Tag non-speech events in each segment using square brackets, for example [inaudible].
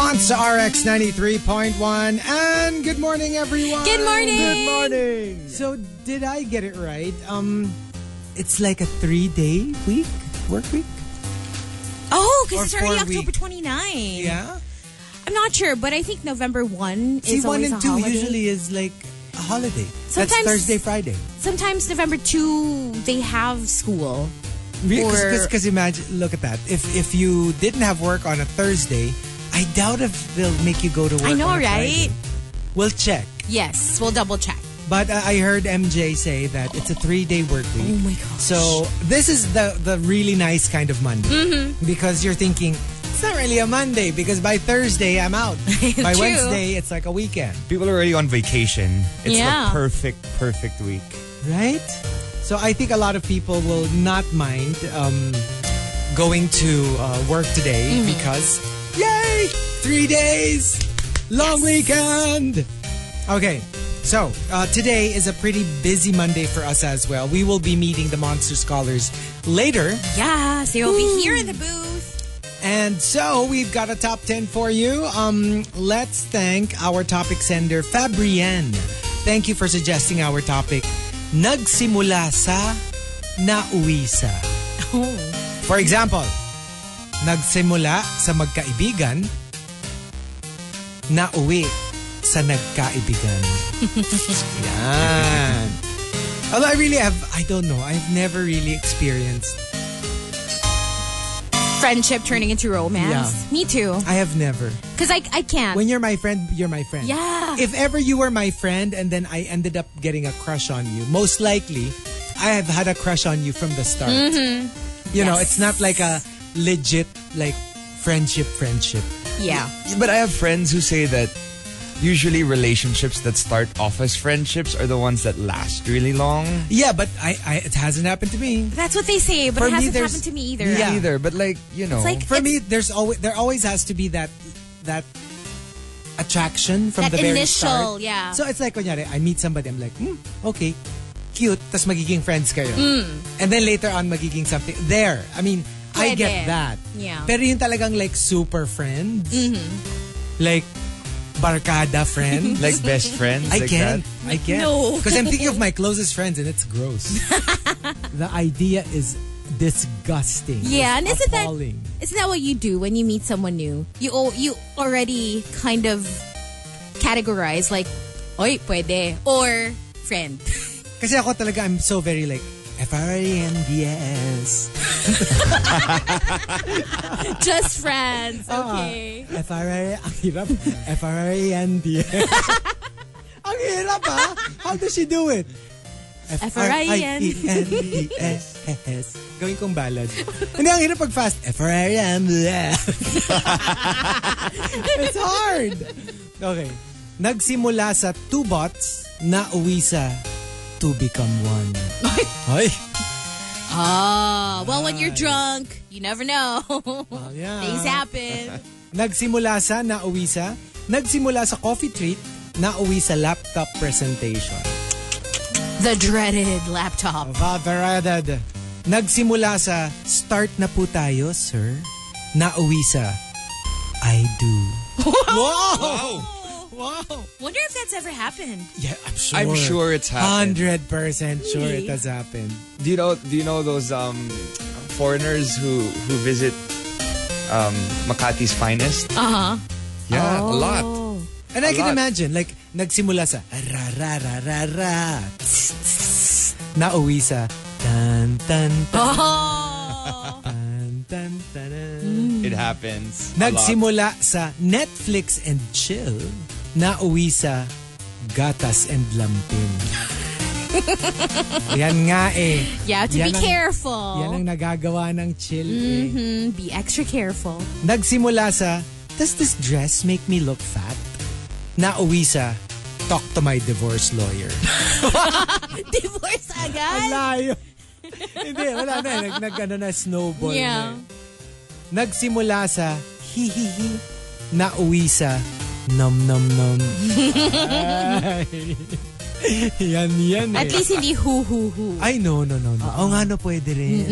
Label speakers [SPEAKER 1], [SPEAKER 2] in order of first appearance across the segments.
[SPEAKER 1] RX 93.1 and good morning everyone.
[SPEAKER 2] Good morning.
[SPEAKER 3] Good morning.
[SPEAKER 1] So did I get it right? Um it's like a 3-day week, work week.
[SPEAKER 2] Oh, because
[SPEAKER 1] Or
[SPEAKER 2] it's already
[SPEAKER 1] four
[SPEAKER 2] October
[SPEAKER 1] weeks.
[SPEAKER 2] 29. I'm not sure, but I think November 1
[SPEAKER 1] See
[SPEAKER 2] is
[SPEAKER 1] 1
[SPEAKER 2] always
[SPEAKER 1] and
[SPEAKER 2] a
[SPEAKER 1] 2
[SPEAKER 2] holiday.
[SPEAKER 1] usually is like a holiday. That's
[SPEAKER 2] Sometimes-
[SPEAKER 1] Thursday, Friday.
[SPEAKER 2] Sometimes November 2, they have school. Or-
[SPEAKER 1] Because imagine look at that. If if you didn't have work on a Thursday, I doubt if they'll make you go to work.
[SPEAKER 2] I know,
[SPEAKER 1] on a
[SPEAKER 2] right?
[SPEAKER 1] Friday. We'll check.
[SPEAKER 2] Yes, we'll double check.
[SPEAKER 1] But uh, I heard MJ say that it's a three-day work week.
[SPEAKER 2] Oh my gosh.
[SPEAKER 1] So this is the the really nice kind of Monday because you're thinking it's not really a Monday because by Thursday I'm out. by
[SPEAKER 2] True.
[SPEAKER 1] Wednesday it's like a weekend,
[SPEAKER 3] People are already on vacation. It's
[SPEAKER 2] Yeah.
[SPEAKER 3] the perfect, perfect week.
[SPEAKER 1] right? So I think a lot of people will not mind um, going to uh, work today because yay, three days, long weekend. Okay. So, uh, today is a pretty busy Monday for us as well. We will be meeting the Monster Scholars later
[SPEAKER 2] Yes, they will be here in the booth.
[SPEAKER 1] Hmm. And so we've got a top 10 for you. Um, let's thank our topic sender, Fabrienne. Thank you for suggesting our topic, Nagsimula sa Nauwi sa.
[SPEAKER 2] Oh.
[SPEAKER 1] For example, Nagsimula sa magkaibigan, Nauwi sa nagkaibigan. Yan. Although I really have, I don't know, I've never really experienced
[SPEAKER 2] Friendship turning into romance. Me too.
[SPEAKER 1] I have never.
[SPEAKER 2] Because I, I can't.
[SPEAKER 1] When you're my friend, you're my friend.
[SPEAKER 2] Yeah.
[SPEAKER 1] If ever you were my friend and then I ended up getting a crush on you, most likely I have had a crush on you from the start. You know,
[SPEAKER 2] Mm-hmm. Yes.
[SPEAKER 1] it's not like a legit like friendship friendship.
[SPEAKER 2] yeah.
[SPEAKER 3] But I have friends who say that usually relationships that start off as friendships are the ones that last really long.
[SPEAKER 1] Yeah, but I, I it hasn't happened to me.
[SPEAKER 2] That's what they say, but
[SPEAKER 3] For
[SPEAKER 2] it
[SPEAKER 3] me,
[SPEAKER 2] hasn't
[SPEAKER 3] there's-
[SPEAKER 2] happened to me either.
[SPEAKER 3] Me Either, but like, you know.
[SPEAKER 2] like-
[SPEAKER 1] For
[SPEAKER 2] It's-
[SPEAKER 1] me, there's always there always has to be that that attraction from
[SPEAKER 2] That
[SPEAKER 1] the very
[SPEAKER 2] initial,
[SPEAKER 1] start.
[SPEAKER 2] yeah.
[SPEAKER 1] So it's like kunyari, I meet somebody, I'm like, hmm, okay, cute, tas magiging friends kayo.
[SPEAKER 2] Mm.
[SPEAKER 4] Mm.
[SPEAKER 1] And then later on magiging something. There, I mean, I
[SPEAKER 2] Pwede.
[SPEAKER 1] get that.
[SPEAKER 2] Yeah. Mm-hmm.
[SPEAKER 1] Pero yung talagang like super friends, like barkada
[SPEAKER 2] [laughs]
[SPEAKER 1] friends.
[SPEAKER 3] [laughs] like best friends.
[SPEAKER 1] I
[SPEAKER 3] like
[SPEAKER 1] can't.
[SPEAKER 3] that.
[SPEAKER 1] I can't.
[SPEAKER 2] No.
[SPEAKER 1] Because I'm thinking of my closest friends and it's gross.
[SPEAKER 2] [laughs]
[SPEAKER 1] the idea is disgusting.
[SPEAKER 2] Yeah, and
[SPEAKER 1] It's
[SPEAKER 2] isn't that
[SPEAKER 1] appalling.
[SPEAKER 2] isn't that what you do when you meet someone new? You al- you already kind of categorize like, oy, pwede or friend. [laughs]
[SPEAKER 1] Kasi ako talaga, I'm so very like,
[SPEAKER 2] [laughs]
[SPEAKER 1] F-R-I-N-D-S.
[SPEAKER 2] Just friends.
[SPEAKER 1] Ah.
[SPEAKER 2] Okay.
[SPEAKER 1] F-R-I, ang hirap. F-R-I-N-D-S. ang hirap ha? How does she do it? E F-R-I-N-D-S. Gawin kong ballad. Hindi, ang hirap pag fast. E F-R-I-N-D-S. [laughs] It's hard. Okay. Nagsimula sa two bots na uwi sa to become one. Ay!
[SPEAKER 2] Ah, well when you're drunk, you never know. [laughs]
[SPEAKER 1] yeah.
[SPEAKER 2] Things happen.
[SPEAKER 1] Nagsimula sa nauwi sa, nagsimula sa coffee treat, nauwi sa laptop presentation.
[SPEAKER 2] The dreaded laptop.
[SPEAKER 1] Vaveradad. Nagsimula sa start na po tayo, sir. Nauwi sa I do. Wow! [laughs] Wow!
[SPEAKER 2] Wonder if that's ever happened.
[SPEAKER 1] Yeah, I'm sure.
[SPEAKER 3] I'm sure it's happened.
[SPEAKER 1] 100% sure it
[SPEAKER 2] Really?
[SPEAKER 1] has happened.
[SPEAKER 3] Do you know do you know those um foreigners who who visit um Makati's finest?
[SPEAKER 2] Uh huh.
[SPEAKER 3] Yeah, a lot.
[SPEAKER 1] Oh. And
[SPEAKER 3] A
[SPEAKER 1] I can
[SPEAKER 3] lot.
[SPEAKER 1] imagine, like, nagsimula sa ra ra ra ra ra. tss, tss, Nauwi sa tan tan tan
[SPEAKER 2] Oh.
[SPEAKER 1] tan tan.
[SPEAKER 3] Mm-hmm.
[SPEAKER 1] tan.
[SPEAKER 2] Mm.
[SPEAKER 3] It happens. a lot.
[SPEAKER 1] Nagsimula sa Netflix and chill, nauwi sa gatas and
[SPEAKER 2] [laughs]
[SPEAKER 1] lampin. yan nga eh.
[SPEAKER 2] You have to
[SPEAKER 1] Yan
[SPEAKER 2] be
[SPEAKER 1] ang-
[SPEAKER 2] careful.
[SPEAKER 1] Yan ang nagagawa ng chill eh.
[SPEAKER 2] Mm, be extra careful. [laughs]
[SPEAKER 1] Nagsimula sa, does this dress make me look fat? Nauwi sa, talk to my divorce lawyer.
[SPEAKER 2] Divorce
[SPEAKER 1] Ang
[SPEAKER 2] agad?
[SPEAKER 1] layo. Hindi, wala na. eh. Nag, nag ano na, snowball na.
[SPEAKER 2] Yeah.
[SPEAKER 1] eh. Nagsimula sa hihihi, nauwi sa nom nom
[SPEAKER 2] [laughs]
[SPEAKER 1] nom. [laughs] Ay. yan, yan
[SPEAKER 2] At
[SPEAKER 1] eh.
[SPEAKER 2] least hindi hu hu hu.
[SPEAKER 1] Ay, no, no, no. no. Oo nga, no, pwede rin.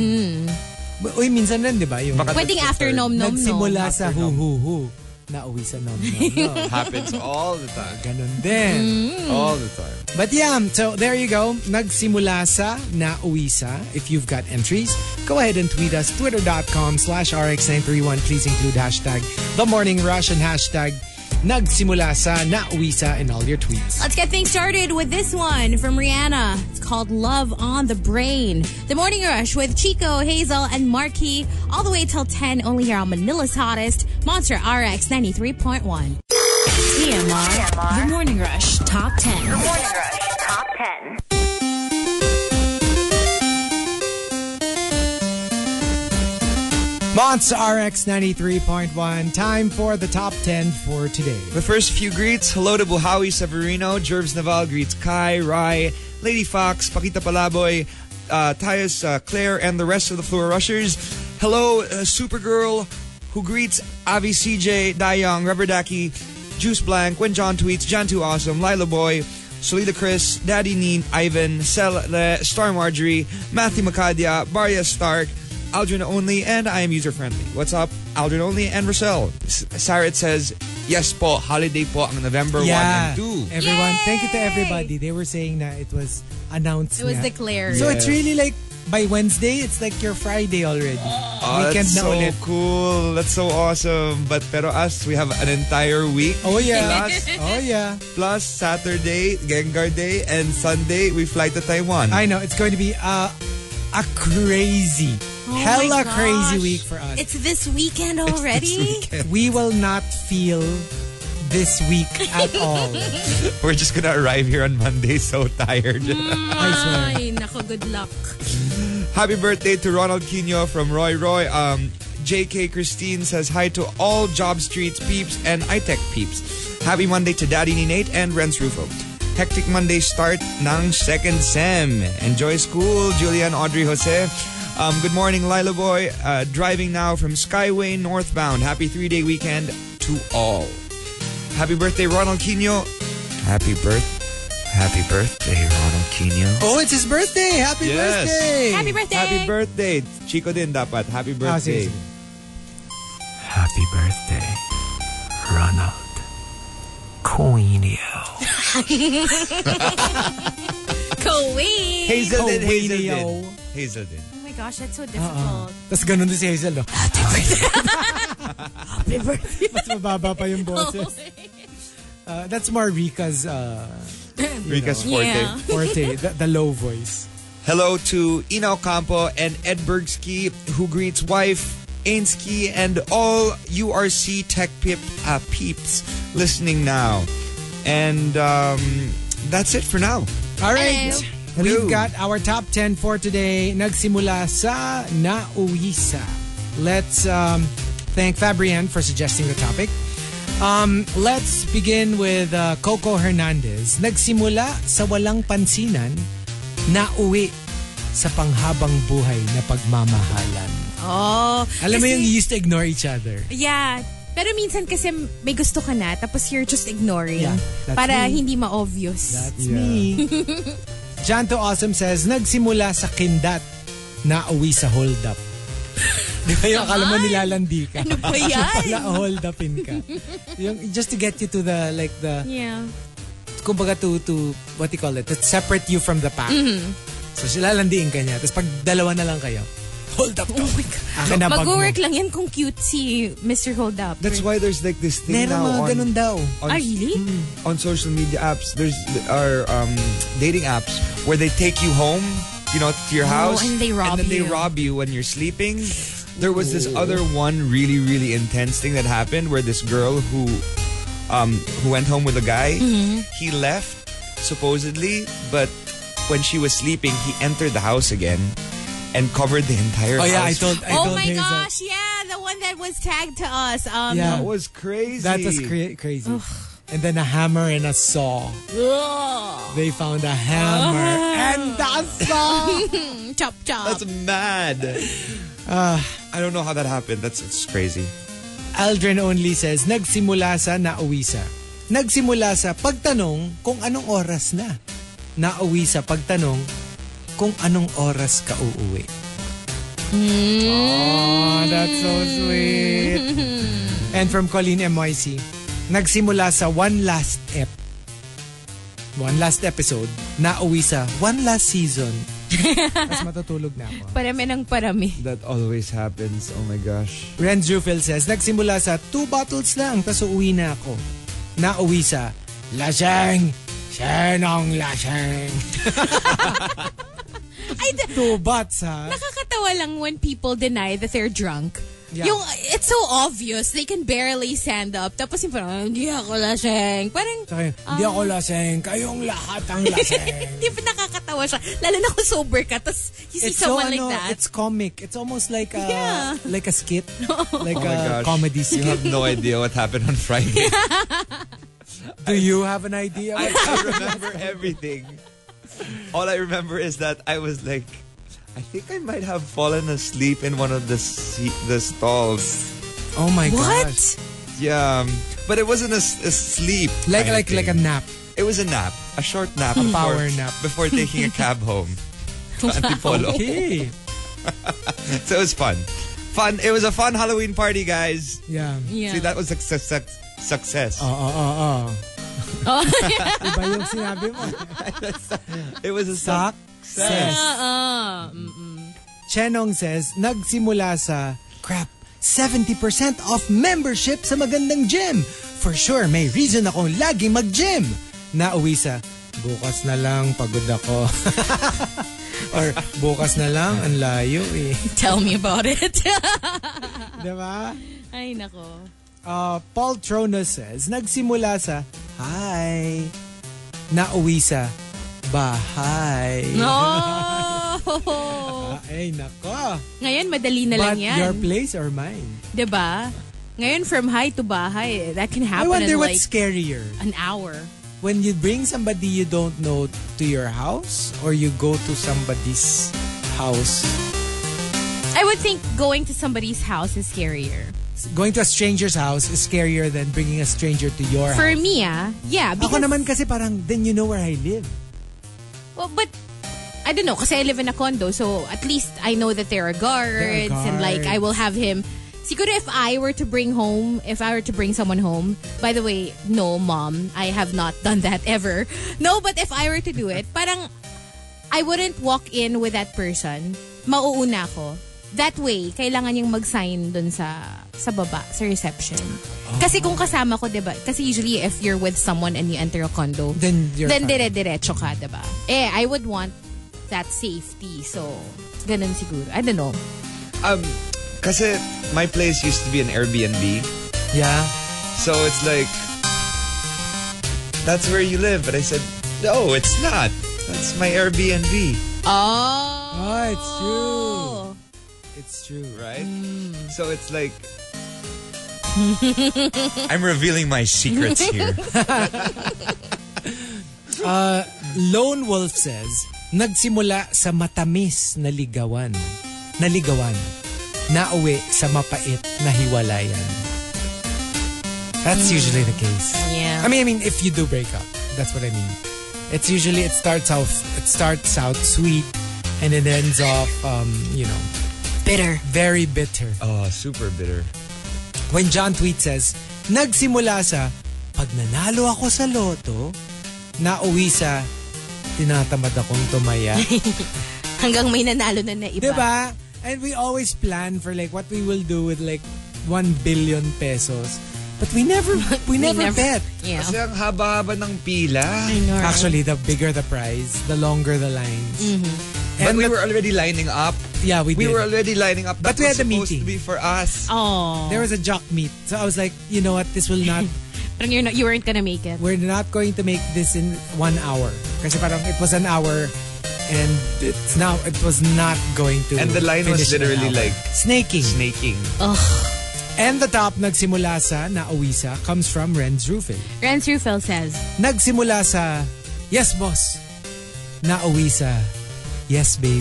[SPEAKER 1] Uy, minsan rin, di ba? Yung
[SPEAKER 3] Baka-
[SPEAKER 2] Pwedeng after
[SPEAKER 3] Third.
[SPEAKER 2] nom nom nom.
[SPEAKER 1] nagsimula sa
[SPEAKER 3] After nom.
[SPEAKER 1] huhuhu. nauwi sa nom
[SPEAKER 2] [laughs]
[SPEAKER 1] nom.
[SPEAKER 3] Happens all the time. Mm.
[SPEAKER 1] Ganun din.
[SPEAKER 3] All the time.
[SPEAKER 1] But yeah, so there you go. Nagsimula sa nauwi sa. If you've got entries, go ahead and tweet us. Twitter.com slash RX931. Please include hashtag The Morning Rush and hashtag Nagsimula sa nauwi sa in all your tweets.
[SPEAKER 2] Let's get things started with this one from Rihanna. It's called Love on the Brain. The Morning Rush with Chico, Hazel, and Marky. All the way till 10, only here on Manila's hottest, Monster RX 93.1. TMR, The Morning Rush Top 10.
[SPEAKER 5] Morning Rush Top 10.
[SPEAKER 1] Monts RX 93.1. Time for the top 10 for today.
[SPEAKER 3] The first few greets, hello to Buhawi Severino, Jervs Naval greets Kai, Rai, Lady Fox, Pakita Palaboy, uh, Tyus, uh, Claire, and the rest of the Floor Rushers. Hello, uh, Supergirl, who greets Avi CJ, Dayong, Rubber Daki, Juice Blank, When John Tweets, Jan Too Awesome, Lila Boy, Solita Chris, Daddy Neen, Ivan, Sel, Le, Star Marjorie, Matthew Macadia, Barya Stark, Aldrin only, and I am user friendly. What's up, Aldrin only and Rosel? S- Sarit says, yes po, holiday po ang November 1 and 2.
[SPEAKER 1] Everyone, thank you to
[SPEAKER 2] Yay!
[SPEAKER 1] everybody. They were saying that it was announced.
[SPEAKER 2] It was
[SPEAKER 1] na.
[SPEAKER 2] declared.
[SPEAKER 1] So
[SPEAKER 3] Yeah.
[SPEAKER 1] it's really like by Wednesday, it's like your Friday already.
[SPEAKER 3] Oh,
[SPEAKER 1] Weekend
[SPEAKER 3] that's
[SPEAKER 1] na
[SPEAKER 3] so
[SPEAKER 1] ulit.
[SPEAKER 3] cool. That's so awesome. But pero us, we have an entire week.
[SPEAKER 1] Oh
[SPEAKER 2] [laughs]
[SPEAKER 1] yeah.
[SPEAKER 3] Plus,
[SPEAKER 1] oh yeah.
[SPEAKER 3] plus Saturday, Gengar Day, and Sunday, we fly to Taiwan.
[SPEAKER 1] I know it's going to be uh, a crazy,
[SPEAKER 2] Oh my
[SPEAKER 1] hella
[SPEAKER 2] gosh.
[SPEAKER 1] crazy week for us.
[SPEAKER 2] It's this weekend already?
[SPEAKER 1] we will not feel this week at all.
[SPEAKER 3] [laughs]
[SPEAKER 2] [laughs]
[SPEAKER 3] We're just gonna arrive here on Monday so tired.
[SPEAKER 1] [laughs] Mm. I swear.
[SPEAKER 2] Ay, nako, good luck.
[SPEAKER 3] Happy birthday to Ronald Quino from Roy Roy. Um, JK Christine says hi to all Job Streets peeps and iTech peeps. Happy Monday to Daddy Ninate and Renz Rufo. Hectic Monday start ng second sem. Enjoy school, Julian Audrey Jose. Um, good morning, Lila Boy. Uh, driving now from Skyway northbound. Happy three-day weekend to all. Happy birthday, Ronald Quino. Happy birth. Happy birthday, Ronald Quino.
[SPEAKER 1] Oh, it's his birthday! Happy
[SPEAKER 3] Yes.
[SPEAKER 1] birthday!
[SPEAKER 2] Happy birthday!
[SPEAKER 3] Happy birthday. Chico din dapat. Happy
[SPEAKER 1] Ah,
[SPEAKER 3] birthday.
[SPEAKER 1] sige, sige.
[SPEAKER 3] Happy birthday, Ronald Coinio.
[SPEAKER 2] [laughs] Kuwait!
[SPEAKER 3] Hazel din, Hazel
[SPEAKER 1] Coinio.
[SPEAKER 3] din. Hazel din.
[SPEAKER 2] Oh my gosh, that's so
[SPEAKER 1] Uh-uh.
[SPEAKER 2] difficult.
[SPEAKER 1] Tapos ganun din si Hazel, no? Happy birthday! Mas mababa pa yung boses. Uh, that's more Rika's uh,
[SPEAKER 3] Rica's forte.
[SPEAKER 2] Yeah.
[SPEAKER 1] forte, the, the low voice.
[SPEAKER 3] Hello to Ina Ocampo and Ed Bergski, who greets wife Ainsky and all URC Tech Pip uh, peeps listening now. And um, that's it for now.
[SPEAKER 1] All right.
[SPEAKER 3] Hello.
[SPEAKER 1] We've
[SPEAKER 3] Hello.
[SPEAKER 1] got our top 10 for today. Nagsimula sa Nauisa. Let's um, thank Fabrienne for suggesting the topic. Um, let's begin with uh, Coco Hernandez. Nagsimula sa walang pansinan, nauwi sa panghabang buhay na pagmamahalan.
[SPEAKER 2] Oh,
[SPEAKER 1] Alam mo
[SPEAKER 2] kasi-
[SPEAKER 1] yung you used to ignore each other.
[SPEAKER 2] Yeah. Pero minsan kasi may gusto ka na, tapos you're just ignoring.
[SPEAKER 1] Yeah, that's
[SPEAKER 2] para
[SPEAKER 1] me.
[SPEAKER 2] hindi ma-obvious.
[SPEAKER 1] That's me. Janto Awesome says, nagsimula sa kindat, nauwi sa hold up. Di ba yung akala mo nilalandi ka?
[SPEAKER 2] ano
[SPEAKER 1] [laughs]
[SPEAKER 2] ba yan?
[SPEAKER 1] Wala, hold upin ka. Yung, just to get you to the, like the,
[SPEAKER 2] [laughs] yeah.
[SPEAKER 1] kumbaga to, to, what you call it, to separate you from the pack.
[SPEAKER 2] Mm-hmm.
[SPEAKER 1] So silalandiin ka niya. Tapos pag dalawa na lang kayo, hold up ka. Oh my God. Akin na bag mo.
[SPEAKER 2] Mag-work lang yan kung cute si Mr. Hold Up.
[SPEAKER 3] That's why there's like this thing
[SPEAKER 1] Meron
[SPEAKER 3] now
[SPEAKER 1] mga
[SPEAKER 3] on,
[SPEAKER 1] ganun daw.
[SPEAKER 3] on
[SPEAKER 2] Ah, really?
[SPEAKER 1] Hmm.
[SPEAKER 3] on social media apps there's are um, dating apps where they take you home you know to your house
[SPEAKER 2] Oh, and they rob
[SPEAKER 3] then they
[SPEAKER 2] you.
[SPEAKER 3] rob you when you're sleeping there was this other one really really intense thing that happened where this girl who um, who went home with a guy
[SPEAKER 2] Mm-hmm.
[SPEAKER 3] he left supposedly but when she was sleeping he entered the house again and covered the entire
[SPEAKER 1] Oh
[SPEAKER 3] house
[SPEAKER 1] yeah, I told, I
[SPEAKER 2] oh
[SPEAKER 1] told
[SPEAKER 2] my
[SPEAKER 1] Hazel.
[SPEAKER 2] gosh, yeah. The one that was tagged to us. Um,
[SPEAKER 3] that
[SPEAKER 1] Yeah.
[SPEAKER 3] was crazy
[SPEAKER 1] That was cra- crazy. And then a hammer and a saw.
[SPEAKER 2] ugh,
[SPEAKER 1] They found a hammer and a saw.
[SPEAKER 2] Ah. [laughs] Chop chop.
[SPEAKER 3] That's mad.
[SPEAKER 1] Ah.
[SPEAKER 3] I don't know how that happened. That's it's crazy.
[SPEAKER 1] Aldrin only says, nagsimula sa nauwi sa. Nagsimula sa pagtanong kung anong oras na. Nauwi sa pagtanong kung anong oras ka uuwi. Oh, that's so sweet. And from Colleen MYC, nagsimula sa one last ep. One last episode, nauwi sa one last season.
[SPEAKER 2] [laughs]
[SPEAKER 1] Mas matutulog na ako.
[SPEAKER 2] Parami ng parami.
[SPEAKER 3] That always happens. Oh my gosh.
[SPEAKER 1] Ren Zufil says, nagsimula sa two bottles lang, tas uuwi na ako. Nauwi sa laseng, senong laseng.
[SPEAKER 2] [laughs] Ay, d-
[SPEAKER 1] Two bots ha.
[SPEAKER 2] nakakatawa lang when people deny that they're drunk.
[SPEAKER 1] Yeah.
[SPEAKER 2] Yung, it's so obvious. They can barely stand up. Tapos yung parang, hindi ako laseng. Parang,
[SPEAKER 1] Tsaka yun, Hindi ako laseng, kayong lahat ang
[SPEAKER 2] [laughs]
[SPEAKER 1] laseng.
[SPEAKER 2] hindi pa nakakatawa siya. Lalo na kung sober ka. Tapos you see someone like
[SPEAKER 1] ano,
[SPEAKER 2] that.
[SPEAKER 1] It's comic. It's almost like a
[SPEAKER 2] Yeah.
[SPEAKER 1] like a skit,
[SPEAKER 2] [laughs]
[SPEAKER 1] like
[SPEAKER 3] Oh my
[SPEAKER 1] a
[SPEAKER 3] gosh.
[SPEAKER 1] [laughs] comedy
[SPEAKER 3] You
[SPEAKER 1] skit.
[SPEAKER 3] have no idea what happened on Friday.
[SPEAKER 1] [laughs] Do you have an idea?
[SPEAKER 3] I, I remember everything. All I remember is that I was like, I think I might have fallen asleep in one of the se- the stalls.
[SPEAKER 1] oh my
[SPEAKER 2] What?
[SPEAKER 1] gosh!
[SPEAKER 3] Yeah, um, but it wasn't a, s- a sleep.
[SPEAKER 1] Like
[SPEAKER 3] kind of
[SPEAKER 1] like like a
[SPEAKER 3] thing.
[SPEAKER 1] nap.
[SPEAKER 3] It was a nap, a short nap, a
[SPEAKER 1] power nap.
[SPEAKER 3] before taking a cab home to Antipolo.
[SPEAKER 1] [laughs] Okay.
[SPEAKER 3] [laughs] So it was fun, fun. It was a fun Halloween party, guys.
[SPEAKER 1] Yeah. Uh,
[SPEAKER 2] Yeah.
[SPEAKER 3] See, that was a success. success.
[SPEAKER 1] Oo, oo, oo.
[SPEAKER 2] Oh,
[SPEAKER 1] Iba yung sinabi mo.
[SPEAKER 3] [laughs] It was a success.
[SPEAKER 1] Success.
[SPEAKER 2] ah, mm-mm.
[SPEAKER 1] Chenong says, nagsimula sa, crap, 70% off membership sa magandang gym. For sure, may reason akong lagi mag-gym. Nauwi sa, bukas na lang, pagod ako. Or, bukas na lang, ang layo eh.
[SPEAKER 2] [laughs] Tell me about it. [laughs]
[SPEAKER 1] diba?
[SPEAKER 2] Ay, nako.
[SPEAKER 1] Uh, Paul Trono says, nagsimula sa, hi. Nauwi sa, bahay.
[SPEAKER 2] No!
[SPEAKER 1] [laughs] Ay, nako.
[SPEAKER 2] Ngayon, madali na
[SPEAKER 1] But
[SPEAKER 2] lang yan.
[SPEAKER 1] your place or mine?
[SPEAKER 2] 'Di ba? Ngayon, from high to bahay, that can
[SPEAKER 1] I
[SPEAKER 2] happen
[SPEAKER 1] wonder
[SPEAKER 2] in
[SPEAKER 1] what's
[SPEAKER 2] like
[SPEAKER 1] scarier.
[SPEAKER 2] an hour.
[SPEAKER 1] when you bring somebody you don't know to your house or you go to somebody's house
[SPEAKER 2] I would think going to somebody's house is scarier.
[SPEAKER 1] going to a stranger's house is scarier than bringing a stranger to your house
[SPEAKER 2] For me, ah, yeah.
[SPEAKER 1] ako
[SPEAKER 2] Because,
[SPEAKER 1] naman kasi parang then you know where I live
[SPEAKER 2] well, but, I don't know, kasi I live in a condo, so at least I know that there are
[SPEAKER 1] There
[SPEAKER 2] guards,
[SPEAKER 1] are
[SPEAKER 2] and like, I
[SPEAKER 1] guards.
[SPEAKER 2] will have him. Siguro if I were to bring home, if I were to bring someone home, by the way, no, mom, I have not done that [laughs] ever. No, but if I were to do it, parang I wouldn't walk in with that person. Mauuna ako. That way, kailangan niyang mag-sign dun sa, sa baba, sa reception.
[SPEAKER 1] Ah.
[SPEAKER 2] Kasi kung kasama ko, di ba? Kasi usually if you're with someone and you enter a condo,
[SPEAKER 1] Then you're
[SPEAKER 2] then
[SPEAKER 1] fine.
[SPEAKER 2] dire-diretso ka, di ba? Eh, I would want that safety. So, ganun siguro. I don't know.
[SPEAKER 3] Um, kasi my place used to be an Airbnb.
[SPEAKER 1] yeah
[SPEAKER 3] So it's like, that's where you live. But I said, no, it's not. That's my Airbnb,
[SPEAKER 2] Oh!
[SPEAKER 1] Oh, it's true. Oh, it's true
[SPEAKER 3] [laughs]
[SPEAKER 2] [laughs]
[SPEAKER 3] right? So it's like, I'm revealing my secrets here.
[SPEAKER 1] Uh, Lone Wolf says nagsimula sa matamis na ligawan naligawan nauwi sa mapait na hiwalayan that's usually the case
[SPEAKER 2] Yeah.
[SPEAKER 1] I mean, I mean, if you do break up, that's what I mean. It's usually it starts out it starts out sweet, and it ends off, um, you know,
[SPEAKER 2] bitter.
[SPEAKER 1] very bitter.
[SPEAKER 3] oh, super bitter.
[SPEAKER 1] When John Tweet says, nagsimula sa pag nanalo ako sa loto, nauwi sa tinatamad akong
[SPEAKER 2] [laughs]
[SPEAKER 1] tumaya.
[SPEAKER 2] Hanggang may nanalo na na iba.
[SPEAKER 1] Diba? And we always plan for like what we will do with like 1 billion pesos. But we never
[SPEAKER 2] [laughs]
[SPEAKER 1] we, never, bet.
[SPEAKER 2] Yeah.
[SPEAKER 3] Kasi ang haba-haba ng pila.
[SPEAKER 2] I know, right?
[SPEAKER 1] Actually, the bigger the prize, the longer the lines.
[SPEAKER 2] Mm-hmm.
[SPEAKER 3] But
[SPEAKER 1] And
[SPEAKER 3] we
[SPEAKER 1] the-
[SPEAKER 3] were already lining up.
[SPEAKER 1] Yeah, we,
[SPEAKER 3] We
[SPEAKER 1] did.
[SPEAKER 3] were already lining up. That
[SPEAKER 1] But we
[SPEAKER 3] was
[SPEAKER 1] had a
[SPEAKER 3] supposed
[SPEAKER 1] meeting.
[SPEAKER 3] to be for us.
[SPEAKER 2] Oh.
[SPEAKER 1] there was a jock meet. So I was like, you know what, this will not,
[SPEAKER 2] [laughs] Parang you're not, you weren't gonna make it.
[SPEAKER 1] we're not going to make this in one hour. Kasi parang it was an hour and it's now, it was not going to
[SPEAKER 3] And the line was
[SPEAKER 1] finish in an
[SPEAKER 3] literally
[SPEAKER 1] hour.
[SPEAKER 3] like
[SPEAKER 1] snaking.
[SPEAKER 3] snaking.
[SPEAKER 1] And the top nagsimula sa nauwisa comes from Renz Rufin.
[SPEAKER 2] Ran Trufel says,
[SPEAKER 1] Nagsimula sa, yes boss, nauwi sa, yes babe.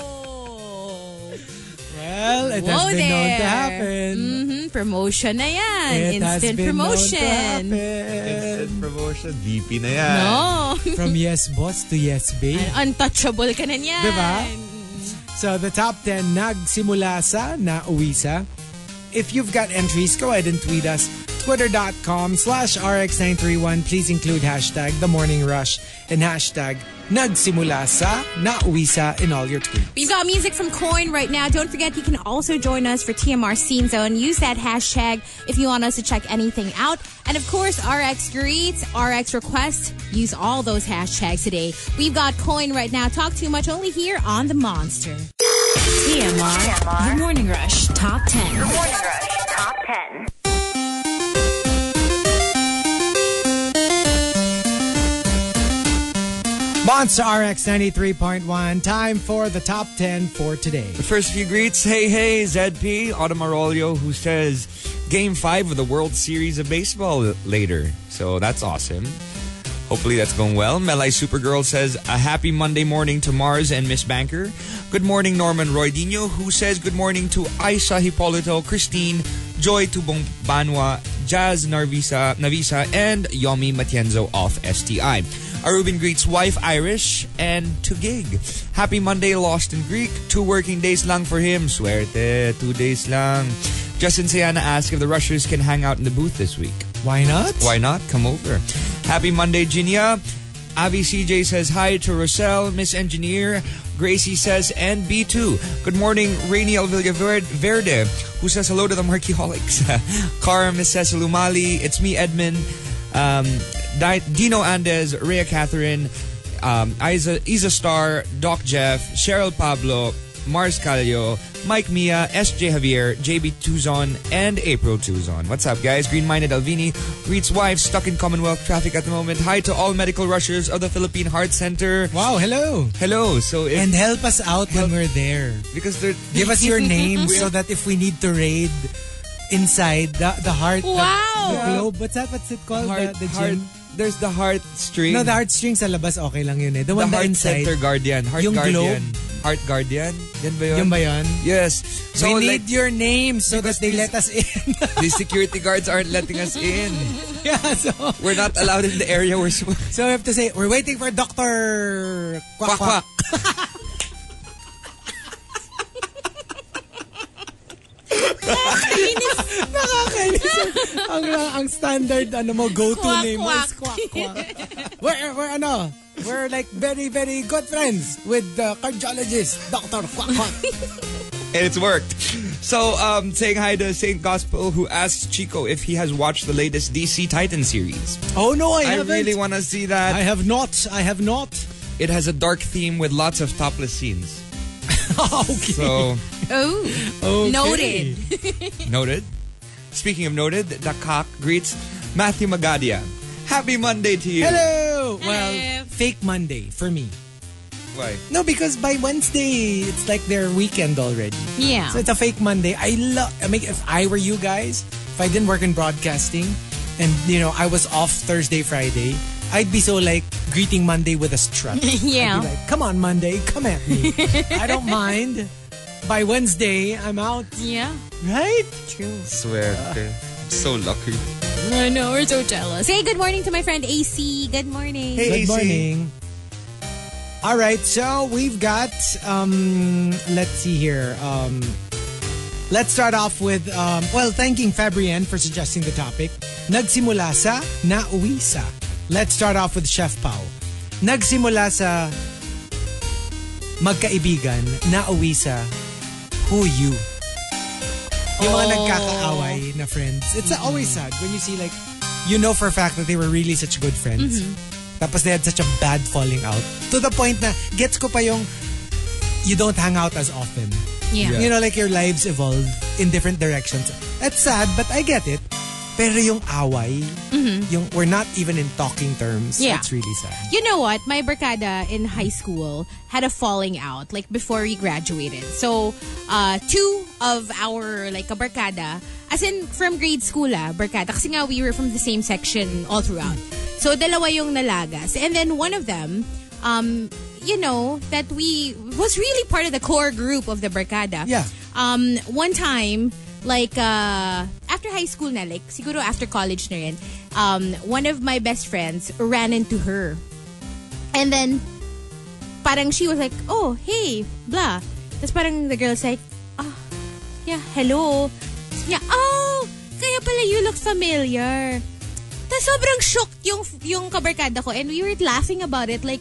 [SPEAKER 2] Whoa!
[SPEAKER 1] Well, it has
[SPEAKER 2] Whoa
[SPEAKER 1] been known to
[SPEAKER 2] there.
[SPEAKER 1] happen.
[SPEAKER 2] Mhm, Promotion na yan.
[SPEAKER 1] It has
[SPEAKER 2] Instant
[SPEAKER 1] been
[SPEAKER 2] promotion.
[SPEAKER 1] known to
[SPEAKER 3] Instant
[SPEAKER 1] happen.
[SPEAKER 3] promotion. VP na yan.
[SPEAKER 2] No. [laughs]
[SPEAKER 1] From yes boss to yes babe.
[SPEAKER 2] Untouchable ka na niyan.
[SPEAKER 1] Diba? So the top 10 nagsimula sa nauwi sa. If you've got entries, go ahead and tweet us. Twitter.com slash RX931. Please include hashtag The Morning Rush and hashtag nagsimula sa nauwi sa in all your tweets.
[SPEAKER 2] We've got music from Coin right now. Don't forget, you can also join us for TMR Scene Zone. Use that hashtag if you want us to check anything out. And of course, RX greets, RX requests. Use all those hashtags today. We've got Coin right now. Talk too much only here on The Monster.
[SPEAKER 6] TMR, The Morning Rush Top 10.
[SPEAKER 5] Morning Rush Top 10.
[SPEAKER 1] Monster RX 93.1. Time for the top 10 for today.
[SPEAKER 3] The first few greets, hey, hey, ZP, Autumn Arroyo, who says Game 5 of the World Series of Baseball later. So that's awesome. Hopefully that's going well. Melai Supergirl says, a happy Monday morning to Mars and Miss Banker. Good morning, Norman Roydino, who says good morning to Aisha Hipolito, Christine, Joy Tubong Banwa, Jazz Narvisa, Navisa, and Yomi Matienzo off STI. Arubin greets wife Irish and to gig. Happy Monday, Lost in Greek. Two working days lang for him. Suerte, two days lang. Justin Sayana asks if the rushers can hang out in the booth this week.
[SPEAKER 1] Why not?
[SPEAKER 3] Why not? Come over. Happy Monday, Ginia. Avi CJ says hi to Roselle, Miss Engineer. Gracie says, and B2. Good morning, Rainiel Villaverde, who says hello to the [laughs] Markyholics. Cara, Miss Cecil Umali. It's me, Edmund. Um, Di- Dino Andes, Rhea Catherine, um, Isa, Isa Star, Doc Jeff, Cheryl Pablo, Mars Calio, Mike Mia, SJ Javier, JB Tuzon, and April Tuzon. What's up, guys? Green Minded Alvini greets wife stuck in Commonwealth traffic at the moment. Hi to all medical rushers of the Philippine Heart Center.
[SPEAKER 1] Wow, hello.
[SPEAKER 3] Hello. So, if,
[SPEAKER 1] And help us out when we're there.
[SPEAKER 3] because they're
[SPEAKER 1] Give us
[SPEAKER 3] [laughs]
[SPEAKER 1] your name so that if we need to raid inside the, the heart, the-
[SPEAKER 2] Wow.
[SPEAKER 1] the, globe, what's that? What's it called? Uh,
[SPEAKER 3] heart,
[SPEAKER 1] the, the
[SPEAKER 3] heart,
[SPEAKER 1] gym?
[SPEAKER 3] there's the heart string.
[SPEAKER 1] No, the heartstring sa labas, okay lang yun eh. The
[SPEAKER 3] the
[SPEAKER 1] one that
[SPEAKER 3] heart
[SPEAKER 1] inside.
[SPEAKER 3] center guardian. Heart
[SPEAKER 1] Yung
[SPEAKER 3] guardian.
[SPEAKER 1] globe.
[SPEAKER 3] Heart guardian. Yan ba yun?
[SPEAKER 1] Yun ba yun?
[SPEAKER 3] Yes. So
[SPEAKER 1] we
[SPEAKER 3] like,
[SPEAKER 1] need your name so that
[SPEAKER 3] Because
[SPEAKER 1] they
[SPEAKER 3] these-
[SPEAKER 1] let
[SPEAKER 3] [laughs]
[SPEAKER 1] us in.
[SPEAKER 3] the security guards aren't letting us in.
[SPEAKER 1] [laughs] yeah, so,
[SPEAKER 3] We're not allowed in the area we're supposed
[SPEAKER 1] [laughs] so we have to say, we're waiting for Dr. Quack
[SPEAKER 3] Quack,
[SPEAKER 1] Quack. [laughs]
[SPEAKER 3] quack. [laughs]
[SPEAKER 1] Nakakainis. ang, ang standard, ano mo, go-to
[SPEAKER 2] Quack,
[SPEAKER 1] name mo is
[SPEAKER 2] quack.
[SPEAKER 1] Quack Quack. we're, we're ano, we're like very, very good friends with the cardiologist, Dr. Quack Quack.
[SPEAKER 3] And it's worked. So, um, saying hi to St. Gospel, who asks Chico if he has watched the latest DC Titan series.
[SPEAKER 1] [laughs] oh no, I,
[SPEAKER 3] I,
[SPEAKER 1] haven't.
[SPEAKER 3] really want to see that.
[SPEAKER 1] I have not. I have not.
[SPEAKER 3] it has a dark theme with lots of topless [laughs] scenes.
[SPEAKER 1] okay.
[SPEAKER 3] So,
[SPEAKER 2] Oh,
[SPEAKER 1] okay.
[SPEAKER 2] noted.
[SPEAKER 3] noted. Speaking of noted, the cock greets Matthew Magadia. Happy Monday to you.
[SPEAKER 1] Hello.
[SPEAKER 2] Hello.
[SPEAKER 1] Well, fake Monday for me.
[SPEAKER 3] Why?
[SPEAKER 1] No, because by Wednesday, it's like their weekend already.
[SPEAKER 2] Yeah.
[SPEAKER 1] So it's a fake Monday. I love. I mean, if I were you guys, if I didn't work in broadcasting, and you know I was off Thursday, Friday, I'd be so like greeting Monday with a strut.
[SPEAKER 2] [laughs] Yeah.
[SPEAKER 1] I'd be like, come on, Monday, come at
[SPEAKER 2] [laughs]
[SPEAKER 1] me. I don't mind. By Wednesday, I'm out.
[SPEAKER 2] yeah.
[SPEAKER 1] Right?
[SPEAKER 3] Swear. so lucky.
[SPEAKER 2] [laughs] I know, we're so jealous. Say good morning to my friend AC. Good morning.
[SPEAKER 3] Hey.
[SPEAKER 1] Good
[SPEAKER 3] AC.
[SPEAKER 1] morning. All right, so we've got. Um, let's see here. Um, let's start off with um, well, thanking Fabrienne for suggesting the topic. Nagsimula sa nauwi sa. Let's start off with Chef Pau. Nagsimula sa magkaibigan, nauwi sa who you. Yung mga nagkakaaway na friends. It's always sad when you see like, you know for a fact that they were really such good friends.
[SPEAKER 2] Mm-hmm.
[SPEAKER 1] Tapos they had such a bad falling out. To the point na, gets ko pa yung, you don't hang out as often.
[SPEAKER 2] Yeah.
[SPEAKER 1] You know, like your lives evolve in different directions. That's sad, but I get it. Pero yung away, yung we're not even in talking terms.
[SPEAKER 2] Mm-hmm. Yeah.
[SPEAKER 1] It's really sad.
[SPEAKER 2] You know what? My barkada in high school had a falling out, like before we graduated. So, uh, two of our, like, a barkada, as in from grade school, ah, barkada. Kasi nga, we were from the same section all throughout. So, dalawa yung nalagas. And then one of them, um, you know, that we was really part of the core group of the barkada.
[SPEAKER 1] Yeah.
[SPEAKER 2] Um, one time, like, uh, after high school na, like, siguro after college na rin, um, one of my best friends ran into her. And then, parang she was like, oh, hey, blah. Tapos parang the girl's like, ah, yeah, hello. Tapos niya, oh, kaya pala you look familiar. Tapos sobrang shocked yung, yung kabarkada ko and we were laughing about it like,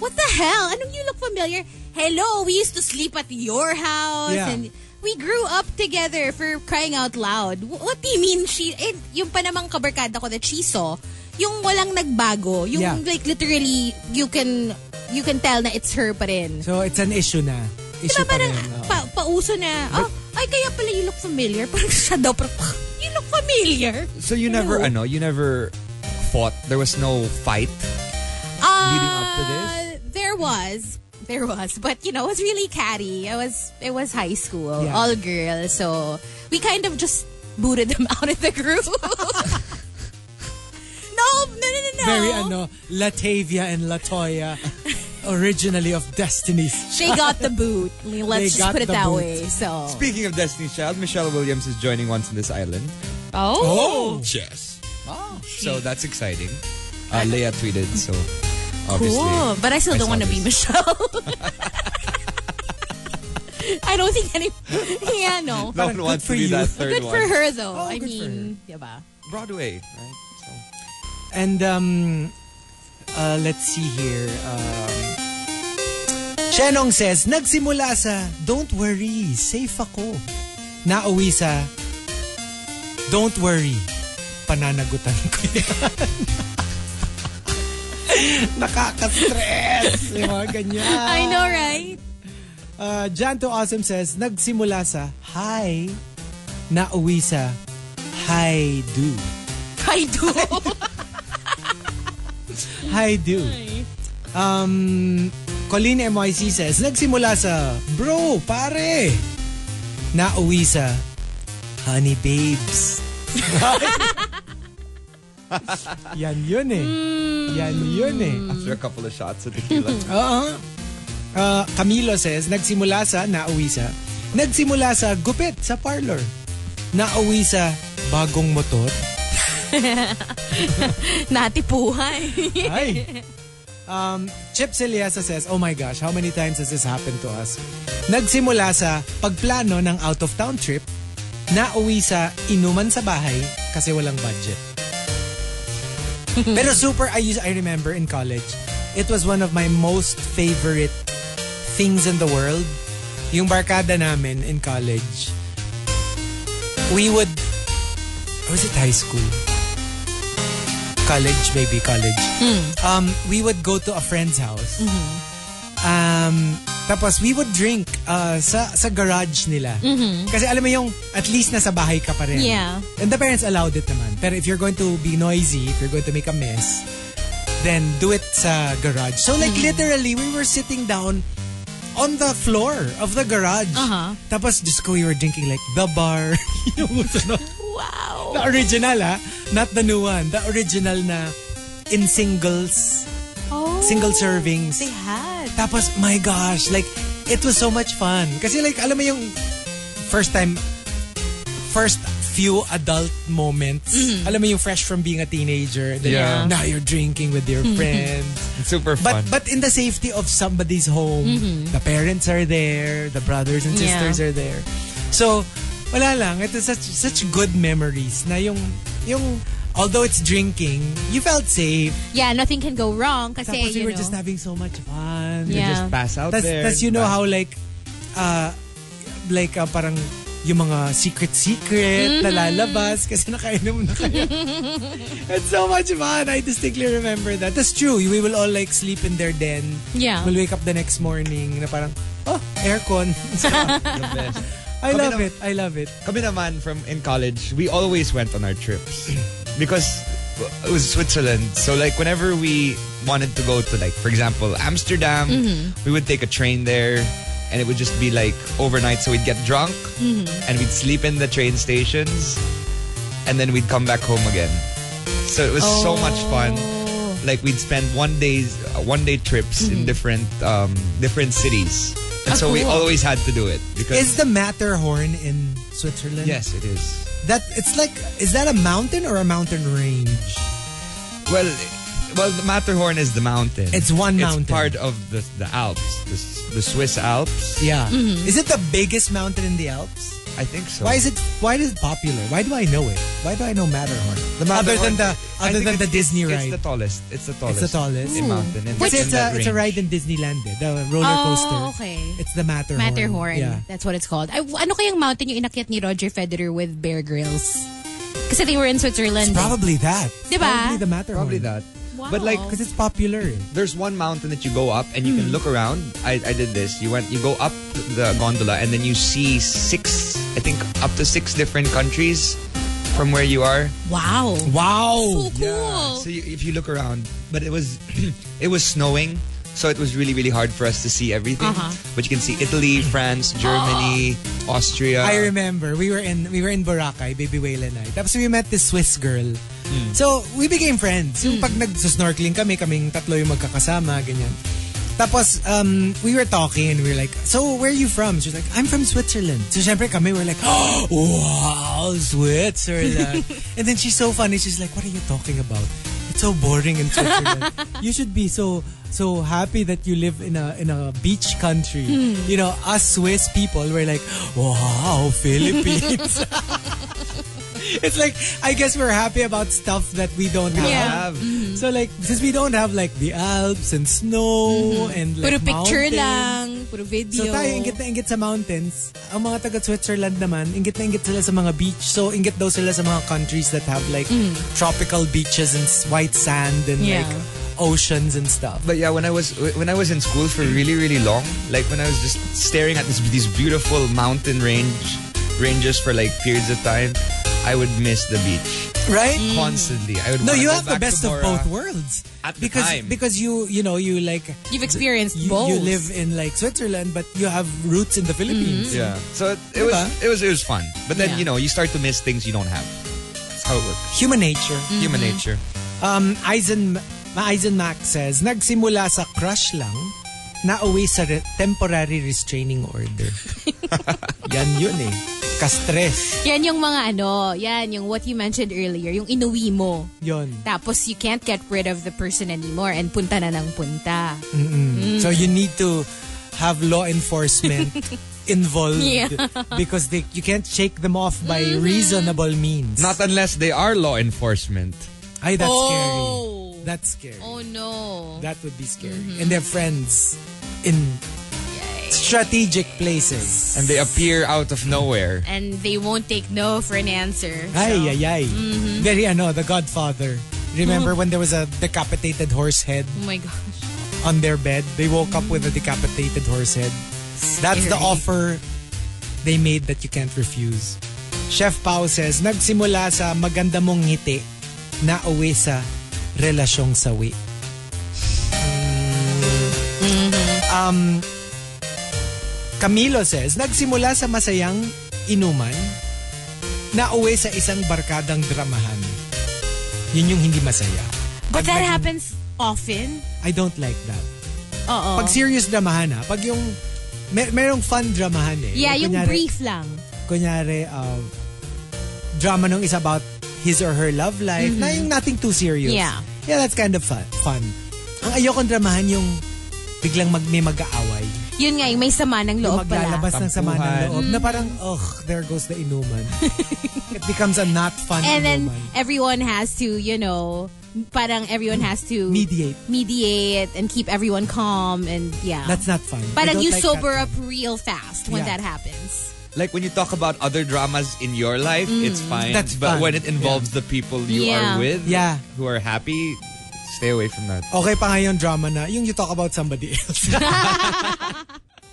[SPEAKER 2] what the hell? Anong you look familiar? Hello, we used to sleep at your house
[SPEAKER 1] Yeah.
[SPEAKER 2] and we grew up together for crying out loud. Wh- What do you mean she, eh, yung pa namang kabarkada ko that she saw, yung walang nagbago, yung
[SPEAKER 1] Yeah.
[SPEAKER 2] like literally you can you can tell na it's her pa rin.
[SPEAKER 1] So it's an issue na. Issue
[SPEAKER 2] Diba
[SPEAKER 1] pa
[SPEAKER 2] parang
[SPEAKER 1] rin. oo.
[SPEAKER 2] pa, pauso na, oh, ay kaya pala you look familiar. [laughs] Parang siya daw, parang, "Ah, you look familiar.
[SPEAKER 3] So you never,
[SPEAKER 2] Hello.
[SPEAKER 3] ano, you never fought. There was no fight.
[SPEAKER 2] leading
[SPEAKER 3] up to this?
[SPEAKER 2] Uh, There was. There was. But, you know, it was really catty. It was, it was high school.
[SPEAKER 1] Yeah.
[SPEAKER 2] All girls. So, we kind of just booted them [laughs] out of the group. no, no, no, no, no.
[SPEAKER 1] Very ano, Latavia and Latoya, originally of Destiny's.
[SPEAKER 2] They got the boot. I mean, Let's
[SPEAKER 1] They got
[SPEAKER 2] just put it
[SPEAKER 1] the
[SPEAKER 2] that
[SPEAKER 1] boot.
[SPEAKER 2] way. So,
[SPEAKER 3] Speaking of Destiny's Child, Michelle Williams is joining Once in This Island.
[SPEAKER 2] oh,
[SPEAKER 3] Yes.
[SPEAKER 2] [laughs]
[SPEAKER 3] So that's exciting. Uh, Leia tweeted, so obviously.
[SPEAKER 2] cool. But I still
[SPEAKER 3] I
[SPEAKER 2] don't
[SPEAKER 3] saw
[SPEAKER 2] want to be
[SPEAKER 3] this.
[SPEAKER 2] Michelle. [laughs] I don't think any. [laughs] Yeah, no.
[SPEAKER 3] No
[SPEAKER 1] Parang
[SPEAKER 3] one
[SPEAKER 1] good
[SPEAKER 3] wants
[SPEAKER 1] for
[SPEAKER 3] to be
[SPEAKER 1] you.
[SPEAKER 3] that third
[SPEAKER 2] Good
[SPEAKER 3] one.
[SPEAKER 2] for her though.
[SPEAKER 1] Oh,
[SPEAKER 2] I
[SPEAKER 1] good for
[SPEAKER 2] mean, diba?
[SPEAKER 3] Broadway, right? So,
[SPEAKER 1] And um, uh, let's see here. Um, Shenong says, nagsimula sa Don't Worry, Safe Ako. Nauwi sa Don't Worry, pananagutan ko [laughs] yan. Nakaka-stress. Yung mga ganyan.
[SPEAKER 2] I know, right?
[SPEAKER 1] Uh, Janto Awesome says, nagsimula sa hi, nauwi sa hi do.
[SPEAKER 2] I
[SPEAKER 1] [laughs]
[SPEAKER 2] do.
[SPEAKER 1] Hi do. Um, Colleen MYC says, nagsimula sa bro, pare. Nauwi sa honey babes. [laughs] Yan yun eh. Yan yun eh.
[SPEAKER 3] after a couple of shots of tequila.
[SPEAKER 1] [laughs] Oo. Uh, Camilo says, nagsimula sa nauwi sa. Nagsimula sa gupit sa parlor. Nauwi sa bagong motor.
[SPEAKER 2] [laughs] Natipuhan.
[SPEAKER 1] Ay. Um, Chip Celiasa says, Oh my gosh, how many times has this happened to us? Nagsimula sa pagplano ng out-of-town trip, nauwi sa inuman sa bahay kasi walang budget. Pero super, I, used, I remember in college, it was one of my most favorite things in the world. Yung barkada namin in college, we would, or was it high school? College, maybe college um, we would go to a friend's house. Um, tapos we would drink uh, sa sa garage nila. Kasi alam mo yung at least nasa bahay ka pa rin.
[SPEAKER 2] Mm-hmm. Yeah.
[SPEAKER 1] And the parents allowed it naman. Pero if you're going to be noisy, if you're going to make a mess, then do it sa garage. So like
[SPEAKER 2] Mm-hmm.
[SPEAKER 1] literally, we were sitting down on the floor of the garage.
[SPEAKER 2] Uh-huh.
[SPEAKER 1] Tapos just ko we were drinking like the bar. [laughs] yung ano,
[SPEAKER 2] wow.
[SPEAKER 1] the original ah, not the new one. The original na in singles,
[SPEAKER 2] Oh,
[SPEAKER 1] single servings.
[SPEAKER 2] They had.
[SPEAKER 1] Tapos, my gosh, like, it was so much fun. Kasi like, alam mo yung first time, first few adult moments, alam mo yung fresh from being a teenager. Then,
[SPEAKER 3] Yeah.
[SPEAKER 1] Now you're drinking with your friends.
[SPEAKER 3] Super fun.
[SPEAKER 1] But but in the safety of somebody's home, the parents are there, the brothers and
[SPEAKER 2] Yeah.
[SPEAKER 1] sisters are there. So, wala lang. It is such, such good memories na yung, yung, although it's drinking, you felt safe.
[SPEAKER 2] Yeah, nothing can go wrong kasi,
[SPEAKER 1] Tapos we
[SPEAKER 2] you
[SPEAKER 1] were
[SPEAKER 2] know.
[SPEAKER 1] just having so much fun.
[SPEAKER 2] Yeah.
[SPEAKER 3] just pass out
[SPEAKER 1] Tapos
[SPEAKER 3] there.
[SPEAKER 1] tas you know
[SPEAKER 3] Pass-
[SPEAKER 1] how like, uh, like uh, parang yung mga secret-secret
[SPEAKER 2] Mm-hmm.
[SPEAKER 1] na lalabas kasi nakainom na kayo.
[SPEAKER 2] [laughs]
[SPEAKER 1] It's so much fun. I distinctly remember that. That's true. We will all like sleep in their den.
[SPEAKER 2] Yeah.
[SPEAKER 1] We'll wake up the next morning na parang, oh,
[SPEAKER 3] [laughs]
[SPEAKER 1] aircon.
[SPEAKER 3] The best.
[SPEAKER 1] I
[SPEAKER 3] Kami
[SPEAKER 1] love
[SPEAKER 3] nam-
[SPEAKER 1] it. I love it.
[SPEAKER 3] Kami naman from in college, we always went on our
[SPEAKER 1] [laughs]
[SPEAKER 3] trips because it was Switzerland. So like whenever we wanted to go to like for example Amsterdam,
[SPEAKER 2] Mm-hmm.
[SPEAKER 3] we would take a train there and it would just be like overnight so we'd get drunk
[SPEAKER 1] Mm-hmm.
[SPEAKER 3] and we'd sleep in the train stations and then we'd come back home again. So it was so much fun.
[SPEAKER 1] Oh.
[SPEAKER 3] Like we'd spend one days uh, one day trips
[SPEAKER 1] Mm-hmm.
[SPEAKER 3] in different um different cities. And
[SPEAKER 2] Ah,
[SPEAKER 3] so we
[SPEAKER 2] cool.
[SPEAKER 3] always had to do it because
[SPEAKER 1] Is the Matterhorn in Switzerland?
[SPEAKER 3] yes, it is.
[SPEAKER 1] That, it's like, is that a mountain or a mountain range?
[SPEAKER 3] Well, well, the Matterhorn is the mountain.
[SPEAKER 1] It's one mountain.
[SPEAKER 3] It's part of the the Alps. This the Swiss Alps.
[SPEAKER 1] Yeah.
[SPEAKER 2] Mm-hmm.
[SPEAKER 1] Is it the biggest mountain in the Alps?
[SPEAKER 3] I think so.
[SPEAKER 1] Why is it why is it popular? Why do I know it? Why do I know Matterhorn?
[SPEAKER 3] The Matterhorn-
[SPEAKER 1] other than the
[SPEAKER 3] I
[SPEAKER 1] other
[SPEAKER 3] think
[SPEAKER 1] than
[SPEAKER 3] it-
[SPEAKER 1] the Disney
[SPEAKER 3] it's,
[SPEAKER 1] ride.
[SPEAKER 3] It's the tallest. It's the
[SPEAKER 1] It's
[SPEAKER 3] tallest.
[SPEAKER 1] the tallest.
[SPEAKER 3] In mountain. In,
[SPEAKER 1] Which
[SPEAKER 3] in
[SPEAKER 1] it's
[SPEAKER 3] that
[SPEAKER 1] a, it's a
[SPEAKER 3] range.
[SPEAKER 1] ride in Disneyland, eh, the roller coaster.
[SPEAKER 2] Oh, okay.
[SPEAKER 1] It's the Matterhorn.
[SPEAKER 2] Matterhorn.
[SPEAKER 1] Yeah.
[SPEAKER 2] That's what it's called. Ay, ano kayang mountain yung inakyat ni Roger Federer with Bear Grylls? Kasi they were in Switzerland. eh.
[SPEAKER 1] Probably that.
[SPEAKER 2] Diba?
[SPEAKER 1] Probably the Matterhorn.
[SPEAKER 3] Probably that.
[SPEAKER 2] Wow.
[SPEAKER 3] But like,
[SPEAKER 1] Because it's popular. eh.
[SPEAKER 3] there's one mountain that you go up and you can look around. I, I did this. You went, you go up the gondola and then you see six, I think, up to six different countries from where you are.
[SPEAKER 2] Wow.
[SPEAKER 1] Wow.
[SPEAKER 2] So cool.
[SPEAKER 3] So you, if you look around, but it was, [clears throat] it was snowing, so it was really really hard for us to see everything.
[SPEAKER 2] Uh-huh.
[SPEAKER 3] But you can see Italy, France, Germany, Austria.
[SPEAKER 1] I remember we were in we were in Boracay, Baby Whale and I. Tapos we met this Swiss girl. So, we became friends. Yung pag nag-snorkeling kami, kaming tatlo yung magkakasama, ganyan. Tapos, um, we were talking and we were like, so where are you from? She was like, I'm from Switzerland. So, syempre kami, we were like, [gasps] oh, wow, Switzerland. and then she's so funny. She's like, what are you talking about? It's so boring in Switzerland.
[SPEAKER 2] [laughs]
[SPEAKER 1] you should be so so happy that you live in a in a beach country.
[SPEAKER 2] Hmm.
[SPEAKER 1] You know, us Swiss people were like, wow,
[SPEAKER 2] [laughs]
[SPEAKER 1] Philippines. it's like I guess we're happy about stuff that we don't have.
[SPEAKER 2] Yeah. Mm-hmm.
[SPEAKER 3] Have.
[SPEAKER 1] So like since we don't have like the Alps and snow and like
[SPEAKER 2] Mm-hmm. Puro
[SPEAKER 1] mountains,
[SPEAKER 2] picture lang. Puro video.
[SPEAKER 1] So tayo ingit na ingit sa mountains. Ang mga taga Switzerland naman, ingit na ingit sila sa mga beach. So ingit daw sila sa mga countries that have like tropical beaches and s- white sand and
[SPEAKER 2] Mm. Yeah.
[SPEAKER 1] like oceans and stuff.
[SPEAKER 3] But yeah, when I was when I was in school for really really long, like when I was just staring at this, these beautiful mountain range ranges for like periods of time, I would miss the beach
[SPEAKER 1] Right?
[SPEAKER 2] Mm.
[SPEAKER 3] constantly. I would
[SPEAKER 1] No,
[SPEAKER 3] wanna
[SPEAKER 1] you
[SPEAKER 3] go
[SPEAKER 1] have the
[SPEAKER 3] back to
[SPEAKER 1] best of
[SPEAKER 3] Mora.
[SPEAKER 1] both worlds.
[SPEAKER 3] At the
[SPEAKER 1] because
[SPEAKER 3] time.
[SPEAKER 1] because you you know you like
[SPEAKER 2] You've experienced
[SPEAKER 1] you,
[SPEAKER 2] both.
[SPEAKER 1] you live in like Switzerland but you have roots in the Philippines.
[SPEAKER 2] Mm-hmm.
[SPEAKER 3] Yeah, so it, it was
[SPEAKER 1] Diba?
[SPEAKER 3] it was it was fun. But then
[SPEAKER 2] Yeah.
[SPEAKER 3] you know you start to miss things you don't have. That's how it works.
[SPEAKER 1] Human nature.
[SPEAKER 2] Mm-hmm.
[SPEAKER 3] Human nature.
[SPEAKER 1] Um, Eisen, Ma- Eisenmack says, nagsimula sa crush lang, nauwi sa re- temporary restraining
[SPEAKER 2] [laughs]
[SPEAKER 1] order. Yan yun eh. Kastres.
[SPEAKER 2] Yan yung mga ano, yan yung what you mentioned earlier, yung inuwi mo.
[SPEAKER 1] Yun.
[SPEAKER 2] Tapos you can't get rid of the person anymore and punta na ng punta. Mm.
[SPEAKER 1] So you need to have law enforcement involved
[SPEAKER 2] Yeah. Mm-hmm.
[SPEAKER 1] because they, you can't shake them off by reasonable means.
[SPEAKER 3] Not unless they are law enforcement.
[SPEAKER 1] Ay, that's
[SPEAKER 2] Oh.
[SPEAKER 1] scary. That's scary.
[SPEAKER 2] Oh no. Mm-hmm.
[SPEAKER 1] That would be scary. And they're friends in strategic places.
[SPEAKER 3] And they appear out of nowhere.
[SPEAKER 2] [laughs] and they won't take no for an answer.
[SPEAKER 1] Ay,
[SPEAKER 2] So,
[SPEAKER 1] ay, ay. Very ano, The Godfather. Remember when there was a decapitated horse head
[SPEAKER 2] Oh my gosh.
[SPEAKER 1] on their bed? They woke up with a decapitated horse head. That's the
[SPEAKER 2] Scary.
[SPEAKER 1] offer they made that you can't refuse. Chef Pao says, nagsimula sa maganda mong ngiti na uwi sa relasyong sawi. Um, Camilo says, nagsimula sa masayang inuman na uwi sa isang barkadang dramahan. Yun yung hindi masaya.
[SPEAKER 2] But that
[SPEAKER 1] naging-
[SPEAKER 2] happens often.
[SPEAKER 1] I don't like that.
[SPEAKER 2] Oo.
[SPEAKER 1] Pag serious dramahan ha, pag yung mer- merong fun dramahan eh.
[SPEAKER 2] yeah, yung
[SPEAKER 1] Kunyari-
[SPEAKER 2] brief lang.
[SPEAKER 1] Kunyari, um, drama nung is about his or her love life na yung nothing too serious.
[SPEAKER 2] Mm-hmm. Yeah.
[SPEAKER 1] Yeah, that's kind of fun. fun. Ang ayokong dramahan yung biglang mag, may mag-aaway.
[SPEAKER 2] Yun nga, yung may sama
[SPEAKER 1] Yung
[SPEAKER 2] ng loob pala. Mm.
[SPEAKER 1] maglalabas ng sama ng
[SPEAKER 3] Tampuhan.
[SPEAKER 1] loob. Na parang, ugh, there goes the
[SPEAKER 2] [laughs]
[SPEAKER 1] inuman. It becomes a not fun
[SPEAKER 2] And then
[SPEAKER 1] inuman.
[SPEAKER 2] everyone has to, you know, parang everyone has to
[SPEAKER 1] Mediate.
[SPEAKER 2] mediate and keep everyone calm and yeah.
[SPEAKER 1] That's not fun. I
[SPEAKER 2] Parang
[SPEAKER 1] don't
[SPEAKER 2] you
[SPEAKER 1] like
[SPEAKER 2] sober
[SPEAKER 1] that.
[SPEAKER 2] up real fast when
[SPEAKER 1] Yeah.
[SPEAKER 2] that happens.
[SPEAKER 3] Like when you talk about other dramas in your life, it's fine.
[SPEAKER 1] Mm. That's
[SPEAKER 3] but
[SPEAKER 1] fun.
[SPEAKER 3] when it involves the people you
[SPEAKER 2] Yeah.
[SPEAKER 3] are with,
[SPEAKER 1] Yeah.
[SPEAKER 3] who are happy, stay away from that.
[SPEAKER 1] Okay pa nga yung drama na, yung you talk about somebody else.
[SPEAKER 3] [laughs]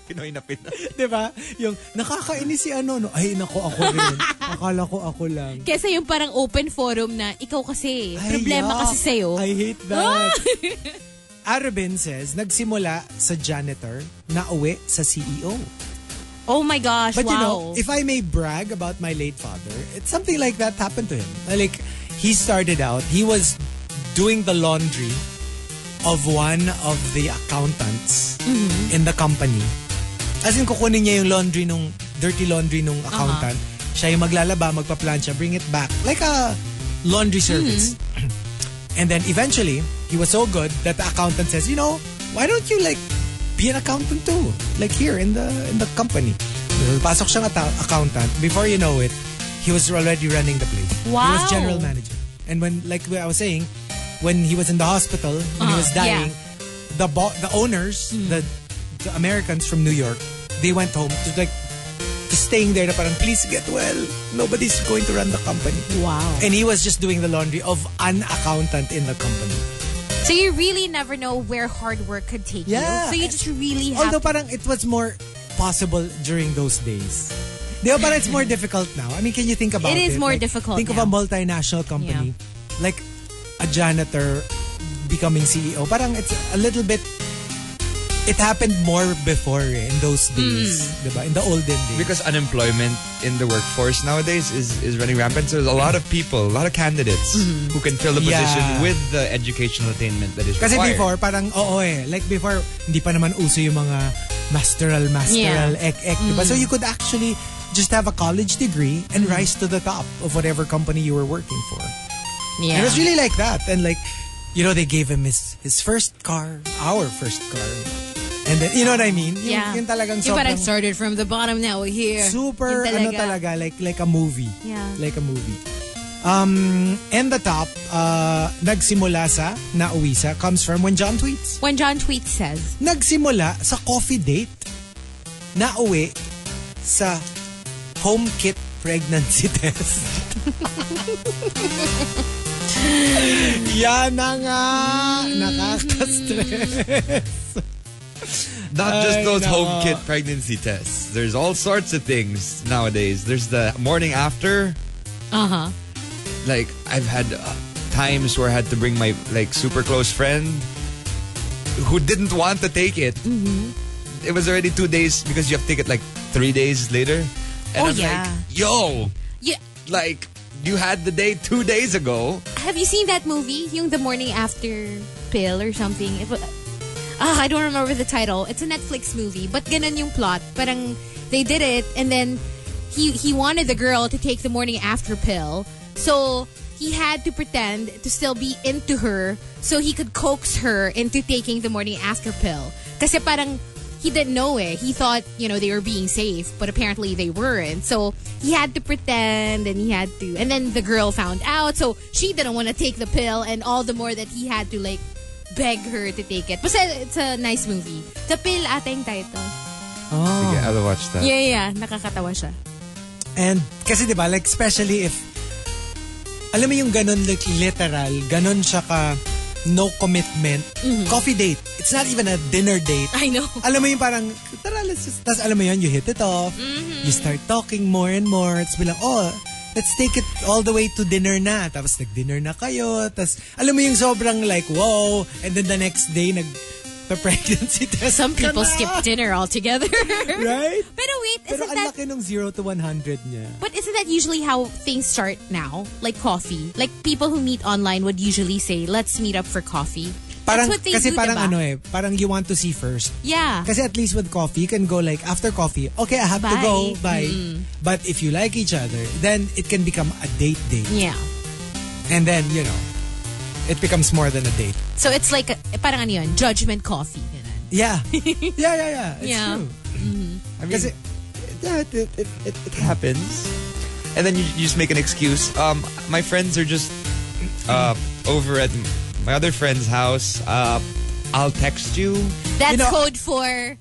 [SPEAKER 3] Pinoy na Pinoy.
[SPEAKER 1] Di ba? Yung nakakainis si ano, no? Ay, nako, ako rin. Akala ko ako lang.
[SPEAKER 2] Kesa yung parang open forum na ikaw kasi,
[SPEAKER 1] Ay,
[SPEAKER 2] problema
[SPEAKER 1] yuck.
[SPEAKER 2] kasi sa'yo.
[SPEAKER 1] I hate that. Arabin says, nagsimula sa janitor, nauwi sa CEO.
[SPEAKER 2] oh my gosh,
[SPEAKER 1] But
[SPEAKER 2] wow.
[SPEAKER 1] you know, if I may brag about my late father, it's something like that happened to him. Like, he started out, he was doing the laundry of one of the accountants in the company. As in, kukunin niya yung laundry nung, dirty laundry nung accountant. Siya yung maglalaba, magpa-plancha, bring it back. Like a laundry service. And then eventually, he was so good that the accountant says, you know, why don't you like be an accountant too. Like here in the in the company. Pasok siyang ata- accountant. Before you know it, he was already running the place. He was
[SPEAKER 2] Wow.
[SPEAKER 1] general manager. And when, like what I was saying, when he was in the hospital, when he
[SPEAKER 2] Uh,
[SPEAKER 1] was dying,
[SPEAKER 2] yeah. Hmm.
[SPEAKER 1] the bo- the owners, the, the Americans from New York, they went home to like to staying there na parang, please get well. Nobody's going to run the
[SPEAKER 7] [laughs]
[SPEAKER 1] company.
[SPEAKER 2] Wow.
[SPEAKER 1] And he was just doing the laundry of an accountant in the company.
[SPEAKER 2] So you really never know where hard work could take
[SPEAKER 1] Yeah.
[SPEAKER 2] you. So you just really have
[SPEAKER 1] Although parang it was more possible during those days. Di ba parang it's more difficult now? I mean, can you think about it?
[SPEAKER 2] It is more
[SPEAKER 1] Like,
[SPEAKER 2] difficult
[SPEAKER 1] Think of
[SPEAKER 2] now.
[SPEAKER 1] a multinational company. Like a janitor becoming CEO. Parang it's a little bit... It happened more before eh, in those days. Di ba? In the olden days.
[SPEAKER 3] Because unemployment in the workforce nowadays is, is running rampant. So there's a lot of people, a lot of candidates who can fill the
[SPEAKER 1] Mm-hmm. Yeah.
[SPEAKER 3] position with the educational attainment that is
[SPEAKER 1] Kasi
[SPEAKER 3] required.
[SPEAKER 1] before, parang oo eh. Like before, hindi pa naman uso yung mga masteral, masteral,
[SPEAKER 2] Yeah. Mm.
[SPEAKER 1] ek, ek, diba? So you could actually just have a college degree and rise to the top of whatever company you were working for.
[SPEAKER 2] Yeah.
[SPEAKER 1] And it was really like that. And like, you know, they gave him his, his first car, our first car. And then, you know what I mean? Yung,
[SPEAKER 2] yeah.
[SPEAKER 1] yung talagang
[SPEAKER 2] Yung parang
[SPEAKER 1] sobrang-
[SPEAKER 2] started from the bottom now we're here.
[SPEAKER 1] Super,
[SPEAKER 2] Yung
[SPEAKER 1] ano talaga, like, like a movie.
[SPEAKER 2] Yeah.
[SPEAKER 1] Like a movie. Um, and the top, uh, nagsimula sa, nauwi sa, comes from when John tweets.
[SPEAKER 2] When John Tweet says,
[SPEAKER 1] Nagsimula sa coffee date. Nauwi sa home kit pregnancy [laughs] test. Yan na nga! Nakaka-stress.
[SPEAKER 3] Not just
[SPEAKER 1] Ay,
[SPEAKER 3] those
[SPEAKER 1] nako.
[SPEAKER 3] home kit pregnancy tests. There's all sorts of things nowadays. There's the morning after.
[SPEAKER 2] uh-huh.
[SPEAKER 3] Like I've had uh, times where I had to bring my like super close friend who didn't want to take it.
[SPEAKER 2] Mm-hmm.
[SPEAKER 3] It was already two days because you have to take it like three days later. And
[SPEAKER 2] Oh,
[SPEAKER 3] I'm
[SPEAKER 2] yeah.
[SPEAKER 3] like, yo,
[SPEAKER 2] Yeah.
[SPEAKER 3] like you had the day two days ago.
[SPEAKER 2] Have you seen that movie? Yung The Morning After Pill or something? It was, ah, I don't remember the title. It's a Netflix movie, but ganun yung plot. Parang they did it and then he he wanted the girl to take the morning after pill. So he had to pretend to still be into her so he could coax her into taking the morning after pill. Kasi parang he didn't know it. He thought, you know, they were being safe, but apparently they weren't. So he had to pretend and he had to. And then the girl found out, so she didn't want to take the pill, and all the more that he had to, like, beg her to take it. Basta it's a nice movie. The pill ata yung title.
[SPEAKER 1] Oh.
[SPEAKER 3] Yeah, I'll watch that.
[SPEAKER 2] Yeah, yeah. Nakakatawa siya.
[SPEAKER 1] And kasi 'di ba like especially if alam mo yung ganun like literal, ganun siya ka no commitment, coffee date. It's not even a dinner date.
[SPEAKER 2] Mm-hmm. I know.
[SPEAKER 1] Alam mo yung parang, tara, let's just, tas alam mo yun, you hit it off,
[SPEAKER 2] Mm-hmm.
[SPEAKER 1] you start talking more and more, it's bilang, oh, let's take it all the way to dinner na. Tapos nag-dinner na kayo, tas alam mo yung sobrang like, wow, and then the next day, nag pregnancy [laughs] test.
[SPEAKER 2] Some
[SPEAKER 1] ka
[SPEAKER 2] people
[SPEAKER 1] na.
[SPEAKER 2] skip dinner altogether. [laughs]
[SPEAKER 1] Right?
[SPEAKER 2] Pero wait,
[SPEAKER 1] Pero
[SPEAKER 2] isn't
[SPEAKER 1] ang
[SPEAKER 2] that
[SPEAKER 1] laki nung 0 to 100 niya.
[SPEAKER 2] But isn't that usually how things start now? Like coffee. Like people who meet online would usually say, let's meet up for coffee.
[SPEAKER 1] Parang,
[SPEAKER 2] That's what they
[SPEAKER 1] kasi
[SPEAKER 2] do,
[SPEAKER 1] parang
[SPEAKER 2] diba?
[SPEAKER 1] ano eh, parang you want to see first.
[SPEAKER 2] Yeah.
[SPEAKER 1] Kasi at least with coffee, you can go like, after coffee, okay, I have to
[SPEAKER 2] Bye.
[SPEAKER 1] go, bye. But if you like each other, then it can become a date date.
[SPEAKER 2] yeah.
[SPEAKER 1] And then, you know, it becomes more than a date.
[SPEAKER 2] So it's like, a, parang ano yun, judgment coffee. [laughs] ganun.
[SPEAKER 1] Yeah. yeah, yeah, yeah. It's
[SPEAKER 2] Yeah.
[SPEAKER 1] true.
[SPEAKER 3] I mean,
[SPEAKER 1] Kasi-
[SPEAKER 3] yeah, it, it, it, it, it happens. And then you, you just make an excuse. Um, my friends are just uh, over at my other friend's house. Uh, I'll text you.
[SPEAKER 2] That's
[SPEAKER 1] know-
[SPEAKER 2] [laughs] code for,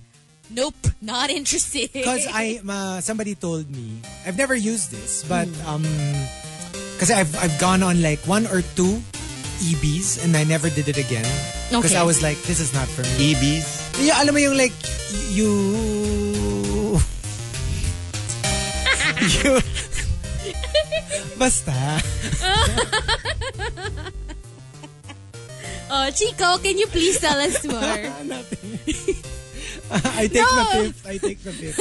[SPEAKER 2] nope, not interested.
[SPEAKER 1] Because I, ma, somebody told me, I've never used this, but,
[SPEAKER 2] Mm.
[SPEAKER 1] um, because I've, I've gone on like one or two EBs and I never did it again. Because
[SPEAKER 2] Okay.
[SPEAKER 1] I was like, this is not for
[SPEAKER 3] E
[SPEAKER 1] me.
[SPEAKER 3] EBs.
[SPEAKER 1] Yeah, alam mo yung like, you... you... [laughs] Basta.
[SPEAKER 2] Oh, Chico, can you please tell
[SPEAKER 1] [laughs]
[SPEAKER 2] us more?
[SPEAKER 1] I take the
[SPEAKER 2] No.
[SPEAKER 1] fifth. I take the fifth.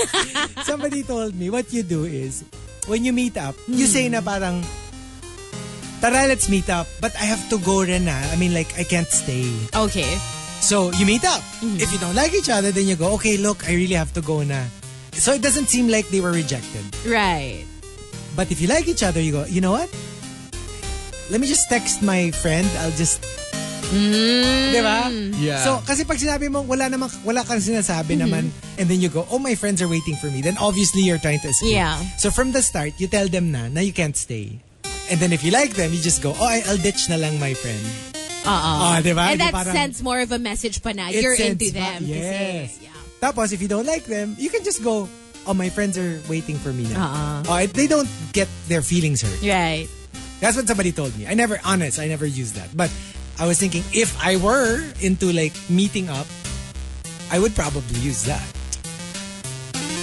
[SPEAKER 1] [laughs] Somebody told me, what you do is, when you meet up, you
[SPEAKER 2] Hmm.
[SPEAKER 1] say na parang, tara, let's meet up. But I have to go rin na. I mean, like, I can't stay.
[SPEAKER 2] okay. Hmm.
[SPEAKER 1] So, you meet up. If you don't like each other, then you go, okay, look, I really have to go na. So, it doesn't seem like they were rejected.
[SPEAKER 2] Right.
[SPEAKER 1] But if you like each other, you go, you know what? Let me just text my friend. I'll just
[SPEAKER 2] Hmm.
[SPEAKER 1] Di ba?
[SPEAKER 3] Yeah.
[SPEAKER 1] So, kasi pag sinabi mo, wala namang, wala kang
[SPEAKER 2] Mm-hmm.
[SPEAKER 1] sinasabi naman, and then you go, oh, my friends are waiting for me, then obviously you're trying to escape.
[SPEAKER 2] Yeah.
[SPEAKER 1] So, from the start, you tell them na, na you can't stay. And then if you like them, you just go, oh, I- I'll ditch na lang my friend.
[SPEAKER 2] Oo.
[SPEAKER 1] Ah, di ba?
[SPEAKER 2] Uh-uh. And
[SPEAKER 1] Di
[SPEAKER 2] that
[SPEAKER 1] parang-
[SPEAKER 2] sends more of a message pa na
[SPEAKER 1] It
[SPEAKER 2] you're
[SPEAKER 1] sends
[SPEAKER 2] into
[SPEAKER 1] ba-
[SPEAKER 2] them.
[SPEAKER 1] Yes.
[SPEAKER 2] Kasi, yeah.
[SPEAKER 1] Tapos, if you don't like them, you can just go, oh, my friends are waiting for me now. Oh, it- they don't get their feelings hurt.
[SPEAKER 2] Uh-uh. Right.
[SPEAKER 1] That's what somebody told me. I never, honest, I never used that. But I was thinking, if I were into like meeting up, I would probably use that.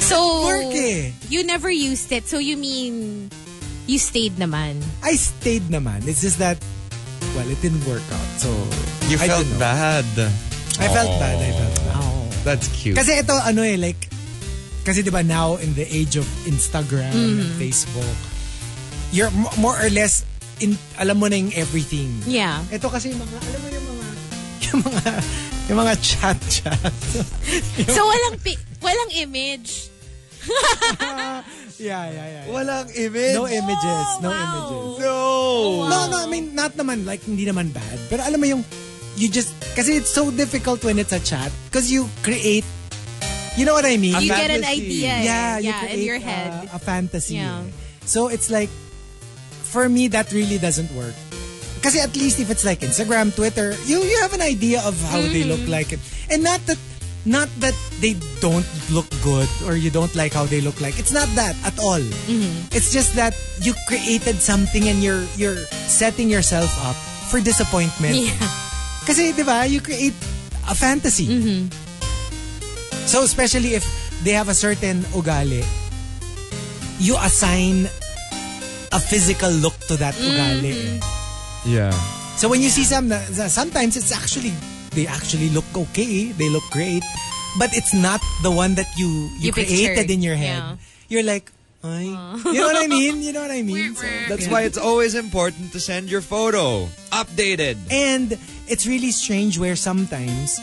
[SPEAKER 2] So,
[SPEAKER 1] Work eh.
[SPEAKER 2] you never used it. So, you mean, you stayed naman.
[SPEAKER 1] I stayed naman. It's just that, well, it didn't work out. So,
[SPEAKER 3] You
[SPEAKER 1] I
[SPEAKER 3] felt
[SPEAKER 1] don't know.
[SPEAKER 3] bad.
[SPEAKER 1] I felt bad. I felt bad.
[SPEAKER 3] That's cute.
[SPEAKER 1] Kasi ito, ano eh, like, kasi di ba now in the age of Instagram and Facebook, you're mo- more or less, in, alam mo na yung everything.
[SPEAKER 2] Yeah.
[SPEAKER 1] Ito kasi yung mga, alam mo yung mga, yung mga, yung mga [laughs] chat-chat.
[SPEAKER 2] [laughs] So, walang, pi- walang image.
[SPEAKER 1] [laughs] yeah, yeah, yeah. yeah.
[SPEAKER 3] Walang image.
[SPEAKER 1] No images. No
[SPEAKER 2] Oh,
[SPEAKER 1] images.
[SPEAKER 2] wow. Oh,
[SPEAKER 3] No.
[SPEAKER 1] No, no, I mean, not naman, like, hindi naman bad. Pero alam mo yung, you just, kasi it's so difficult when it's a chat because you create, you know what I mean?
[SPEAKER 3] A
[SPEAKER 2] you
[SPEAKER 3] fa-
[SPEAKER 2] get an
[SPEAKER 3] fantasy.
[SPEAKER 2] idea. eh.
[SPEAKER 1] yeah, you
[SPEAKER 2] yeah in
[SPEAKER 1] create,
[SPEAKER 2] your head.
[SPEAKER 1] uh, a fantasy.
[SPEAKER 2] Yeah.
[SPEAKER 1] eh. So it's like, for me, that really doesn't work. Kasi at least if it's like Instagram, Twitter, you you have an idea of how they
[SPEAKER 2] Mm.
[SPEAKER 1] look like, it. and not that not that they don't look good or you don't like how they look like. It's not that at all. It's just that you created something and you're you're setting yourself up for disappointment.
[SPEAKER 8] Mm-hmm.
[SPEAKER 1] [laughs]
[SPEAKER 2] yeah.
[SPEAKER 1] Kasi, di ba, you create a fantasy. So, especially if they have a certain ugali, you assign a physical look to that ugali. eh.
[SPEAKER 3] Yeah.
[SPEAKER 1] So, when you see some, na- na- sometimes it's actually, they actually look okay, they look great, but it's not the one that you, you,
[SPEAKER 2] You
[SPEAKER 1] created
[SPEAKER 2] pictured,
[SPEAKER 1] in your head.
[SPEAKER 2] yeah.
[SPEAKER 1] You're like, Ay. You know what I
[SPEAKER 2] [laughs]
[SPEAKER 1] mean? You know what I mean? So,
[SPEAKER 3] That's
[SPEAKER 1] yeah.
[SPEAKER 3] why it's always important to send your photo updated.
[SPEAKER 1] And it's really strange where sometimes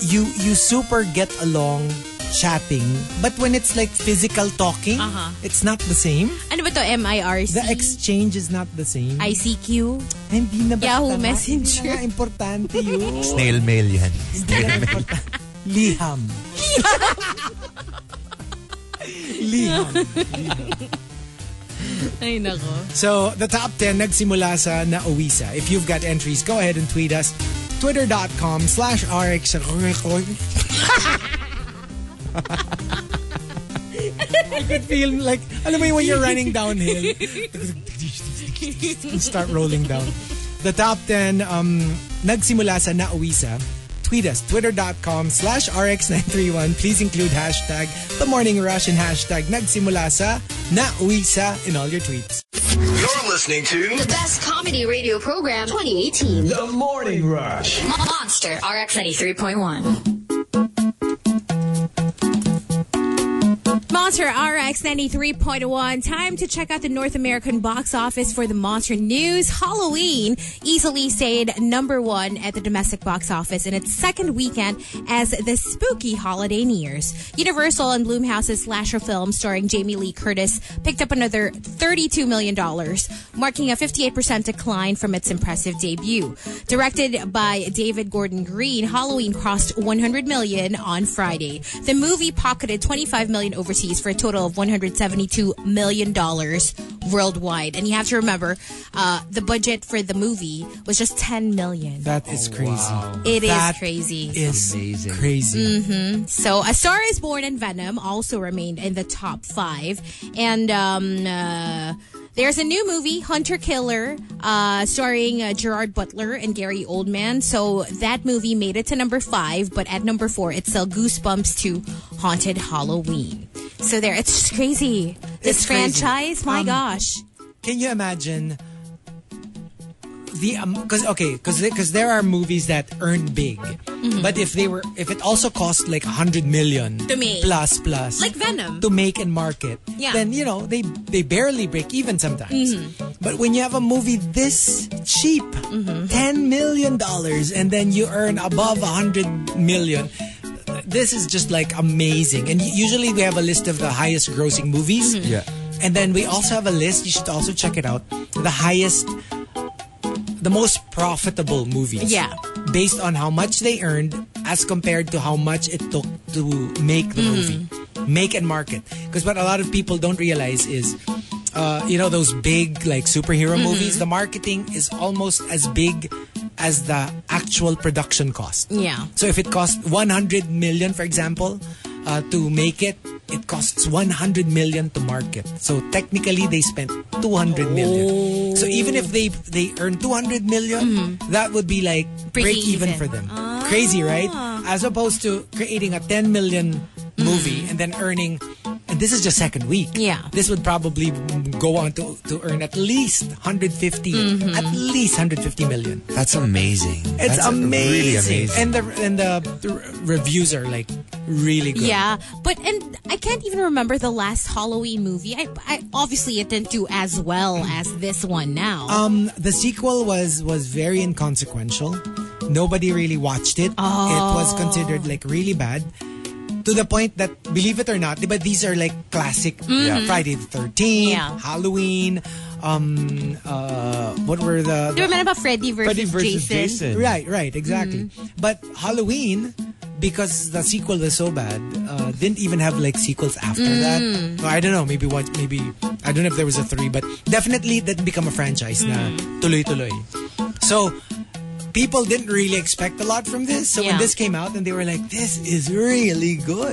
[SPEAKER 1] you you super get along chatting, but when it's like physical talking,
[SPEAKER 2] Uh-huh.
[SPEAKER 1] it's not the same.
[SPEAKER 2] Ano ba to? MIRC?
[SPEAKER 1] The exchange is not the same.
[SPEAKER 2] ICQ?
[SPEAKER 1] hindi na ba
[SPEAKER 2] Yahoo
[SPEAKER 1] tama? Hindi na
[SPEAKER 2] Messenger.
[SPEAKER 1] nga importante yun.
[SPEAKER 3] Snail mail yan.
[SPEAKER 1] Hindi na importante. Liham. Liham.
[SPEAKER 2] [laughs] Ay, nako.
[SPEAKER 1] So, the top 10 nagsimula sa Nauwisa. If you've got entries, go ahead and tweet us. Twitter.com slash [laughs] RX. I could feel like, alam mo yun, when you're running downhill, you start rolling down. The top 10 um, nagsimula sa Nauwisa. Tweet us, twitter.com slash rx931. Please include hashtag The Morning Rush and hashtag nagsimula sa Nauwisa in all your tweets.
[SPEAKER 9] You're listening to
[SPEAKER 10] The best comedy radio program 2018.
[SPEAKER 9] The Morning Rush.
[SPEAKER 10] Monster RX 93.1.
[SPEAKER 2] Monster RX 93.1. Time to check out the North American box office for the Monster News. Halloween easily stayed number one at the domestic box office in its second weekend as the spooky holiday nears. Universal and Bloomhouse's slasher film starring Jamie Lee Curtis picked up another $32 million, marking a 58% decline from its impressive debut. Directed by David Gordon Green, Halloween crossed 100 million on Friday. The movie pocketed 25 million overseas for a total of 172 million dollars worldwide. And you have to remember, uh, the budget for the movie was just 10 million.
[SPEAKER 1] That is crazy.
[SPEAKER 2] It is
[SPEAKER 1] That
[SPEAKER 2] crazy.
[SPEAKER 1] Is
[SPEAKER 3] Amazing.
[SPEAKER 1] crazy.
[SPEAKER 2] Mm-hmm. So, A Star is Born and Venom also remained in the top five. And um, uh, there's a new movie, Hunter Killer, uh, starring uh, Gerard Butler and Gary Oldman. So, that movie made it to number five, but at number four, it's still Goosebumps to Haunted Halloween. So, there, it's just crazy. This
[SPEAKER 1] It's crazy.
[SPEAKER 2] franchise, my
[SPEAKER 1] Um,
[SPEAKER 2] gosh.
[SPEAKER 1] Can you imagine the um cuz okay, cuz cuz there are movies that earn big. But if they were if it also cost like 100 million
[SPEAKER 2] Mm-hmm. To make.
[SPEAKER 1] plus plus
[SPEAKER 2] Like Venom.
[SPEAKER 1] to make and market,
[SPEAKER 2] Yeah.
[SPEAKER 1] then you know, they they barely break even sometimes.
[SPEAKER 2] Mm-hmm.
[SPEAKER 1] But when you have a movie this cheap, 10 million dollars and then you earn above 100 million this is just like amazing. And usually we have a list of the highest grossing movies.
[SPEAKER 2] Mm-hmm.
[SPEAKER 3] Yeah.
[SPEAKER 1] And then we also have a list. You should also check it out. The highest, the most profitable movies.
[SPEAKER 2] Yeah.
[SPEAKER 1] Based on how much they earned as compared to how much it took to make the movie.
[SPEAKER 2] Mm-hmm.
[SPEAKER 1] Make and market. Because what a lot of people don't realize is uh, you know those big like superhero
[SPEAKER 2] Mm-hmm.
[SPEAKER 1] movies, the marketing is almost as big as the actual production cost.
[SPEAKER 2] Yeah.
[SPEAKER 1] So if it costs 100 million, for example, uh, to make it, it costs 100 million to market. So technically, they spent 200 million. So even if they they earn 200 million, that would be like
[SPEAKER 2] Breaking
[SPEAKER 1] Mm-hmm. break even, Ah.
[SPEAKER 2] even.
[SPEAKER 1] for them. Crazy, right? As opposed to creating a 10 million movie and then earning. And this is just second week.
[SPEAKER 2] Yeah.
[SPEAKER 1] This would probably go on to, to earn at least 150, at least 150 million.
[SPEAKER 3] That's amazing.
[SPEAKER 1] It's
[SPEAKER 3] That's
[SPEAKER 1] amazing.
[SPEAKER 3] Really amazing.
[SPEAKER 1] And the and the, the re- reviews are like really good.
[SPEAKER 2] Yeah, but and I can't even remember the last Halloween movie. I, I obviously it didn't do as well as this one now.
[SPEAKER 1] Um, the sequel was was very inconsequential. Nobody really watched it. It was
[SPEAKER 2] Oh.
[SPEAKER 1] considered like really bad. To the point that, believe it or not, but these are like classic Friday the 13th,
[SPEAKER 2] Mm-hmm. Yeah.
[SPEAKER 1] Halloween. Um, uh, what were the,
[SPEAKER 2] Do you remember about Freddy versus,
[SPEAKER 3] Freddy versus
[SPEAKER 2] Jason? Mm. Mm-hmm.
[SPEAKER 3] Jason.
[SPEAKER 1] Right, right, exactly. But Halloween, because the sequel was so bad, uh, didn't even have like sequels after
[SPEAKER 2] Mm.
[SPEAKER 1] that. Or I don't know, maybe what, maybe I don't know if there was a three, but definitely that become a franchise na
[SPEAKER 2] Mm.
[SPEAKER 1] tuloy-tuloy. So people didn't really expect a lot from this. So when
[SPEAKER 2] Yeah.
[SPEAKER 1] this came out, and they were like, "This is really good."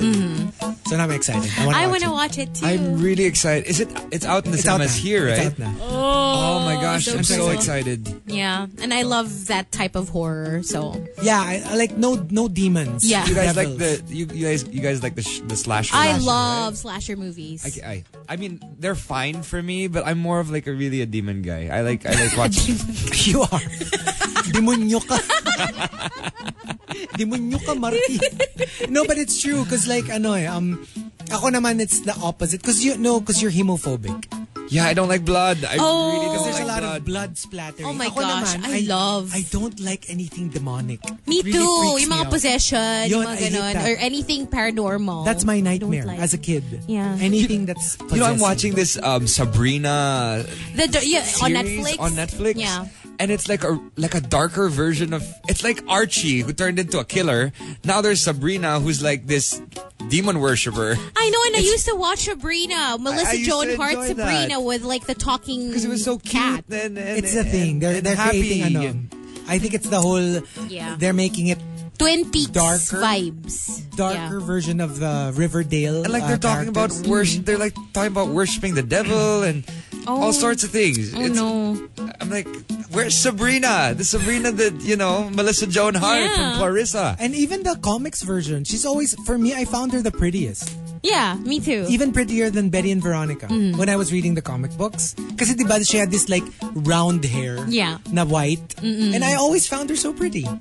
[SPEAKER 1] So now I'm excited. I
[SPEAKER 2] Mm-hmm. I
[SPEAKER 1] want
[SPEAKER 2] want
[SPEAKER 1] to
[SPEAKER 2] to
[SPEAKER 1] watch.
[SPEAKER 2] watch it too.
[SPEAKER 3] I'm really excited. Is it? It's out in the
[SPEAKER 1] it. It's out
[SPEAKER 3] cinemas
[SPEAKER 1] na.
[SPEAKER 3] here,
[SPEAKER 1] It's
[SPEAKER 3] right?
[SPEAKER 1] out na.
[SPEAKER 3] Oh my gosh,
[SPEAKER 2] so
[SPEAKER 3] I'm so
[SPEAKER 2] cool.
[SPEAKER 3] excited.
[SPEAKER 2] yeah, and I love that type of horror. So
[SPEAKER 1] Yeah, I, I like no no demons.
[SPEAKER 2] Yeah.
[SPEAKER 3] You guys
[SPEAKER 1] Devils.
[SPEAKER 3] like the you, you guys you guys like the sh- the slasher.
[SPEAKER 2] I
[SPEAKER 3] movies,
[SPEAKER 2] love slasher movies.
[SPEAKER 3] right? I, I mean they're fine for me, but I'm more of like a really a demon guy. I like
[SPEAKER 2] [laughs]
[SPEAKER 3] I like watching.
[SPEAKER 1] You are. Demonyo ka. Demonyo ka, Marky. No, but it's true. Because like, ano eh, um, ako naman, it's the opposite. Because you, no, because you're hemophobic.
[SPEAKER 3] yeah, I don't like blood. I really don't
[SPEAKER 1] Because there's
[SPEAKER 3] like
[SPEAKER 1] a lot
[SPEAKER 3] blood.
[SPEAKER 1] of blood splattering.
[SPEAKER 2] Oh my
[SPEAKER 1] Ako
[SPEAKER 2] gosh,
[SPEAKER 1] naman,
[SPEAKER 2] I love-
[SPEAKER 1] I don't like anything demonic.
[SPEAKER 2] Me
[SPEAKER 1] It really
[SPEAKER 2] too.
[SPEAKER 1] freaks
[SPEAKER 2] Yung
[SPEAKER 1] me
[SPEAKER 2] mga
[SPEAKER 1] out.
[SPEAKER 2] possession,
[SPEAKER 1] Yun,
[SPEAKER 2] yung mga
[SPEAKER 1] I hate
[SPEAKER 2] ganon,
[SPEAKER 1] that.
[SPEAKER 2] or anything paranormal.
[SPEAKER 1] That's my
[SPEAKER 2] I don't
[SPEAKER 1] nightmare
[SPEAKER 2] like.
[SPEAKER 1] as a kid.
[SPEAKER 2] Yeah.
[SPEAKER 1] Anything that's
[SPEAKER 3] You know, I'm
[SPEAKER 1] possessive.
[SPEAKER 3] watching this um, Sabrina
[SPEAKER 2] The, the- yeah, on Netflix.
[SPEAKER 3] series on Netflix.
[SPEAKER 2] Yeah.
[SPEAKER 3] And it's like a like a darker version of it's like Archie who turned into a killer. Now there's Sabrina who's like this demon worshiper.
[SPEAKER 2] I know, and I used to watch Sabrina, Melissa
[SPEAKER 3] used
[SPEAKER 2] Joan
[SPEAKER 3] to
[SPEAKER 2] Hart
[SPEAKER 3] enjoy
[SPEAKER 2] Sabrina
[SPEAKER 3] that.
[SPEAKER 2] with like the talking
[SPEAKER 3] Because it was so cute.
[SPEAKER 2] cat.
[SPEAKER 3] And, and,
[SPEAKER 1] It's the thing. They're,
[SPEAKER 3] and
[SPEAKER 1] they're
[SPEAKER 3] happy.
[SPEAKER 1] creating, ano, I think it's the whole,
[SPEAKER 2] Yeah.
[SPEAKER 1] they're making it
[SPEAKER 2] Twin Peaks
[SPEAKER 1] Darker.
[SPEAKER 2] vibes.
[SPEAKER 1] darker
[SPEAKER 2] Yeah.
[SPEAKER 1] version of the Riverdale.
[SPEAKER 3] And like they're
[SPEAKER 1] uh,
[SPEAKER 3] talking about
[SPEAKER 1] characters.
[SPEAKER 3] worship. They're like talking about worshiping the devil and all sorts of things.
[SPEAKER 2] Oh no.
[SPEAKER 3] I'm like, where's Sabrina? The Sabrina that you know, Melissa Joan Hart
[SPEAKER 2] Yeah.
[SPEAKER 3] from Clarissa.
[SPEAKER 1] And even the comics version, she's always, for me, I found her the prettiest.
[SPEAKER 2] Yeah, me too.
[SPEAKER 1] Even prettier than Betty and Veronica
[SPEAKER 2] Mm.
[SPEAKER 1] when I was reading the comic books. Kasi diba she had this like round hair.
[SPEAKER 2] Yeah.
[SPEAKER 1] Na white. And I always found her so pretty.
[SPEAKER 2] [laughs]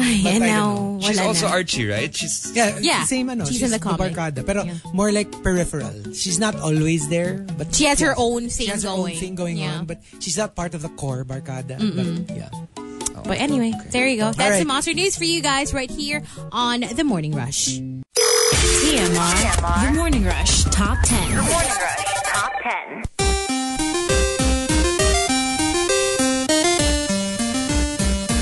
[SPEAKER 2] Ay, and
[SPEAKER 1] I don't
[SPEAKER 2] now,
[SPEAKER 3] She's
[SPEAKER 2] wala
[SPEAKER 3] also
[SPEAKER 2] na.
[SPEAKER 3] Archie, right? She's
[SPEAKER 1] Yeah.
[SPEAKER 2] Yeah.
[SPEAKER 1] Same ano.
[SPEAKER 2] She's in the comic.
[SPEAKER 1] barkada, pero
[SPEAKER 2] Yeah.
[SPEAKER 1] more like peripheral. She's not always there. but
[SPEAKER 2] She has her own thing
[SPEAKER 1] She has her
[SPEAKER 2] going.
[SPEAKER 1] own thing going on.
[SPEAKER 2] Yeah.
[SPEAKER 1] But she's not part of the core barkada. But yeah.
[SPEAKER 2] But anyway, there you go. That's
[SPEAKER 1] right.
[SPEAKER 2] the monster news for you guys right here on The Morning Rush.
[SPEAKER 6] TMR, The Morning Rush Top 10.
[SPEAKER 5] Morning Rush Top 10.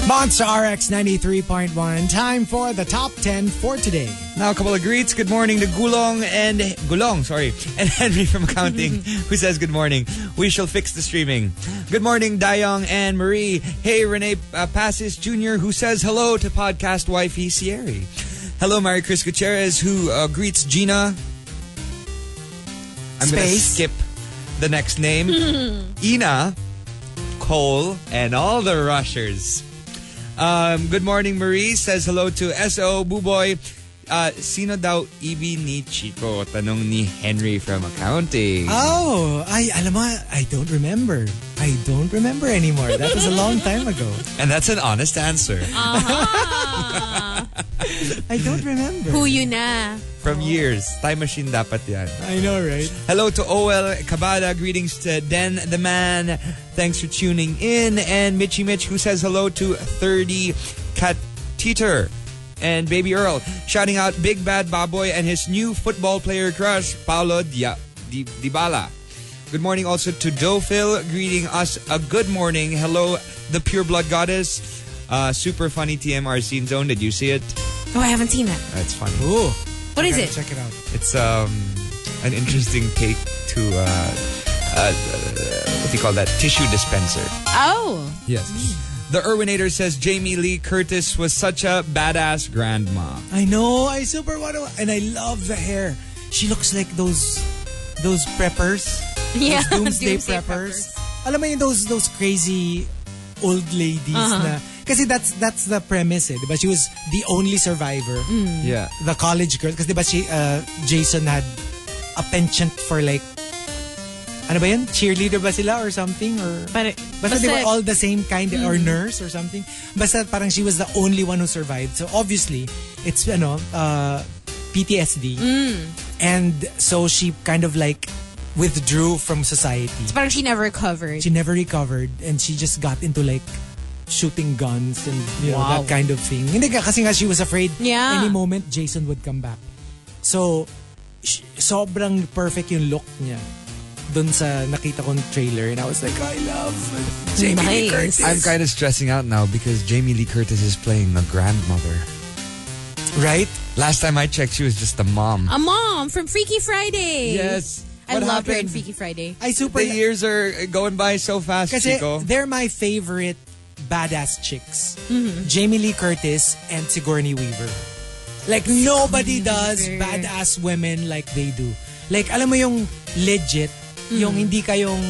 [SPEAKER 1] Monster RX 93.1. Time for the top 10 for today.
[SPEAKER 3] Now a couple of greets. Good morning to Gulong and Gulong, sorry, [laughs] and Henry from accounting, who says good morning. We shall fix the streaming. Good morning, Dayong and Marie. Hey, Renee uh, Passes Jr., who says hello to podcast wifey Sierra. Hello, Mary Chris Gutierrez, who uh, greets Gina. I'm gonna
[SPEAKER 1] Space.
[SPEAKER 3] skip the next name. Ina, Cole, and all the rushers. Um, good morning, Marie. Says hello to SO Buboy. Uh, sino daw ibig ni Chico? Tanong ni Henry from accounting.
[SPEAKER 1] Oh, I alam mo, I don't remember. I don't remember anymore. That was a long time ago.
[SPEAKER 3] And that's an honest answer
[SPEAKER 1] [laughs] I don't remember.
[SPEAKER 2] Uh-huh. Who you na?
[SPEAKER 3] from years. Time machine dapat yan.
[SPEAKER 1] I know, right?
[SPEAKER 3] Hello to OL Kabada. Greetings to Den the Man. Thanks for tuning in. And Mitchy Mitch, who says hello to 30 Cat Teeter and Baby Earl. Shouting out Big Bad Baboy and his new football player crush, Paolo Dia- Di- Dybala. Good morning also to Dofil greeting us a good morning. Hello, the pure blood goddess. Uh, super funny TMR scene zone. Did you see it?
[SPEAKER 2] Oh, I haven't seen that.
[SPEAKER 3] That's funny.
[SPEAKER 1] Ooh.
[SPEAKER 2] What is
[SPEAKER 1] Gotta
[SPEAKER 2] it?
[SPEAKER 1] Check it out.
[SPEAKER 3] It's um an interesting take to uh, uh, what do you call that tissue dispenser.
[SPEAKER 2] Oh,
[SPEAKER 3] Yes. The Irwinator says Jamie Lee Curtis was such a badass grandma.
[SPEAKER 1] I know. I super want to. And I love the hair. She looks like those those [laughs] preppers.
[SPEAKER 2] yeah.
[SPEAKER 1] Those doomsday, preppers. Alam mo yun, those those crazy old ladies na kasi that's that's the premise eh, 'di ba? She was the only survivor.
[SPEAKER 3] Yeah.
[SPEAKER 1] The college girl kasi 'di ba she uh, Jason had a penchant for like ano ba yun? Cheerleader ba sila or something or
[SPEAKER 2] But it,
[SPEAKER 1] Basta, Mm. they were all the same kind or
[SPEAKER 2] Mm-hmm.
[SPEAKER 1] nurse or something. Basta parang she was the only one who survived. So obviously, it's ano, uh, PTSD.
[SPEAKER 2] Mm.
[SPEAKER 1] And so she kind of like withdrew from society.
[SPEAKER 2] parang she never recovered.
[SPEAKER 1] She never recovered and she just got into like shooting guns and you know
[SPEAKER 2] Wow.
[SPEAKER 1] that kind of thing. Hindi ka kasi nga she was afraid
[SPEAKER 2] Yeah.
[SPEAKER 1] any moment Jason would come back. So sh- sobrang perfect yung look niya dun sa nakita kong trailer and I was like, I love Jamie Lee
[SPEAKER 2] Nice.
[SPEAKER 1] Curtis.
[SPEAKER 3] I'm kind of stressing out now because Jamie Lee Curtis is playing a grandmother.
[SPEAKER 1] Right?
[SPEAKER 3] Last time I checked, she was just a mom.
[SPEAKER 2] a mom from Freaky Friday. I
[SPEAKER 3] What
[SPEAKER 2] loved her in
[SPEAKER 3] happened?
[SPEAKER 2] Freaky Friday.
[SPEAKER 1] I super...
[SPEAKER 3] The years are going by so fast,
[SPEAKER 1] Kasi
[SPEAKER 3] Chico.
[SPEAKER 1] they're my favorite badass chicks. Jamie Lee Curtis and Sigourney Weaver. Like nobody does
[SPEAKER 2] Weaver.
[SPEAKER 1] badass women like they do. Like alam mo yung legit, yung hindi kayong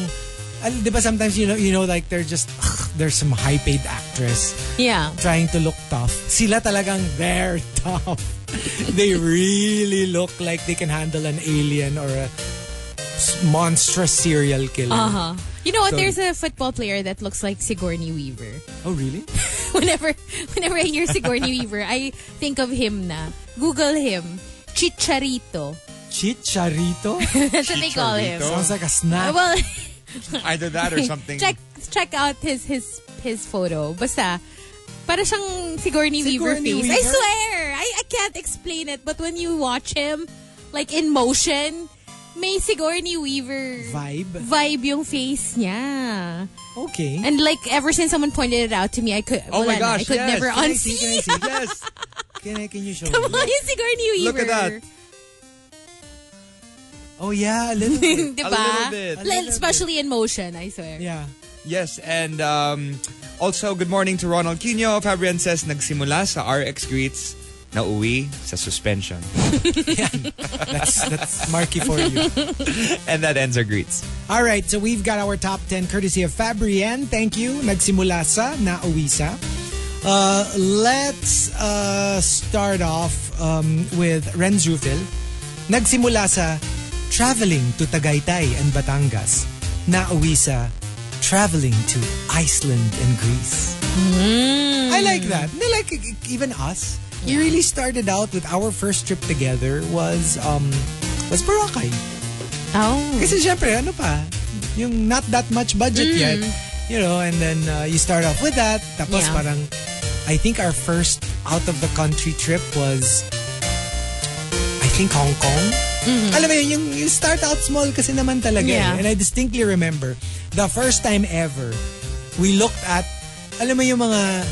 [SPEAKER 1] al- 'di ba sometimes you know you know like they're just ugh, there's some high paid actress
[SPEAKER 2] Yeah.
[SPEAKER 1] trying to look tough. Sila talagang they're [laughs] tough. they really look like they can handle an alien or a s- monstrous serial killer.
[SPEAKER 2] Uh huh. You know what?
[SPEAKER 1] So-
[SPEAKER 2] There's a football player that looks like Sigourney Weaver. [laughs]
[SPEAKER 1] Oh really?
[SPEAKER 2] whenever whenever I
[SPEAKER 1] [laughs]
[SPEAKER 2] hear Sigourney Weaver, I think of him na. Google him. Chicharito.
[SPEAKER 1] Chicharito?
[SPEAKER 2] [laughs] That's what they call him.
[SPEAKER 1] Oh. Sounds like a
[SPEAKER 2] Uh,
[SPEAKER 1] snack.
[SPEAKER 2] Well,
[SPEAKER 3] [laughs] Either that or something.
[SPEAKER 2] [laughs] check check out his his his photo. Basta, para siyang Sigourney, Weaver
[SPEAKER 1] Sigourney
[SPEAKER 2] face. I
[SPEAKER 1] Weaver?
[SPEAKER 2] swear, I, I can't explain it. But when you watch him, like in motion, may Sigourney Weaver
[SPEAKER 1] Vibe.
[SPEAKER 2] vibe yung face niya.
[SPEAKER 1] Okay.
[SPEAKER 2] And like ever since someone pointed it out to me, I could
[SPEAKER 3] Oh my
[SPEAKER 2] wala na.
[SPEAKER 3] gosh,
[SPEAKER 2] I could
[SPEAKER 3] yes.
[SPEAKER 2] never
[SPEAKER 3] Can I
[SPEAKER 2] unsee.
[SPEAKER 1] Can I see?
[SPEAKER 3] yes.
[SPEAKER 1] [laughs] Can, I, can you show
[SPEAKER 2] [laughs] Come
[SPEAKER 1] me?
[SPEAKER 2] on, yung Sigourney Weaver.
[SPEAKER 3] Look at that.
[SPEAKER 1] Oh yeah, a little bit.
[SPEAKER 2] [laughs] [laughs] Diba?
[SPEAKER 3] little bit. A
[SPEAKER 1] little
[SPEAKER 2] Especially in motion, I swear.
[SPEAKER 1] Yeah.
[SPEAKER 3] Yes, and um, also good morning to Ronald Quino. Fabian says nagsimula sa RX Greets na uwi sa
[SPEAKER 1] [laughs]
[SPEAKER 3] suspension. [laughs]
[SPEAKER 1] That's, that's marky for you.
[SPEAKER 2] [laughs]
[SPEAKER 3] and that ends our greets.
[SPEAKER 1] All right, so we've got our top 10 courtesy of Fabrienne. Thank you. Nagsimula sa Nauwisa. Uh, let's uh, start off um, with Renz Rufil. Nagsimula sa traveling to Tagaytay and Batangas. Nauwi sa traveling to Iceland and Greece. I like that. Na like e, even us. We really started out with our first trip together was um was Boracay.
[SPEAKER 2] Oh.
[SPEAKER 1] Kasi syempre, ano pa, yung not that much budget
[SPEAKER 2] Mm.
[SPEAKER 1] yet. You know, and then uh, you start off with that. Tapos
[SPEAKER 2] Yeah.
[SPEAKER 1] parang, I think our first out of the country trip was, I think Hong Kong. Alam mo yun, yung, yung start out small kasi naman talaga. eh.
[SPEAKER 2] Mm-hmm. Yeah.
[SPEAKER 1] And I distinctly remember, the first time ever, we looked at, alam mo yung mga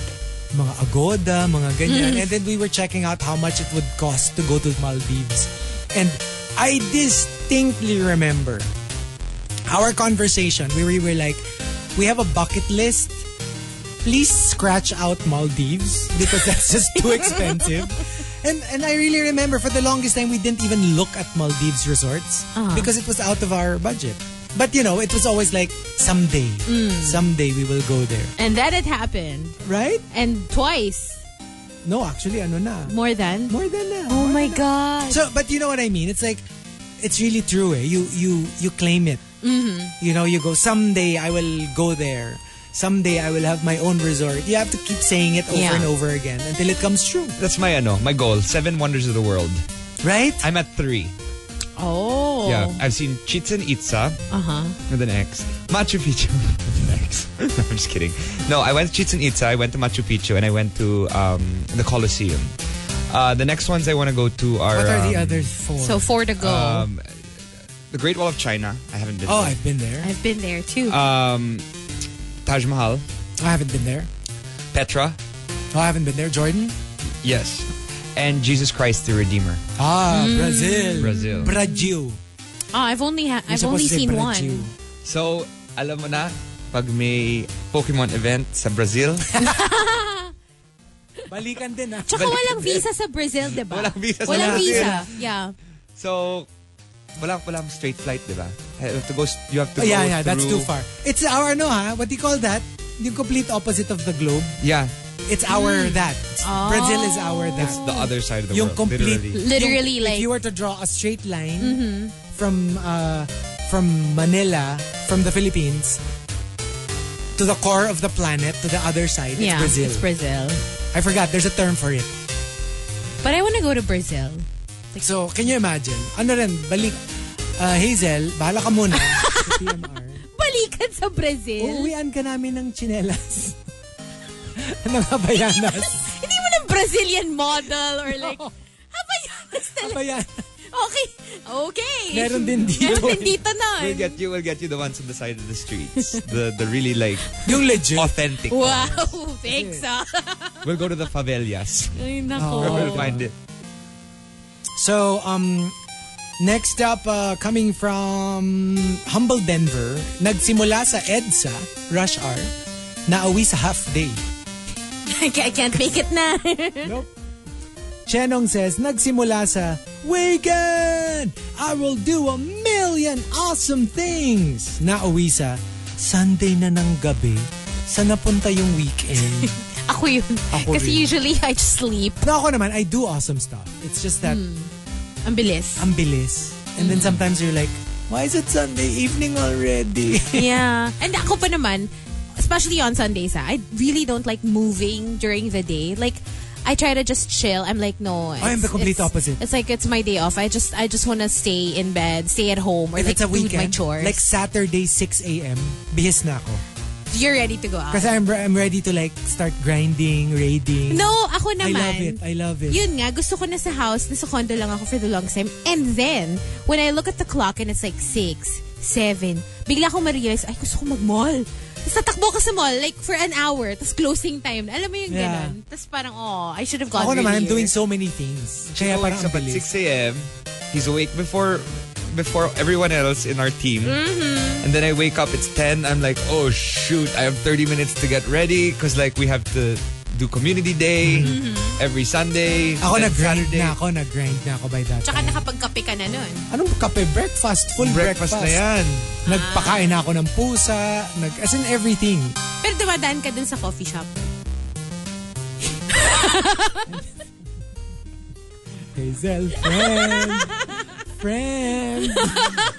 [SPEAKER 1] mga agoda, mga ganyan. And then we were checking out how much it would cost to go to Maldives. And I distinctly remember our conversation where we were like, we have a bucket list. Please scratch out Maldives because that's just too expensive. And and I really remember for the longest time we didn't even look at Maldives resorts because it was out of our budget. But you know, it was always like someday,
[SPEAKER 2] Mm.
[SPEAKER 1] someday we will go there,
[SPEAKER 2] And then it happened.
[SPEAKER 1] right?
[SPEAKER 2] And twice.
[SPEAKER 1] No, actually, ano na?
[SPEAKER 2] More than.
[SPEAKER 1] More than na.
[SPEAKER 2] Oh
[SPEAKER 1] More
[SPEAKER 2] my
[SPEAKER 1] na.
[SPEAKER 2] god.
[SPEAKER 1] So, but you know what I mean? It's like, it's really true. Eh? You you you claim it.
[SPEAKER 2] Mm-hmm.
[SPEAKER 1] You know, you go someday I will go there. Someday I will have my own resort. You have to keep saying it over
[SPEAKER 2] Yeah.
[SPEAKER 1] and over again until it comes true,
[SPEAKER 3] That's my ano, my goal. Seven wonders of the world.
[SPEAKER 1] right?
[SPEAKER 3] I'm at three.
[SPEAKER 2] oh.
[SPEAKER 3] Yeah, I've seen Chichen Itza.
[SPEAKER 2] Uh huh.
[SPEAKER 3] And then X. Machu Picchu. [laughs] Next. no, I'm just kidding. No, I went to Chichen Itza, I went to Machu Picchu, and I went to um, the Colosseum. Uh, the next ones I want to go to are.
[SPEAKER 1] What are the
[SPEAKER 3] um,
[SPEAKER 1] other four?
[SPEAKER 2] So four to go.
[SPEAKER 3] Um, the Great Wall of China. I haven't been.
[SPEAKER 1] Oh,
[SPEAKER 3] there. Um,
[SPEAKER 1] I've been there.
[SPEAKER 2] I've been there too.
[SPEAKER 3] Uh, Taj Mahal,
[SPEAKER 1] I haven't been there.
[SPEAKER 3] Petra,
[SPEAKER 1] Oh, I haven't been there. Jordan?
[SPEAKER 3] yes, and Jesus Christ the Redeemer.
[SPEAKER 1] Ah,
[SPEAKER 2] Mm.
[SPEAKER 1] Brazil.
[SPEAKER 3] Brazil.
[SPEAKER 1] Brazil.
[SPEAKER 2] oh, I've only ha- I've
[SPEAKER 1] You're supposed
[SPEAKER 2] only
[SPEAKER 1] to say
[SPEAKER 2] seen
[SPEAKER 1] Brazil.
[SPEAKER 2] one.
[SPEAKER 3] So alam mo na pag may Pokemon event sa
[SPEAKER 1] [laughs]
[SPEAKER 3] Brazil,
[SPEAKER 1] Balikan din ah.
[SPEAKER 2] Tsaka walang visa sa Brazil, di ba?
[SPEAKER 3] Walang visa sa
[SPEAKER 2] Walang
[SPEAKER 3] Brazil.
[SPEAKER 2] visa. Yeah.
[SPEAKER 3] so wala wala akong straight flight, di ba? I have to go. s- You have to
[SPEAKER 1] Oh,
[SPEAKER 3] go.
[SPEAKER 1] yeah, yeah, that's too
[SPEAKER 3] through-
[SPEAKER 1] far. It's our ano ha? What do you call that? Yung complete opposite of the globe.
[SPEAKER 3] Yeah,
[SPEAKER 1] It's
[SPEAKER 2] Mm.
[SPEAKER 1] our that.
[SPEAKER 2] Oh.
[SPEAKER 1] Brazil is our that.
[SPEAKER 3] it's the other side of the
[SPEAKER 1] yung
[SPEAKER 3] world.
[SPEAKER 1] complete
[SPEAKER 3] literally.
[SPEAKER 2] Literally,
[SPEAKER 1] yung-
[SPEAKER 2] like- Mm-hmm.
[SPEAKER 1] if you were to draw a straight line from uh, from Manila from the Philippines to the core of the planet to the other side
[SPEAKER 2] yeah.
[SPEAKER 1] it's Brazil
[SPEAKER 2] It's Brazil.
[SPEAKER 1] I forgot there's a term for it
[SPEAKER 2] But I want to go to Brazil.
[SPEAKER 1] so can you imagine ano rin balik uh, Hazel bahala ka
[SPEAKER 2] [laughs]
[SPEAKER 1] muna sa TMR
[SPEAKER 2] Balikan sa Brazil.
[SPEAKER 1] uuwian ka namin ng [laughs] chinelas ng Habayanas
[SPEAKER 2] Hindi mo ng Brazilian model
[SPEAKER 1] [laughs]
[SPEAKER 2] or like... Habayanas talaga.
[SPEAKER 1] Habayanas
[SPEAKER 2] Okay. Okay.
[SPEAKER 1] meron din dito
[SPEAKER 2] Meron din dito na.
[SPEAKER 3] We'll get you. We'll get you the ones on the side of the streets. the the really like
[SPEAKER 1] yung legit
[SPEAKER 3] authentic.
[SPEAKER 2] Wow. Thanks ah.
[SPEAKER 3] We'll go to the favelas.
[SPEAKER 2] Ay, nako.
[SPEAKER 1] Oh.
[SPEAKER 3] We'll find it.
[SPEAKER 1] So, um, next up, uh, coming from Humble Denver, nagsimula sa EDSA, rush hour, naawi sa half day.
[SPEAKER 2] I can't- I can't make it na.
[SPEAKER 1] Nope. Chenong says, nagsimula sa weekend! I will do a million awesome things! Nauwi sa Sunday na ng gabi, sa napunta yung weekend.
[SPEAKER 2] [laughs] Ako yun.
[SPEAKER 1] Ako
[SPEAKER 2] [laughs] Kasi
[SPEAKER 1] rin.
[SPEAKER 2] usually I just sleep. Hmm.
[SPEAKER 1] na ako naman, I do awesome stuff. It's just that,
[SPEAKER 2] Ang
[SPEAKER 1] [laughs]
[SPEAKER 2] bilis.
[SPEAKER 1] ang bilis. And
[SPEAKER 2] Mm.
[SPEAKER 1] then sometimes you're like, why is it Sunday evening already?
[SPEAKER 2] Yeah. And ako pa naman, especially on Sundays, ah, I really don't like moving during the day. Like, I try to just chill. I'm like, no.
[SPEAKER 1] I am
[SPEAKER 2] it's-
[SPEAKER 1] the complete
[SPEAKER 2] it's-
[SPEAKER 1] opposite.
[SPEAKER 2] It's like it's my day off. I just I just want to stay in bed, stay at home, or
[SPEAKER 1] If
[SPEAKER 2] [laughs] like
[SPEAKER 1] it's a
[SPEAKER 2] do my
[SPEAKER 1] weekend,
[SPEAKER 2] chores.
[SPEAKER 1] like Saturday 6 a.m., bihis na ako.
[SPEAKER 2] you're ready to go out.
[SPEAKER 1] Kasi I'm, I'm ready to like start grinding, raiding.
[SPEAKER 2] No, ako
[SPEAKER 1] I
[SPEAKER 2] naman.
[SPEAKER 1] love it. I love it.
[SPEAKER 2] Yun nga, gusto ko na sa house, nasa condo lang ako for the long time. And then, when I look at the clock and it's like 6, 7, bigla ko ma-realize, ay, gusto ko mag-mall. Tapos natakbo ka sa mall, like for an hour, tapos closing time. Alam mo yung
[SPEAKER 1] Yeah.
[SPEAKER 2] ganun? Tapos parang, oh, I should have gone
[SPEAKER 1] ako naman, I'm
[SPEAKER 2] earlier.
[SPEAKER 1] doing so many things.
[SPEAKER 3] He
[SPEAKER 1] Kaya parang
[SPEAKER 3] wakes
[SPEAKER 1] ang
[SPEAKER 3] up at 6 a.m.
[SPEAKER 1] bilis.
[SPEAKER 3] He's awake before before everyone else in our team.
[SPEAKER 1] Mm-hmm.
[SPEAKER 3] And then I wake up, it's 10. I'm like, oh shoot, I have 30 minutes to get ready because like we have to do community day every Sunday.
[SPEAKER 1] Ako
[SPEAKER 3] then
[SPEAKER 1] nag-grind
[SPEAKER 3] Saturday.
[SPEAKER 1] na ako, nag-grind na ako by that
[SPEAKER 2] Tsaka
[SPEAKER 1] time.
[SPEAKER 2] nakapagkape ka na nun.
[SPEAKER 1] Anong kape? Breakfast. Full breakfast.
[SPEAKER 3] Breakfast na yan.
[SPEAKER 1] Nagpakain na ako ng pusa. Nag, as in
[SPEAKER 3] [laughs]
[SPEAKER 1] everything.
[SPEAKER 2] Pero dumadaan ka dun sa coffee shop.
[SPEAKER 1] Hazel, friend. friend.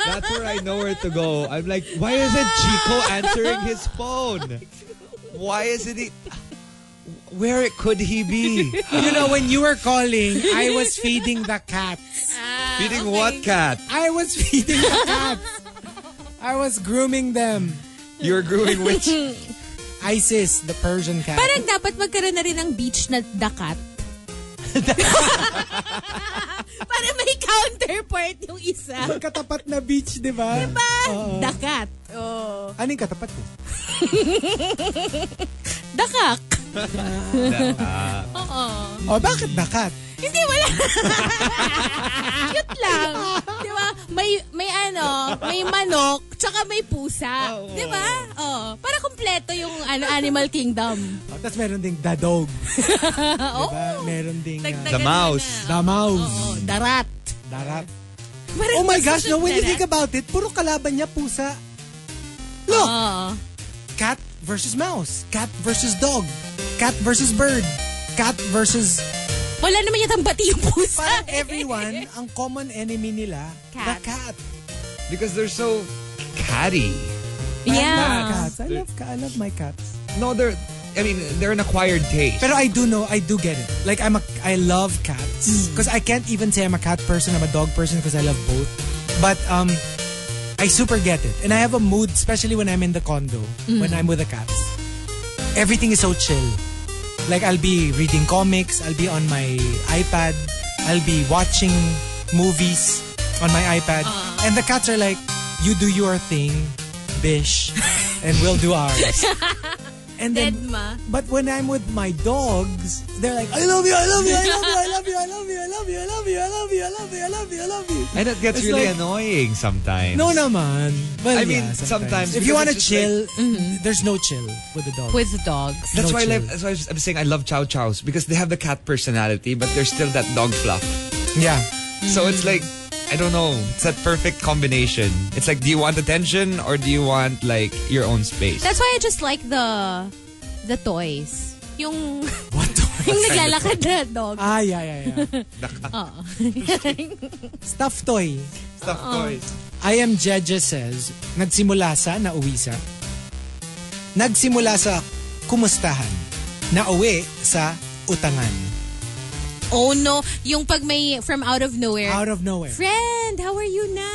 [SPEAKER 3] That's where I know where to go. I'm like, why isn't Chico answering his phone? Why isn't he? Where could he be?
[SPEAKER 1] You know, when you were calling, I was [laughs] feeding the cats.
[SPEAKER 3] Feeding what cat?
[SPEAKER 1] I was feeding the cats. I was grooming them.
[SPEAKER 3] You're grooming which?
[SPEAKER 1] [laughs] ISIS, the Persian cat.
[SPEAKER 2] Parang dapat magkaroon na rin ng beach na
[SPEAKER 1] [laughs]
[SPEAKER 2] dakat. [laughs] Para may counterpart yung isa.
[SPEAKER 1] katapat na beach, di ba?
[SPEAKER 2] Pa, dakat. Oh.
[SPEAKER 1] Ano yung katapat ko?
[SPEAKER 2] [laughs] Dakak. Oo.
[SPEAKER 1] O, Oh, bakit nakat?
[SPEAKER 2] Hindi, wala. [laughs] Cute lang. Di ba? May, may ano, may manok, tsaka may pusa. Di ba? Oo. Para kumpleto yung ano, Animal Kingdom. [laughs]
[SPEAKER 1] O, Tapos Oh, meron ding the dog.
[SPEAKER 2] Oo.
[SPEAKER 1] Diba? Meron ding uh,
[SPEAKER 2] Dagdagan
[SPEAKER 3] The
[SPEAKER 2] mo
[SPEAKER 3] mouse.
[SPEAKER 2] na.
[SPEAKER 1] the
[SPEAKER 2] Oo,
[SPEAKER 1] mouse.
[SPEAKER 2] [laughs] darat.
[SPEAKER 1] Darat.
[SPEAKER 2] Parang
[SPEAKER 1] Oh my
[SPEAKER 2] gusto
[SPEAKER 1] gosh, no,
[SPEAKER 2] ng
[SPEAKER 1] when you
[SPEAKER 2] darat.
[SPEAKER 1] think about it, puro kalaban niya pusa. Look,
[SPEAKER 2] Oo.
[SPEAKER 1] cat versus mouse. Cat versus dog. Cat versus bird. Cat versus...
[SPEAKER 2] Wala naman yatang bati yung pusa.
[SPEAKER 1] Parang everyone, ang common enemy nila, the
[SPEAKER 2] Cat.
[SPEAKER 1] cat.
[SPEAKER 3] Because they're so catty.
[SPEAKER 1] Love
[SPEAKER 2] Yeah.
[SPEAKER 1] cats. I love, ca- I love my cats.
[SPEAKER 3] No, they're. I mean, they're an acquired taste.
[SPEAKER 1] Pero I do know, I do get it. Like I'm a, I love
[SPEAKER 3] Hmm.
[SPEAKER 1] cats because I can't even say I'm a cat person. I'm a dog person because I love both. But um, I super get it, and I have a mood, especially when I'm in the condo,
[SPEAKER 3] Hmm.
[SPEAKER 1] when I'm with the cats. Everything is so chill. Like I'll be reading comics, I'll be on my iPad, I'll be watching movies on my iPad,
[SPEAKER 3] Uh-huh.
[SPEAKER 1] And the cats are like, you do your thing, bish, and we'll do ours. And then,
[SPEAKER 2] Edma.
[SPEAKER 1] but when I'm with my dogs, they're like, I love you, I love you, I love you, I love you, I love you, I love you, I love you, I love you, I love you, I love you, I love you.
[SPEAKER 3] And it gets
[SPEAKER 1] It's
[SPEAKER 3] really
[SPEAKER 1] like-
[SPEAKER 3] annoying sometimes.
[SPEAKER 1] No naman. Well,
[SPEAKER 3] I mean,
[SPEAKER 1] yeah,
[SPEAKER 3] sometimes,
[SPEAKER 1] If
[SPEAKER 3] because
[SPEAKER 1] you want to
[SPEAKER 3] it's just
[SPEAKER 1] chill, there's no chill with the dog.
[SPEAKER 2] Mm-hmm. with dogs.
[SPEAKER 3] That's
[SPEAKER 1] No
[SPEAKER 3] why I
[SPEAKER 1] chill.
[SPEAKER 3] like, that's why I'm saying I love chow chows because they have the cat personality, but they're still that dog fluff.
[SPEAKER 1] yeah.
[SPEAKER 3] So it's like I don't know. It's that perfect combination. It's like, do you want attention or do you want like your own space?
[SPEAKER 2] That's why I just like the the toys. Yung
[SPEAKER 1] What the
[SPEAKER 2] [laughs] yung naglalakad na dog.
[SPEAKER 1] Ah, yeah, [laughs] yeah, yeah. Oh. Stuffed toy.
[SPEAKER 3] Stuffed
[SPEAKER 2] Uh-huh.
[SPEAKER 3] toys.
[SPEAKER 1] I am Jeje says, nagsimula sa nauwi sa. Nagsimula sa kumustahan. Nauwi sa utangan.
[SPEAKER 2] Oh no, yung pag may from out of nowhere.
[SPEAKER 1] Out of nowhere.
[SPEAKER 2] Friend, how are you na?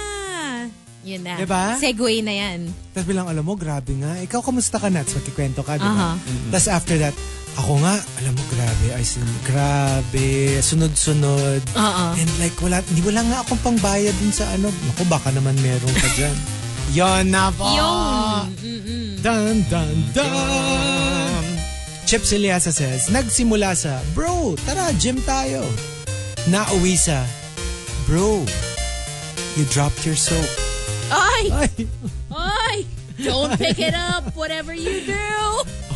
[SPEAKER 2] Yun na.
[SPEAKER 1] Diba?
[SPEAKER 2] Segway na yan.
[SPEAKER 1] Tapos bilang alam mo, grabe nga. Ikaw, kamusta ka, Nats? Magkikwento ka, di ba?
[SPEAKER 2] Aha.
[SPEAKER 1] Mm-hmm. Tapos after that, ako nga, alam mo, grabe. Ay, sin grabe. Sunod-sunod.
[SPEAKER 2] Oo.
[SPEAKER 1] And like, wala, hindi wala nga akong pangbayad dun sa ano. Ako, baka naman meron ka dyan. [laughs] Yon na po!
[SPEAKER 2] Yung,
[SPEAKER 1] Dun, dun, dun! Chip Siliasa says, nagsimula sa, Bro, tara, gym tayo. Nauwi sa, Bro, you dropped your soap. [laughs]
[SPEAKER 2] Ay!
[SPEAKER 1] Ay,
[SPEAKER 2] Ay! Don't pick it up, whatever you do.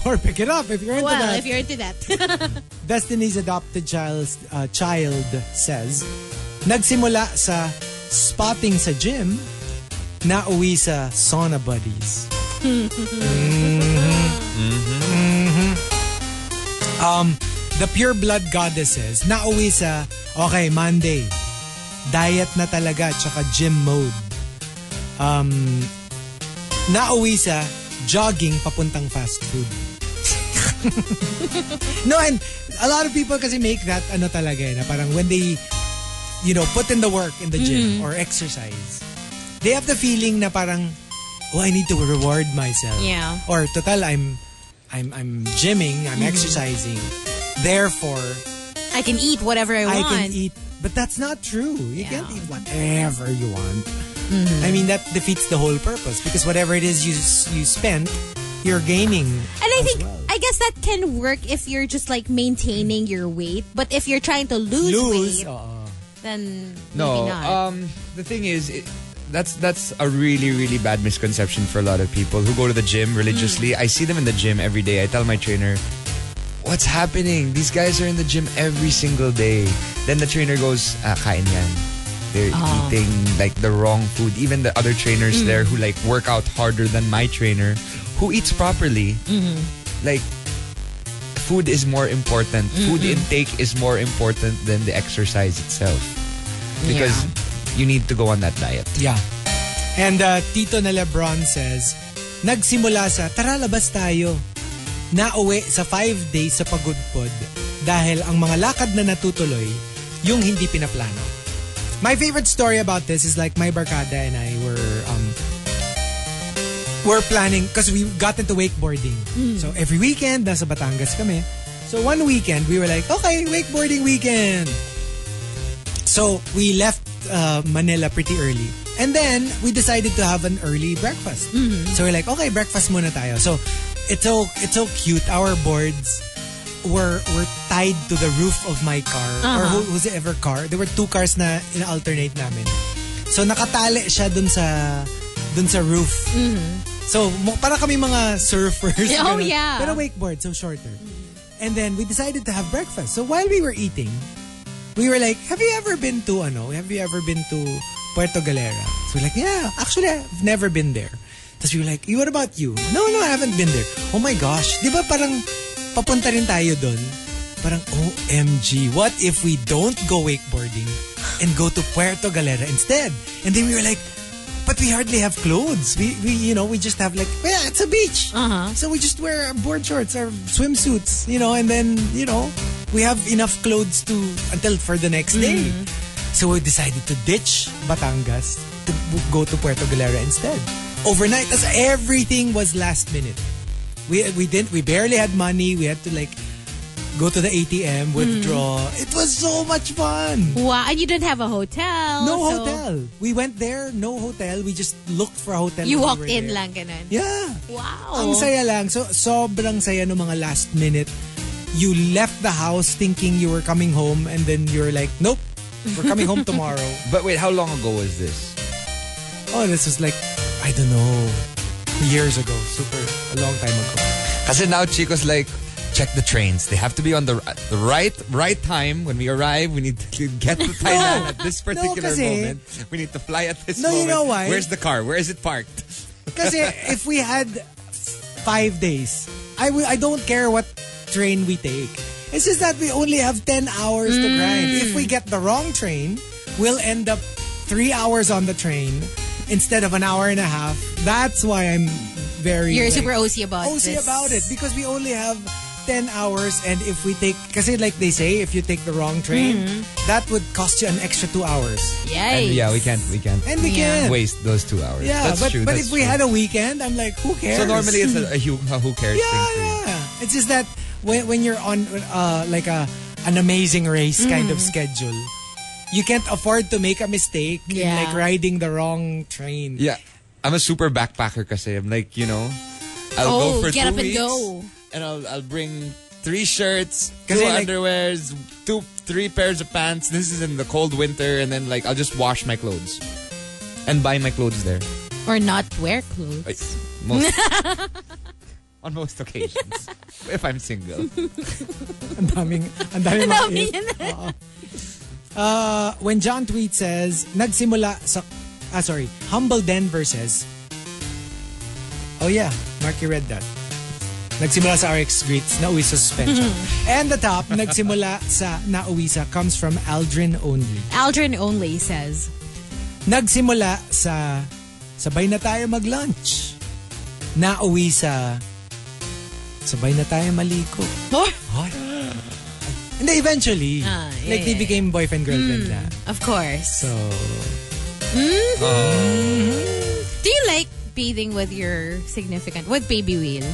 [SPEAKER 1] or pick it up if you're into
[SPEAKER 2] Well,
[SPEAKER 1] that.
[SPEAKER 2] if you're into that.
[SPEAKER 1] Destiny's adopted child, uh, child says, nagsimula sa spotting sa gym, nauwi sa sauna buddies. Mhm. Mm-hmm. Um, the pure blood goddesses, nauwi sa, okay, Monday, diet na talaga, tsaka gym mode. Um, nauwi sa jogging papuntang fast food. [laughs] No, and a lot of people kasi make that ano talaga eh, na parang when they, you know, put in the work in the gym or exercise, they have the feeling na parang, oh, I need to reward myself.
[SPEAKER 2] Yeah.
[SPEAKER 1] Or total, I'm, I'm, I'm gymming, I'm
[SPEAKER 2] Mm-hmm.
[SPEAKER 1] exercising. Therefore,
[SPEAKER 2] I can eat whatever I
[SPEAKER 1] I
[SPEAKER 2] want.
[SPEAKER 1] can eat. But that's not true. You
[SPEAKER 2] Yeah. Mm-hmm.
[SPEAKER 1] can't eat whatever you want. I mean, that defeats the whole purpose because whatever it is you s- you spend, you're gaining.
[SPEAKER 2] And I
[SPEAKER 1] as
[SPEAKER 2] think,
[SPEAKER 1] well.
[SPEAKER 2] I guess that can work if you're just like maintaining your weight. But if you're trying to lose,
[SPEAKER 1] lose. Oh.
[SPEAKER 2] weight,
[SPEAKER 1] oo.
[SPEAKER 2] then
[SPEAKER 3] No,
[SPEAKER 2] maybe not.
[SPEAKER 3] um, the thing is, it, that's that's a really really bad misconception for a lot of people who go to the gym religiously.
[SPEAKER 2] Mm.
[SPEAKER 3] I see them in the gym every day. I tell my trainer, "What's happening? These guys are in the gym every single day." Then the trainer goes, ah, "Kain yan." They're
[SPEAKER 2] Oh.
[SPEAKER 3] eating like the wrong food. Even the other trainers
[SPEAKER 2] Mm.
[SPEAKER 3] there who like work out harder than my trainer, who eats properly, like food is more important. Food intake is more important than the exercise itself. Because you need to go on that diet.
[SPEAKER 1] Yeah. And uh, Tito na Lebron says, nagsimula sa, tara labas tayo. Nauwi sa 5 days sa pagudpod dahil ang mga lakad na natutuloy, yung hindi pinaplano. My favorite story about this is like my barkada and I were um, we're planning because we got into wakeboarding. So every weekend, nasa Batangas kami. So one weekend, we were like, okay, wakeboarding weekend. So we left uh, Manila pretty early. And then we decided to have an early breakfast.
[SPEAKER 2] Mm-hmm.
[SPEAKER 1] So we're like, okay, breakfast muna tayo. So it's so it's so cute. Our boards were were tied to the roof of my car or
[SPEAKER 2] Uh-huh.
[SPEAKER 1] who, who's ever car. There were two cars na in-alternate namin. So nakatali siya dun sa dun sa roof. So mo- para kami mga surfers.
[SPEAKER 2] Mm-hmm. [laughs] Oh,
[SPEAKER 1] ganun.
[SPEAKER 2] yeah.
[SPEAKER 1] Pero wakeboard, so shorter. And then we decided to have breakfast. So while we were eating, we were like, have you ever been to, ano, have you ever been to Puerto Galera? So we're like, yeah, actually, I've never been there. Tapos we were like, what about you? No, no, I haven't been there. Oh my gosh, di ba parang papunta rin tayo doon? Parang, OMG, what if we don't go wakeboarding and go to Puerto Galera instead? And then we were like, but we hardly have clothes. We, we you know, we just have like, well, yeah, it's a beach.
[SPEAKER 2] Uh-huh.
[SPEAKER 1] So we just wear our board shorts, our swimsuits, you know, and then, you know, we have enough clothes to, until for the next day. So we decided to ditch Batangas to w- go to Puerto Galera instead. Overnight, as everything was last minute. We, we didn't, we barely had money. We had to like go to the ATM, withdraw. It was so much fun.
[SPEAKER 2] Wow, and you didn't have a hotel.
[SPEAKER 1] No
[SPEAKER 2] so
[SPEAKER 1] hotel. We went there, no hotel. We just looked for a hotel.
[SPEAKER 2] You
[SPEAKER 1] when we
[SPEAKER 2] walked
[SPEAKER 1] were
[SPEAKER 2] in
[SPEAKER 1] there.
[SPEAKER 2] lang ganun.
[SPEAKER 1] Yeah.
[SPEAKER 2] Wow.
[SPEAKER 1] Ang saya lang. So, sobrang saya ng mga last minute. You left the house thinking you were coming home and then you're like, nope, we're coming home tomorrow. [laughs]
[SPEAKER 3] [laughs] But wait, how long ago was this?
[SPEAKER 1] Oh, this was like, I don't know, years ago. Super, a long time ago.
[SPEAKER 3] Kasi now Chico's like, check the trains. They have to be on the, ri- the right right time. When we arrive, we need to get
[SPEAKER 1] [laughs]
[SPEAKER 3] to Thailand at this particular
[SPEAKER 1] kasi-
[SPEAKER 3] moment. We need to fly at this
[SPEAKER 1] No,
[SPEAKER 3] moment.
[SPEAKER 1] you know why?
[SPEAKER 3] Where's the car? Where is it parked?
[SPEAKER 1] Kasi if we had five days, I will- I don't care what train we take. It's just that we only have 10 hours to grind. If
[SPEAKER 2] Mm.
[SPEAKER 1] we get the wrong train, we'll end up three hours on the train instead of an hour and a half. That's why I'm very
[SPEAKER 2] You're
[SPEAKER 1] like,
[SPEAKER 2] super OC about
[SPEAKER 1] OC
[SPEAKER 2] this.
[SPEAKER 1] about it because we only have 10 hours and if we take kasi like they say if you take the wrong train
[SPEAKER 2] Mm-hmm.
[SPEAKER 1] that would cost you an extra 2 hours
[SPEAKER 2] Yikes.
[SPEAKER 3] yeah, we can't. We can't.
[SPEAKER 1] and we can't
[SPEAKER 3] waste those two hours.
[SPEAKER 1] yeah
[SPEAKER 3] that's
[SPEAKER 1] but,
[SPEAKER 3] true.
[SPEAKER 1] but
[SPEAKER 3] that's
[SPEAKER 1] if we
[SPEAKER 3] true.
[SPEAKER 1] had a weekend I'm like who cares
[SPEAKER 3] so normally
[SPEAKER 1] [laughs]
[SPEAKER 3] it's a, a who, a who cares
[SPEAKER 1] yeah,
[SPEAKER 3] thing for you.
[SPEAKER 1] yeah. It's just that when, when you're on uh, like a an amazing race
[SPEAKER 2] Mm-hmm.
[SPEAKER 1] kind of schedule, you can't afford to make a mistake in
[SPEAKER 2] Yeah.
[SPEAKER 1] like riding the wrong train.
[SPEAKER 3] Yeah. I'm a super backpacker kasi. I'm like, you know, I'll
[SPEAKER 2] Oh,
[SPEAKER 3] go for
[SPEAKER 2] get
[SPEAKER 3] two
[SPEAKER 2] up and
[SPEAKER 3] weeks,
[SPEAKER 2] go.
[SPEAKER 3] And I'll, I'll bring three shirts,
[SPEAKER 1] Kasi
[SPEAKER 3] two
[SPEAKER 1] like-
[SPEAKER 3] underwears, two, three pairs of pants. This is in the cold winter. And then like, I'll just wash my clothes. And buy my clothes there.
[SPEAKER 2] Or not wear clothes.
[SPEAKER 3] Like, most, on most occasions. if I'm single.
[SPEAKER 1] [laughs] Ang daming, ang daming mga
[SPEAKER 2] Dami
[SPEAKER 1] if.
[SPEAKER 2] niya na.
[SPEAKER 1] Uh, when John Tweet says, nagsimula sa, ah sorry, Humble Denver says, oh yeah, Marky read that. Nagsimula sa RX Greets, nauwi sa suspension.
[SPEAKER 2] Mm-hmm.
[SPEAKER 1] And the top, nagsimula sa nauwi sa comes from Aldrin only.
[SPEAKER 2] [laughs] Aldrin only says.
[SPEAKER 1] Nagsimula sa sabay na tayo mag-lunch. Nauwi sa sabay na tayo maliko.
[SPEAKER 2] Oh,
[SPEAKER 1] And they eventually,
[SPEAKER 2] Ah, yeah,
[SPEAKER 1] like they
[SPEAKER 2] yeah, Hmm.
[SPEAKER 1] became boyfriend-girlfriend na.
[SPEAKER 2] of course. Hmm?
[SPEAKER 1] So, mm-hmm.
[SPEAKER 2] Do you like bathing with your significant with baby wheel?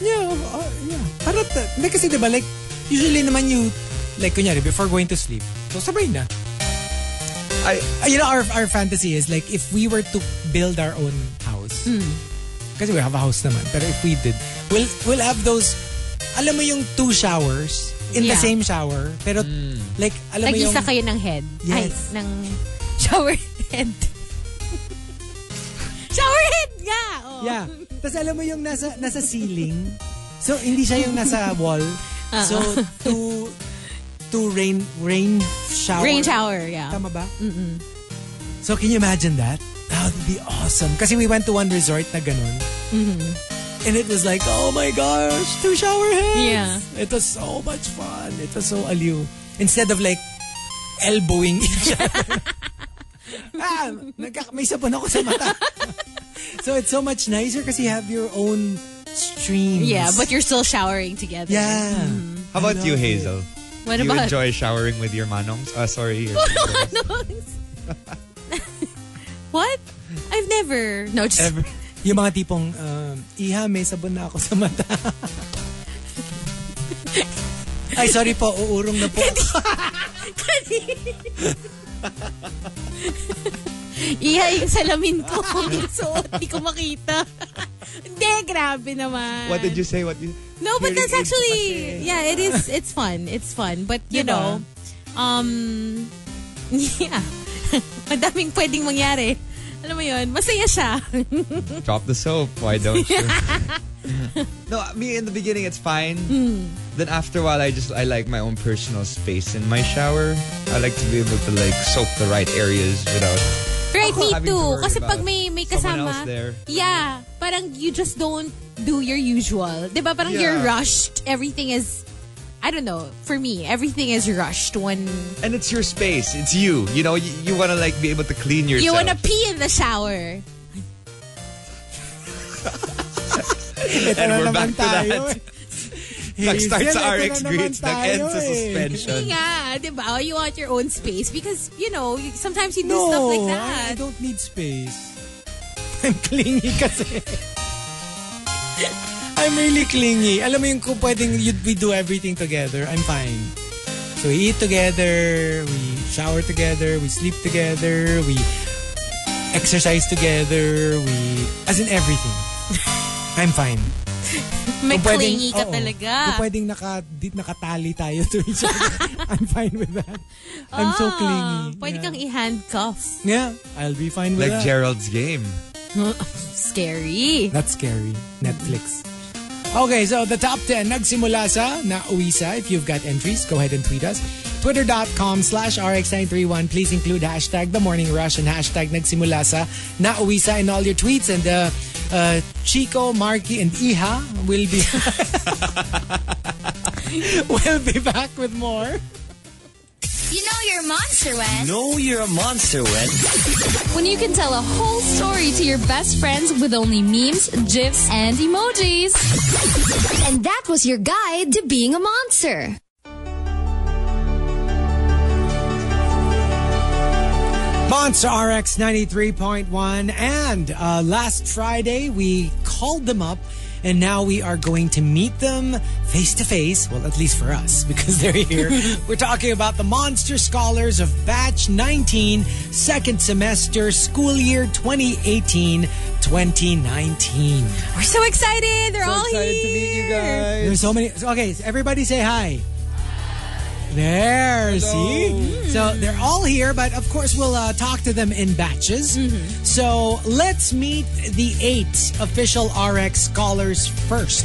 [SPEAKER 1] yeah, uh, yeah. Para, ta- hindi kasi diba, like, usually naman you, like kunyari, before going to sleep, so sabay na.
[SPEAKER 3] I,
[SPEAKER 1] Uh, you know, our, our fantasy is like if we were to build our own house. Kasi we have a house naman. Pero if we did, we'll, we'll have those, alam mo yung two showers in the
[SPEAKER 2] Yeah.
[SPEAKER 1] same shower. Pero like, alam mo yung...
[SPEAKER 2] Nag-isa kayo ng head.
[SPEAKER 1] Yes.
[SPEAKER 2] Ay, ng shower
[SPEAKER 1] [laughs]
[SPEAKER 2] head. shower head nga! Oh.
[SPEAKER 1] Yeah. Tapos alam mo yung nasa, nasa ceiling. So hindi siya yung
[SPEAKER 2] [laughs]
[SPEAKER 1] nasa wall. So
[SPEAKER 2] Uh-uh.
[SPEAKER 1] two, two rain, rain shower.
[SPEAKER 2] Rain shower, yeah.
[SPEAKER 1] Tama ba? mm So can you imagine that? That would be awesome. Kasi we went to one resort na ganun. And it was like, oh my gosh, two shower heads.
[SPEAKER 2] Yeah.
[SPEAKER 1] It was so much fun. It was so aliw. Instead of like elbowing each other.
[SPEAKER 2] [laughs]
[SPEAKER 1] ah, nagka- may sabon ako sa mata.
[SPEAKER 2] [laughs]
[SPEAKER 1] so it's so much nicer kasi you have your own streams.
[SPEAKER 2] Yeah, but you're still showering together. Mm-hmm.
[SPEAKER 1] Yeah.
[SPEAKER 3] how
[SPEAKER 1] I
[SPEAKER 3] about you,
[SPEAKER 1] love it.
[SPEAKER 3] Hazel? Do
[SPEAKER 2] What
[SPEAKER 3] you
[SPEAKER 2] about
[SPEAKER 3] enjoy showering with your manongs? Uh, sorry. Your
[SPEAKER 2] what? I've never. No, Oh, just
[SPEAKER 1] Ever- Yung mga tipong, um, Iha, may sabon na ako sa mata. [laughs] Ay, sorry po. Uurong na po.
[SPEAKER 2] Iha yung salamin
[SPEAKER 3] [laughs]
[SPEAKER 2] ko. so, hindi ko makita. Hindi, grabe naman.
[SPEAKER 3] what did you say? What did you,
[SPEAKER 2] No, but
[SPEAKER 3] Here
[SPEAKER 2] that's
[SPEAKER 3] it is
[SPEAKER 2] actually yeah, it is it's fun. It's fun. But you
[SPEAKER 1] Diba?
[SPEAKER 2] know, um [laughs] yeah. Madaming pwedeng mangyari. Alam mo 'yun, masaya siya. [laughs]
[SPEAKER 3] Drop the soap. Why [laughs] don't you? no, me in the beginning it's fine.
[SPEAKER 2] Hmm.
[SPEAKER 3] Then after a while, I just I like my own personal space in my shower. I like to be able to like soak the right areas without.
[SPEAKER 2] right me
[SPEAKER 3] Having to
[SPEAKER 2] too.
[SPEAKER 3] worry
[SPEAKER 2] Kasi pag
[SPEAKER 3] about
[SPEAKER 2] may may
[SPEAKER 3] someone
[SPEAKER 2] kasama,
[SPEAKER 3] else there.
[SPEAKER 2] yeah, parang you just don't do your usual. 'Di ba? Parang you're
[SPEAKER 3] Yeah.
[SPEAKER 2] rushed. Everything is I don't know. For me, everything is rushed when
[SPEAKER 3] And it's your space. It's you. You know, you, you want to like be able to clean yourself.
[SPEAKER 2] you want to pee in the shower.
[SPEAKER 3] [laughs] and
[SPEAKER 1] na
[SPEAKER 3] we're
[SPEAKER 1] naman
[SPEAKER 3] back to
[SPEAKER 1] tayo
[SPEAKER 3] [laughs] that. Nag-start
[SPEAKER 1] Hazel,
[SPEAKER 3] sa
[SPEAKER 1] eto na
[SPEAKER 3] RX
[SPEAKER 1] naman
[SPEAKER 3] Greets, nag-end
[SPEAKER 1] tayo
[SPEAKER 3] sa
[SPEAKER 1] eh.
[SPEAKER 3] suspension.
[SPEAKER 2] Yeah, 'di ba? Oh, You want your own space because you know, you- sometimes you do
[SPEAKER 1] No,
[SPEAKER 2] stuff
[SPEAKER 1] I,
[SPEAKER 2] like
[SPEAKER 1] I
[SPEAKER 2] that.
[SPEAKER 1] [laughs] don't need space. I'm clingy kasi. [laughs] I'm really clingy. Alam mo yung kung pwedeng you'd, we do everything together, I'm fine. So we eat together, we shower together, we sleep together, we exercise together, we... As in everything. [laughs] I'm fine.
[SPEAKER 2] [laughs] May
[SPEAKER 1] Kung pwedeng-
[SPEAKER 2] clingy ka
[SPEAKER 1] oo.
[SPEAKER 2] talaga.
[SPEAKER 1] Kung pwedeng naka, di, nakatali tayo to each other,
[SPEAKER 2] [laughs]
[SPEAKER 1] I'm fine with that. I'm so
[SPEAKER 2] Ah,
[SPEAKER 1] clingy.
[SPEAKER 2] Pwede
[SPEAKER 1] yeah.
[SPEAKER 2] kang
[SPEAKER 1] [laughs]
[SPEAKER 2] i-handcuff.
[SPEAKER 1] Yeah, I'll be fine with
[SPEAKER 3] Like
[SPEAKER 1] that.
[SPEAKER 3] Gerald's game.
[SPEAKER 2] Scary.
[SPEAKER 1] That's scary. Netflix. Okay, so the top 10 nagsimula sa nauwi sa. If you've got entries, go ahead and tweet us. Twitter.com slash RX931. Please include hashtag The Morning Rush and hashtag nagsimula sa nauwi sa in all your tweets. And uh, uh, Chico, Marky, and Iha will be... [laughs] will be back with more.
[SPEAKER 10] [laughs] You know you're a monster when.
[SPEAKER 9] Know you're a monster when
[SPEAKER 11] When you can tell a whole story to your best friends with only memes, gifs, and emojis.
[SPEAKER 10] And that was your guide to being a monster.
[SPEAKER 1] Monster RX 93.1. And uh, last Friday, we called them up, and now we are going to meet them face to face. Well, at least for us, [laughs] because they're here. We're talking about the Monster Scholars of Batch 19, second semester, school year 2018 2019.
[SPEAKER 2] We're so excited. They're all
[SPEAKER 3] Excited to
[SPEAKER 2] here.
[SPEAKER 3] meet you guys.
[SPEAKER 1] There's so many. so, Okay, so everybody say hi. There, see? So
[SPEAKER 2] Hmm.
[SPEAKER 1] they're all here, but of course we'll uh, talk to them in batches.
[SPEAKER 2] Mm-hmm.
[SPEAKER 1] So let's meet the eight official RX scholars first.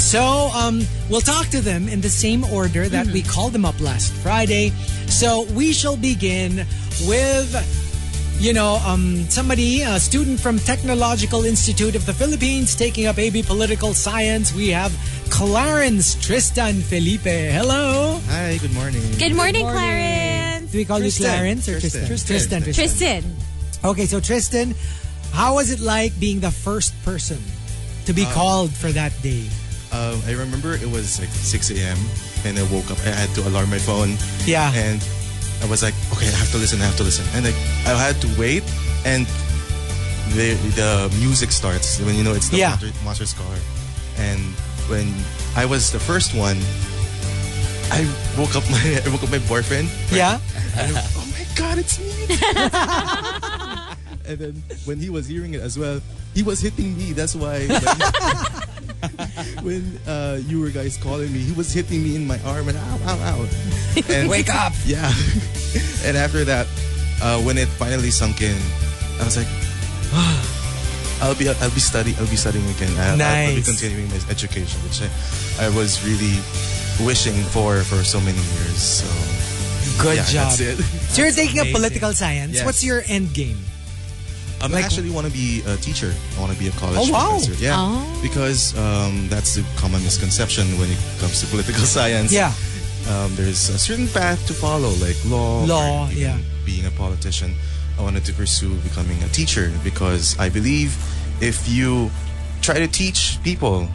[SPEAKER 1] So um, we'll talk to them in the same order that
[SPEAKER 2] Mm-hmm.
[SPEAKER 1] we called them up last Friday. So we shall begin with you know, um, somebody, a student from Technological Institute of the Philippines taking up AB Political Science. We have Clarence Tristan Felipe. Hello.
[SPEAKER 3] Hi, good morning.
[SPEAKER 2] Good morning, Clarence.
[SPEAKER 1] Do we call
[SPEAKER 3] Tristan.
[SPEAKER 1] you Clarence or Tristan?
[SPEAKER 3] Tristan.
[SPEAKER 1] Tristan. Tristan.
[SPEAKER 2] Tristan.
[SPEAKER 1] Okay, so Tristan, how was it like being the first person to
[SPEAKER 3] Uh,
[SPEAKER 1] be called for that day?
[SPEAKER 7] Um, I remember it was like 6 a.m. and I woke up. I had to alarm my phone.
[SPEAKER 1] Yeah.
[SPEAKER 7] And I was like, okay, I have to listen. I have to listen. And like, I had to wait. And the the music starts when you know it's the
[SPEAKER 1] Yeah.
[SPEAKER 7] monster, monster score. And when I was the first one, I woke up my [laughs] I woke up my boyfriend.
[SPEAKER 1] Yeah.
[SPEAKER 7] And I- oh my god, it's me! and then when he was hearing it as well, he was hitting me. That's why when, [laughs] when, uh, you were guys calling me, he was hitting me in my arm and ow, ow, ow.
[SPEAKER 1] [laughs]
[SPEAKER 7] And
[SPEAKER 3] Wake up!
[SPEAKER 7] yeah. [laughs] and after that, uh, when it finally sunk in, I was like, [gasps] I'll be I'll be study I'll be studying again. I'll, I'll, I'll be
[SPEAKER 1] Nice.
[SPEAKER 7] continuing my education, which I, I was really wishing for for so many years. So
[SPEAKER 1] Good
[SPEAKER 7] yeah,
[SPEAKER 1] job.
[SPEAKER 7] that's it.
[SPEAKER 1] So you're taking up
[SPEAKER 3] amazing.
[SPEAKER 1] political science.
[SPEAKER 7] Yes.
[SPEAKER 1] What's your end game?
[SPEAKER 7] Um, I actually want to be a teacher. I want to be a college
[SPEAKER 1] Oh, wow.
[SPEAKER 7] professor. Yeah, because um, that's the common misconception when it comes to political [laughs] science.
[SPEAKER 1] Yeah.
[SPEAKER 7] um, there's a certain path to follow, like
[SPEAKER 3] Oh,
[SPEAKER 7] law, or
[SPEAKER 1] Law,
[SPEAKER 7] even
[SPEAKER 1] yeah.
[SPEAKER 7] being a politician. I wanted to pursue becoming a teacher because I believe if you try to teach people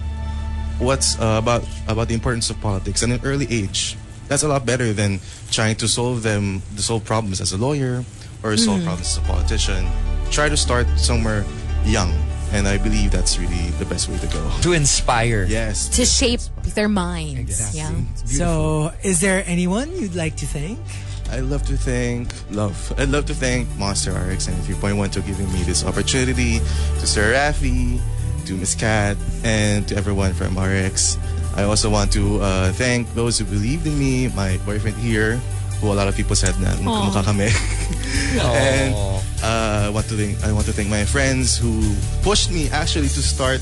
[SPEAKER 7] what's uh, about about the importance of politics at an early age, that's a lot better than trying to solve them to solve problems as a lawyer or solve problems as a politician. Try to start somewhere young, and I believe that's really the best way to go.
[SPEAKER 3] To inspire.
[SPEAKER 7] Yes,
[SPEAKER 2] To shape their minds. Yeah.
[SPEAKER 1] So, is there anyone you'd like to thank?
[SPEAKER 7] I love to thank love. I'd love to thank Monster RX and 3.1 to giving me this opportunity, to Sir Rafi, to Miss Cat, and to everyone from RX. I also want to uh, thank those who believed in me, my boyfriend here, who a lot of people said na magkamukha kami. and uh, I want to thank I want to thank my friends who pushed me actually to start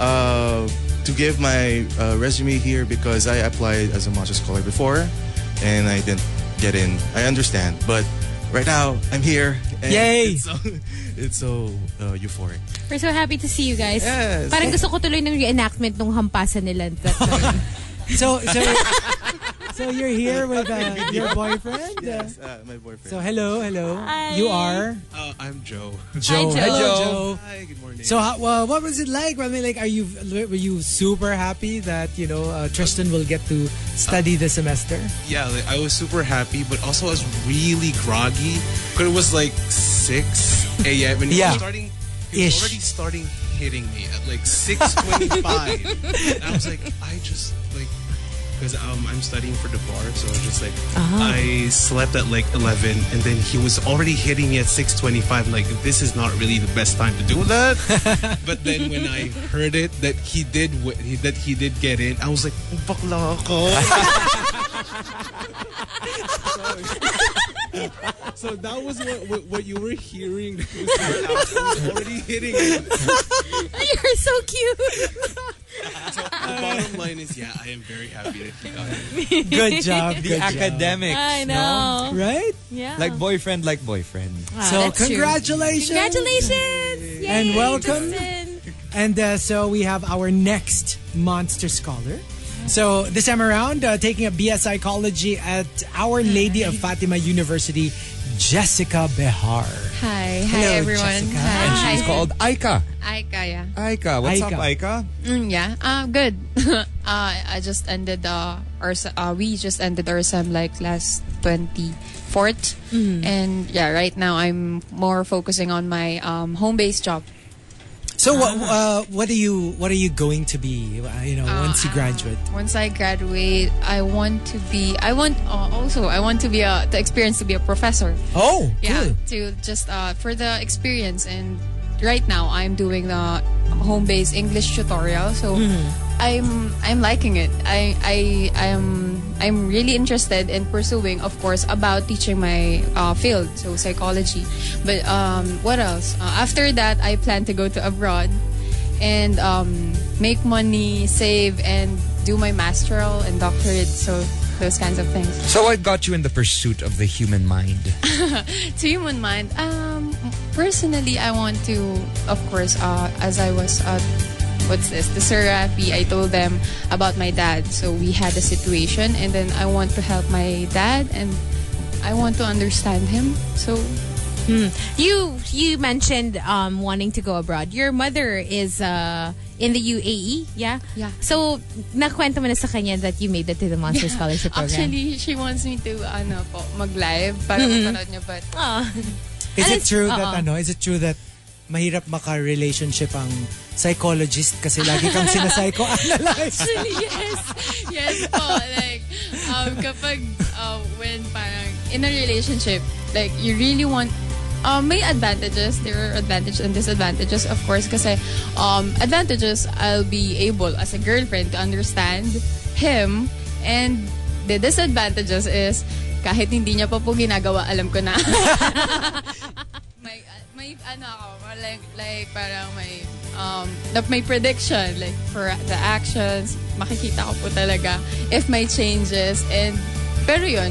[SPEAKER 7] uh, to give my uh, resume here because I applied as a master scholar before and I didn't get in. I understand, but right now I'm here. And
[SPEAKER 1] Yay!
[SPEAKER 7] It's so, [laughs] it's so uh, euphoric.
[SPEAKER 2] We're so happy to see you guys.
[SPEAKER 7] Yes.
[SPEAKER 2] Parang gusto ko tuloy ng reenactment ng hampasan nila. That
[SPEAKER 12] [laughs]
[SPEAKER 1] So, so, so you're here with uh, your boyfriend?
[SPEAKER 7] Yes, uh, my boyfriend.
[SPEAKER 1] So hello, hello. You are
[SPEAKER 7] uh, I'm Joe.
[SPEAKER 1] Joe.
[SPEAKER 2] Joe.
[SPEAKER 1] Hello,
[SPEAKER 3] Joe.
[SPEAKER 1] Joe.
[SPEAKER 7] Hi, good morning.
[SPEAKER 1] So how, well, what was it like? I mean, like, are you were you super happy that you know uh, Tristan will get to study this semester?
[SPEAKER 7] yeah, like, I was super happy, but also I was really groggy. Cause it was like six a.m. and it was
[SPEAKER 1] Yeah.
[SPEAKER 7] starting. It
[SPEAKER 1] Ish.
[SPEAKER 7] was already starting
[SPEAKER 12] hitting me at
[SPEAKER 11] [laughs]
[SPEAKER 12] like 6.25. and I was like, I just like, because um, I'm studying for the bar, so I was just like, I slept at like 11, and then he was already hitting me at 6.25. Like, this is not really the best time to do that. but then when I heard it, that he did, w- he, that he did get in, I was like, bakla ako. So that was what, what, what you were hearing. [laughs] That was what I was- I was already hitting it.
[SPEAKER 2] You're so cute. [laughs]
[SPEAKER 12] The bottom line is, yeah, I am very happy that he got it.
[SPEAKER 1] Good job.
[SPEAKER 3] The
[SPEAKER 1] good job.
[SPEAKER 3] academics.
[SPEAKER 11] I know.
[SPEAKER 1] Right?
[SPEAKER 11] Yeah.
[SPEAKER 3] Like boyfriend, like boyfriend.
[SPEAKER 11] Wow,
[SPEAKER 1] so,
[SPEAKER 11] that's true.
[SPEAKER 1] congratulations.
[SPEAKER 2] Congratulations. Yay,
[SPEAKER 1] And welcome.
[SPEAKER 2] Justin.
[SPEAKER 1] And uh, so we have our next monster scholar. So this time around, uh, taking up BS Psychology at Our Lady of Fatima University, Jessica Behar.
[SPEAKER 4] Hi,
[SPEAKER 1] Hello,
[SPEAKER 4] hi everyone.
[SPEAKER 1] Jessica.
[SPEAKER 4] Hi.
[SPEAKER 3] And she's called Aika.
[SPEAKER 4] Hi, Kaya.
[SPEAKER 3] Aika, what's up,
[SPEAKER 1] Aika.
[SPEAKER 3] Aika?
[SPEAKER 4] Mm, yeah, uh, good. [laughs] uh, I just ended uh, our se- uh, we just ended our sem like last 24th, and yeah, right now I'm more focusing on my um, home-based job.
[SPEAKER 1] So what uh, what are you what are you going to be? uh, You know,
[SPEAKER 4] Oh,
[SPEAKER 1] once you
[SPEAKER 4] um,
[SPEAKER 1] graduate.
[SPEAKER 4] Once I graduate, I want to be. I want uh, also I want to be a the experience to be a professor.
[SPEAKER 1] Oh,
[SPEAKER 4] yeah
[SPEAKER 1] cool.
[SPEAKER 4] to just uh, for the experience and right now i'm doing the home-based english tutorial so i'm i'm liking it i i i'm i'm really interested in pursuing of course about teaching my uh, field so psychology but um what else uh, after that i plan to go to abroad and um make money save and do my masteral and doctorate so those kinds of things
[SPEAKER 3] So what got you in the pursuit of the human mind?
[SPEAKER 4] [laughs] to human mind um personally i want to of course uh as i was uh what's this the serapi i told them about my dad so we had a situation and then i want to help my dad and i want to understand him so
[SPEAKER 2] Hmm. You you mentioned um, wanting to go abroad. Your mother is uh, in the UAE, yeah?
[SPEAKER 4] Yeah.
[SPEAKER 2] So, nakwento mo na sa kanya that you made it to the Monster Scholarship Program.
[SPEAKER 4] actually she wants me to ano po mag live para mapanood niyo but
[SPEAKER 2] Mm-hmm. Ah.
[SPEAKER 1] Is
[SPEAKER 2] And
[SPEAKER 1] it
[SPEAKER 2] it's-
[SPEAKER 1] true that
[SPEAKER 4] uh-uh.
[SPEAKER 2] oo.
[SPEAKER 1] ano? Is it true that mahirap maka-relationship ang psychologist kasi lagi
[SPEAKER 4] [laughs]
[SPEAKER 1] kang sinapsychoanalyze?
[SPEAKER 4] Actually, yes. Yes po. Like, um, kapag uh, when parang in a relationship, like, you really want Um, may advantages. There are advantages and disadvantages, of course, kasi um, advantages, I'll be able as a girlfriend to understand him. And the disadvantages is, kahit hindi niya pa po ginagawa, alam ko na. [laughs] [laughs] may, may ano ako, or like, like parang may, um, na- may prediction, like for the actions, makikita ko po talaga if may changes, and, pero yun,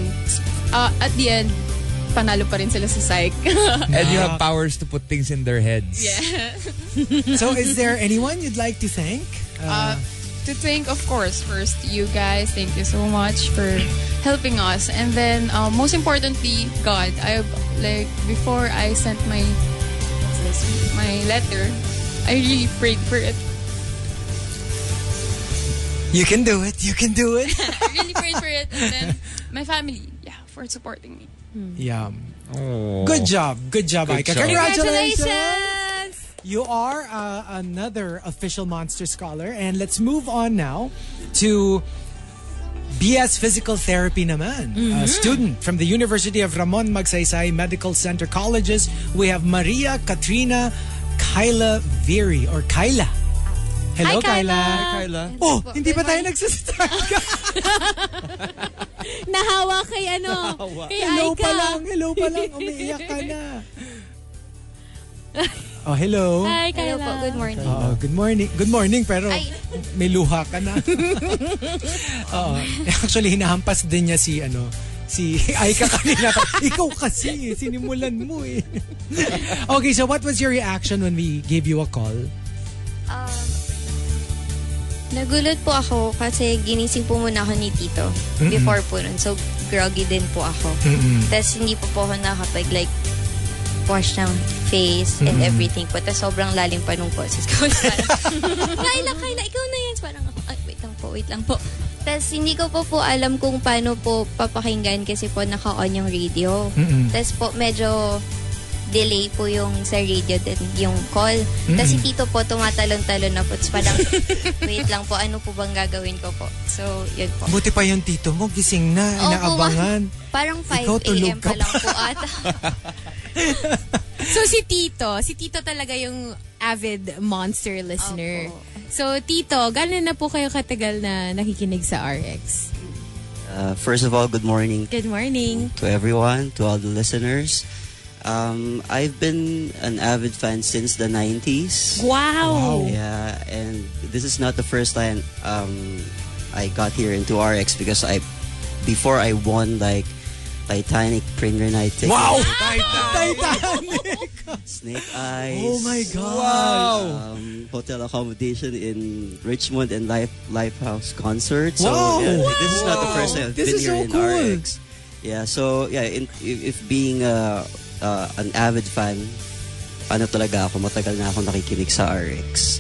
[SPEAKER 4] uh, at the end, panalo pa rin sila sa psych. [laughs]
[SPEAKER 3] And you have
[SPEAKER 1] Ah.
[SPEAKER 3] powers to put things in their heads.
[SPEAKER 4] yeah.
[SPEAKER 1] [laughs] so is there anyone you'd like to thank?
[SPEAKER 4] Uh, to thank, of course, first you guys. Thank you so much for helping us, and then uh, most importantly, God. I like before I sent my what's this, my letter, I really prayed for it. [laughs]
[SPEAKER 1] you can do it. You can do it.
[SPEAKER 4] I really prayed for it, and then my family, yeah, for supporting me.
[SPEAKER 1] yeah.
[SPEAKER 3] Oh.
[SPEAKER 1] Good job. Good job,
[SPEAKER 3] Good
[SPEAKER 1] Aika.
[SPEAKER 3] job.
[SPEAKER 2] Congratulations!
[SPEAKER 1] You are uh, another official Monster Scholar. And let's move on now to BS Physical Therapy naman.
[SPEAKER 2] Mm-hmm.
[SPEAKER 1] A student from the University of Ramon Magsaysay Medical Center Colleges. We have Maria Katrina Kyla Viri or Kyla. Hello,
[SPEAKER 2] Hi, Kyla.
[SPEAKER 1] Kyla.
[SPEAKER 3] Kyla.
[SPEAKER 1] Oh, hindi pa tayo nagsasitag.
[SPEAKER 2] [laughs] Nahawa kay ano? Kay
[SPEAKER 1] Hello
[SPEAKER 2] Aika.
[SPEAKER 1] pa lang, hello pa lang. Umiiyak ka na. Oh, Ah. hello.
[SPEAKER 2] Hi, Kyla.
[SPEAKER 4] Hello po, good morning.
[SPEAKER 1] Oo, good morning. Good morning, pero may luha ka
[SPEAKER 2] [laughs]
[SPEAKER 1] na. Oo. Actually, hinahampas din niya si, ano, si [laughs] Aika kanina. Ikaw kasi, eh, sinimulan mo eh. [laughs] okay, so what was your reaction when we gave you a call?
[SPEAKER 13] Um, nagulat po ako kasi ginising po muna ako ni Tito before po nun. So, groggy din po ako. Tapos hindi po po ako nakapag like wash ng face and everything po. Tapos sobrang lalim pa nung boses ko. So, parang, Kaila, Kaila, ikaw na yan. So, Parang ako, "Ay, wait lang po, wait lang po. Tapos hindi ko po po alam kung paano po papakinggan kasi po naka-on yung radio. Tapos po medyo delay po yung sa radio din yung call.
[SPEAKER 14] Mm-mm.
[SPEAKER 13] Tapos si Tito po tumatalon-talon na po. Tapos
[SPEAKER 1] [laughs]
[SPEAKER 13] parang, wait lang po, ano po bang gagawin ko po? So, yun po.
[SPEAKER 1] Buti pa yung tito mo, gising na,
[SPEAKER 13] Opo,
[SPEAKER 1] inaabangan.
[SPEAKER 13] ma'am. Parang 5
[SPEAKER 1] Ikaw, tulog
[SPEAKER 13] a.m.
[SPEAKER 1] ka
[SPEAKER 13] pa
[SPEAKER 1] pa.
[SPEAKER 13] lang po ata.
[SPEAKER 2] [laughs] So si Tito, si Tito talaga yung avid monster listener. So Tito, gano'n na po kayo katagal na nakikinig sa RX?
[SPEAKER 15] Uh, first of all, good morning
[SPEAKER 2] Good [laughs] morning.
[SPEAKER 15] to everyone, to all the listeners. Um, I've been an avid fan since the 90s.
[SPEAKER 2] Wow. Wow.
[SPEAKER 15] Yeah, and this is not the first time um, I got here into RX because I, before I won like Titanic premiere night ticket.
[SPEAKER 1] [laughs] Wow!
[SPEAKER 15] Titanic!
[SPEAKER 1] [laughs]
[SPEAKER 15] Snake Eyes.
[SPEAKER 1] Oh my God.
[SPEAKER 15] Wow! Um, hotel accommodation in Richmond and Life Lifehouse concert. So
[SPEAKER 1] Wow.
[SPEAKER 15] yeah, this is not the first time I've
[SPEAKER 1] This
[SPEAKER 15] been
[SPEAKER 1] is
[SPEAKER 15] here
[SPEAKER 1] so
[SPEAKER 15] in
[SPEAKER 1] cool.
[SPEAKER 15] RX. Yeah, so yeah, in, if, if being uh, uh, an avid fan, ano talaga ako, matagal na ako nakikinig sa RX.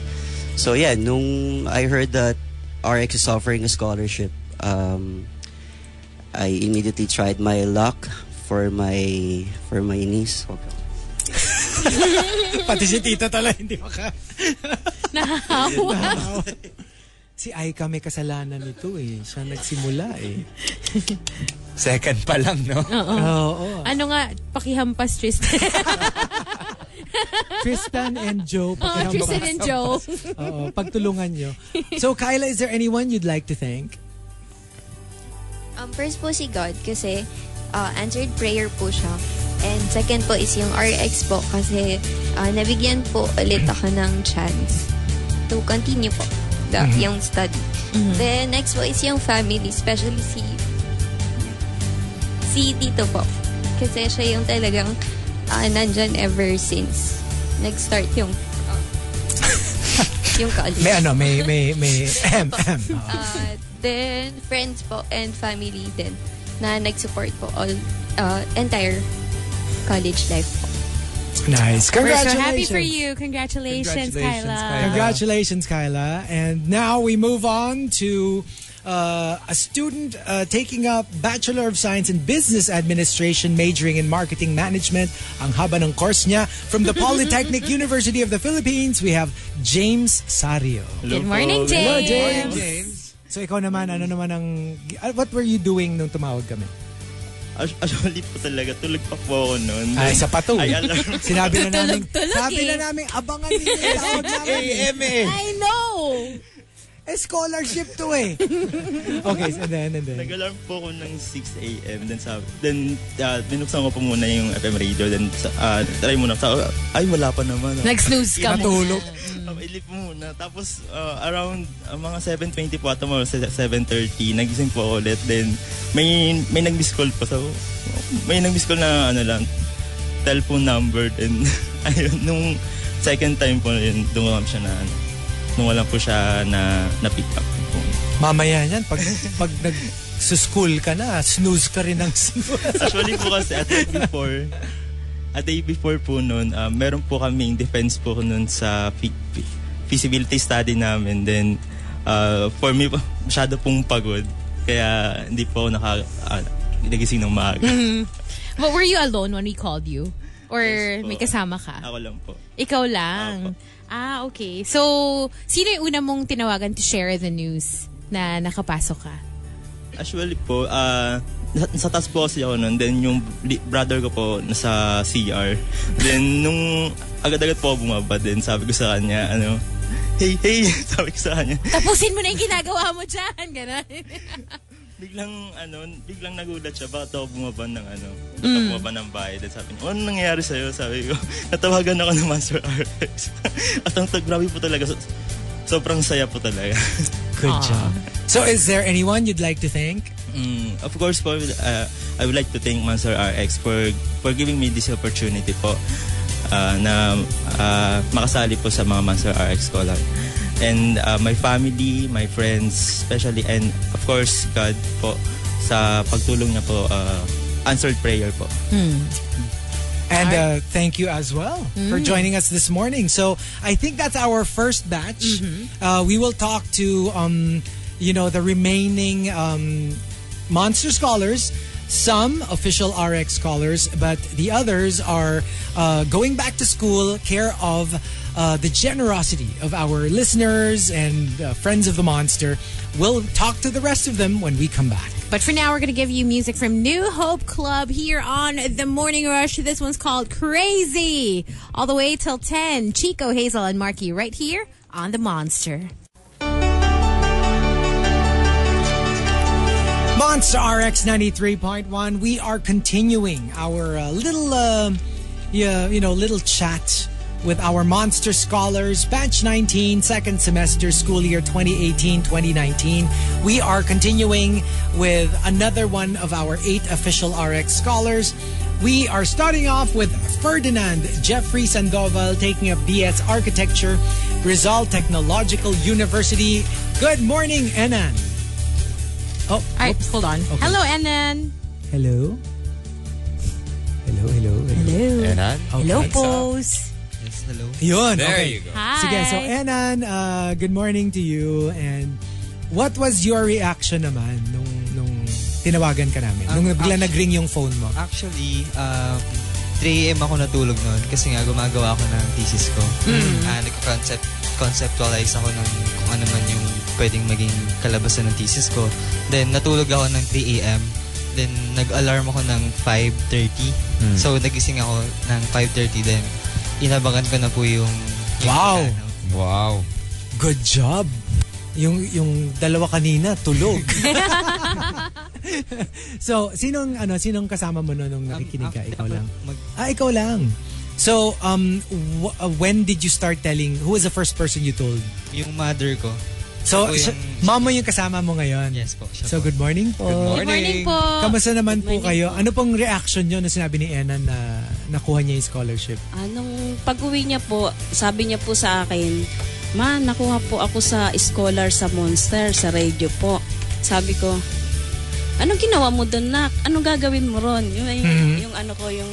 [SPEAKER 15] So yeah, nung I heard that RX is offering a scholarship, um, I immediately tried my luck for my for my niece. Okay.
[SPEAKER 1] [laughs] Pati si tito talaga, hindi maka...
[SPEAKER 2] Nahawa.
[SPEAKER 1] si Aika may kasalanan nito eh. Siya nagsimula eh. Second pa lang, no?
[SPEAKER 2] Oo.
[SPEAKER 3] [laughs]
[SPEAKER 2] Ano nga, pakihampas [laughs] Tristan.
[SPEAKER 1] Tristan and Joe.
[SPEAKER 2] Oh,
[SPEAKER 1] pakiramdam
[SPEAKER 2] Tristan
[SPEAKER 1] ko.
[SPEAKER 2] and Joe.
[SPEAKER 1] [laughs] Oo, pagtulungan nyo. So, Kyla, is there anyone you'd like to thank?
[SPEAKER 13] Um, first po si God kasi uh, answered prayer po siya. And second po is yung RX po kasi uh, nabigyan po ulit ako ng chance to continue po the,
[SPEAKER 1] Mm-hmm.
[SPEAKER 14] Mhm.
[SPEAKER 13] yung study. Then next po is yung family, especially si si Tito po. Kasi siya yung talagang uh, nandyan ever since nag-start yung
[SPEAKER 1] [laughs]
[SPEAKER 13] uh, yung college.
[SPEAKER 1] May ano, may, may,
[SPEAKER 2] [laughs]
[SPEAKER 1] may, [laughs] ahem, ahem.
[SPEAKER 13] Uh, then, friends po and family din na nag-support po all uh, entire college life po.
[SPEAKER 1] Nice. Congratulations.
[SPEAKER 2] We're so happy for you. Congratulations, Kyla.
[SPEAKER 1] Congratulations, Kyla. And now we move on to uh, a student uh, taking up Bachelor of Science in Business Administration, majoring in Marketing Management. Ang haba ng course niya. From
[SPEAKER 2] [laughs]
[SPEAKER 1] the Polytechnic University of the Philippines, we have James Sario.
[SPEAKER 2] Good morning, James.
[SPEAKER 1] Hello, James. So ikaw naman, ano naman ang... uh, What were you doing nung tumawag kami?
[SPEAKER 8] Ac- Actually po talaga, tulog pa po ako noon.
[SPEAKER 1] Ay, isa pa to.
[SPEAKER 8] Ay, alarm.
[SPEAKER 1] Sinabi na namin,
[SPEAKER 2] Tulog-tulog
[SPEAKER 1] sabi
[SPEAKER 2] eh.
[SPEAKER 1] na namin, abangan ninyo yung tawag namin.
[SPEAKER 2] I know.
[SPEAKER 1] Eh, scholarship to eh. okay, so then, and then.
[SPEAKER 8] Nag-alarm po ako ng 6 a.m. Then, sabi, then uh, binuksan ko po muna yung FM radio. Then, sa- ah, try muna. Sa, ay, wala pa naman. ah.
[SPEAKER 2] Nag-snooze ka
[SPEAKER 8] Natulog.
[SPEAKER 2] mm.
[SPEAKER 8] Um, ilip mo muna. Tapos, ah, around ah, mga 7.20 po ata mo, 7.30, nagising po ako ulit. Then, may, may nag-miss call po. So, may nag-miss call na ano lang, telephone number. Then, [laughs] ayun, nung second time po yun, dumawam siya na ano. Nung wala po siya na, na pick up.
[SPEAKER 1] Mamaya yan, pag, pag nag sa school ka na, snooze ka rin ng [laughs] snooze.
[SPEAKER 8] Actually po kasi a day before, a day before po noon, uh, meron po kaming defense po noon sa fe- fe- feasibility study namin. Then, uh, for me, masyado pong pagod. Kaya hindi po ako naka, uh, nagising ng maaga.
[SPEAKER 2] Mhm. But were you alone when we called you? Or may kasama ka?
[SPEAKER 8] Ako lang po.
[SPEAKER 2] Ikaw lang. Ah, okay. So, sino yung una mong tinawagan to share the news na nakapasok ka?
[SPEAKER 8] Actually po, uh, nasa nasa taas po kasi ako noon. Then yung li- brother ko po nasa CR. Then nung agad-agad po ako bumaba, then sabi ko sa kanya, ano, hey, hey, [laughs] sabi ko sa kanya.
[SPEAKER 2] Tapusin mo na yung ginagawa mo dyan. Ganun. [laughs]
[SPEAKER 8] biglang ano, biglang nagulat siya, bakit ako bumaba ng ano,
[SPEAKER 2] Mm.
[SPEAKER 8] mm. bumaba ng bahay. Then sabi niya, ano nangyayari sa'yo? Sabi ko, natawagan ako ng Master RX. [laughs] At ang tag- grabe po talaga, so- sobrang saya po talaga.
[SPEAKER 1] Good job. So is there anyone you'd like to thank?
[SPEAKER 8] Mm, of course po, uh, I would like to thank Master RX for, for giving me this opportunity po uh, na uh, makasali po sa mga Master RX Scholar. And uh, my family, my friends, especially, and of course, God po, sa pagtulong niya po, uh, answered prayer po.
[SPEAKER 1] And uh, thank you as well for
[SPEAKER 8] Mm.
[SPEAKER 1] joining us this morning. So I think that's our first batch. Uh, we will talk to um, you know the remaining um, monster scholars Some official RX scholars, but the others are uh, going back to school, care of uh, the generosity of our listeners and uh, friends of the monster. We'll talk to the rest of them when we come back.
[SPEAKER 2] But for now, we're going to give you music from New Hope Club here on The Morning Rush. This one's called Crazy. All the way till 10. Chico, Hazel, and Marky right here on The Monster.
[SPEAKER 1] Monster RX 93.1. We are continuing our uh, little, uh, yeah, you know, little chat with our monster scholars, batch 19, second semester, school year 2018 2019. We are continuing with another one of our eight official RX scholars. We are starting off with Ferdinand Jeffrey Sandoval taking up BS Architecture, Rizal Technological University. Good morning, Enan. Oh,
[SPEAKER 2] All right, hold on. Hello, Enan.
[SPEAKER 1] Hello? Hello, hello, hello.
[SPEAKER 2] Enan? Hello, Pose.
[SPEAKER 1] Yes, hello. Yun,
[SPEAKER 14] There
[SPEAKER 1] okay.
[SPEAKER 14] you go.
[SPEAKER 2] Hi.
[SPEAKER 1] Sige, so Enan, uh, good morning to you. And what was your reaction naman nung, nung tinawagan ka namin?
[SPEAKER 16] Um,
[SPEAKER 1] nung nagla
[SPEAKER 16] actu-
[SPEAKER 1] nag-ring yung phone mo?
[SPEAKER 16] Actually, um, 3 a.m. ako natulog noon kasi nga gumagawa ako ng thesis ko.
[SPEAKER 1] Mm.
[SPEAKER 16] Ah, nag-concept conceptualize ako ng kung ano man yung pwedeng maging kalabasan ng thesis ko. Then natulog ako ng 3 a.m. Then nag-alarm ako ng 5:30.
[SPEAKER 8] Hmm.
[SPEAKER 17] Mm.
[SPEAKER 16] So nagising ako ng 5:30 then inabangan ko na po yung, yung
[SPEAKER 1] Wow!
[SPEAKER 16] Wow.
[SPEAKER 1] Good job! Yung, yung dalawa kanina,
[SPEAKER 16] [laughs]
[SPEAKER 1] tulog. [laughs] so, sinong, ano, sinong kasama mo no, nung
[SPEAKER 16] Um,
[SPEAKER 1] nakikinig ka? Ikaw lang. ah, ikaw lang. So, um, wh- uh, when did you start telling, who was the first person you told?
[SPEAKER 16] Yung mother ko.
[SPEAKER 1] So,
[SPEAKER 16] Ako
[SPEAKER 1] siya-
[SPEAKER 16] yung-
[SPEAKER 1] mama yung kasama mo ngayon.
[SPEAKER 16] Yes po. siya
[SPEAKER 1] So,
[SPEAKER 16] po.
[SPEAKER 1] good morning po.
[SPEAKER 16] Good morning. Good morning po.
[SPEAKER 1] Kamusta naman po kayo? Ano pong reaction nyo na sinabi ni Enan na nakuha niya yung scholarship?
[SPEAKER 18] Anong pag-uwi niya po, sabi niya po sa akin, Ma, nakuha po ako sa scholar sa Monster, sa radio po. Sabi ko, anong ginawa mo doon, nak? Anong gagawin mo ron? Yung,
[SPEAKER 19] Mhm.
[SPEAKER 18] yung ano ko, yung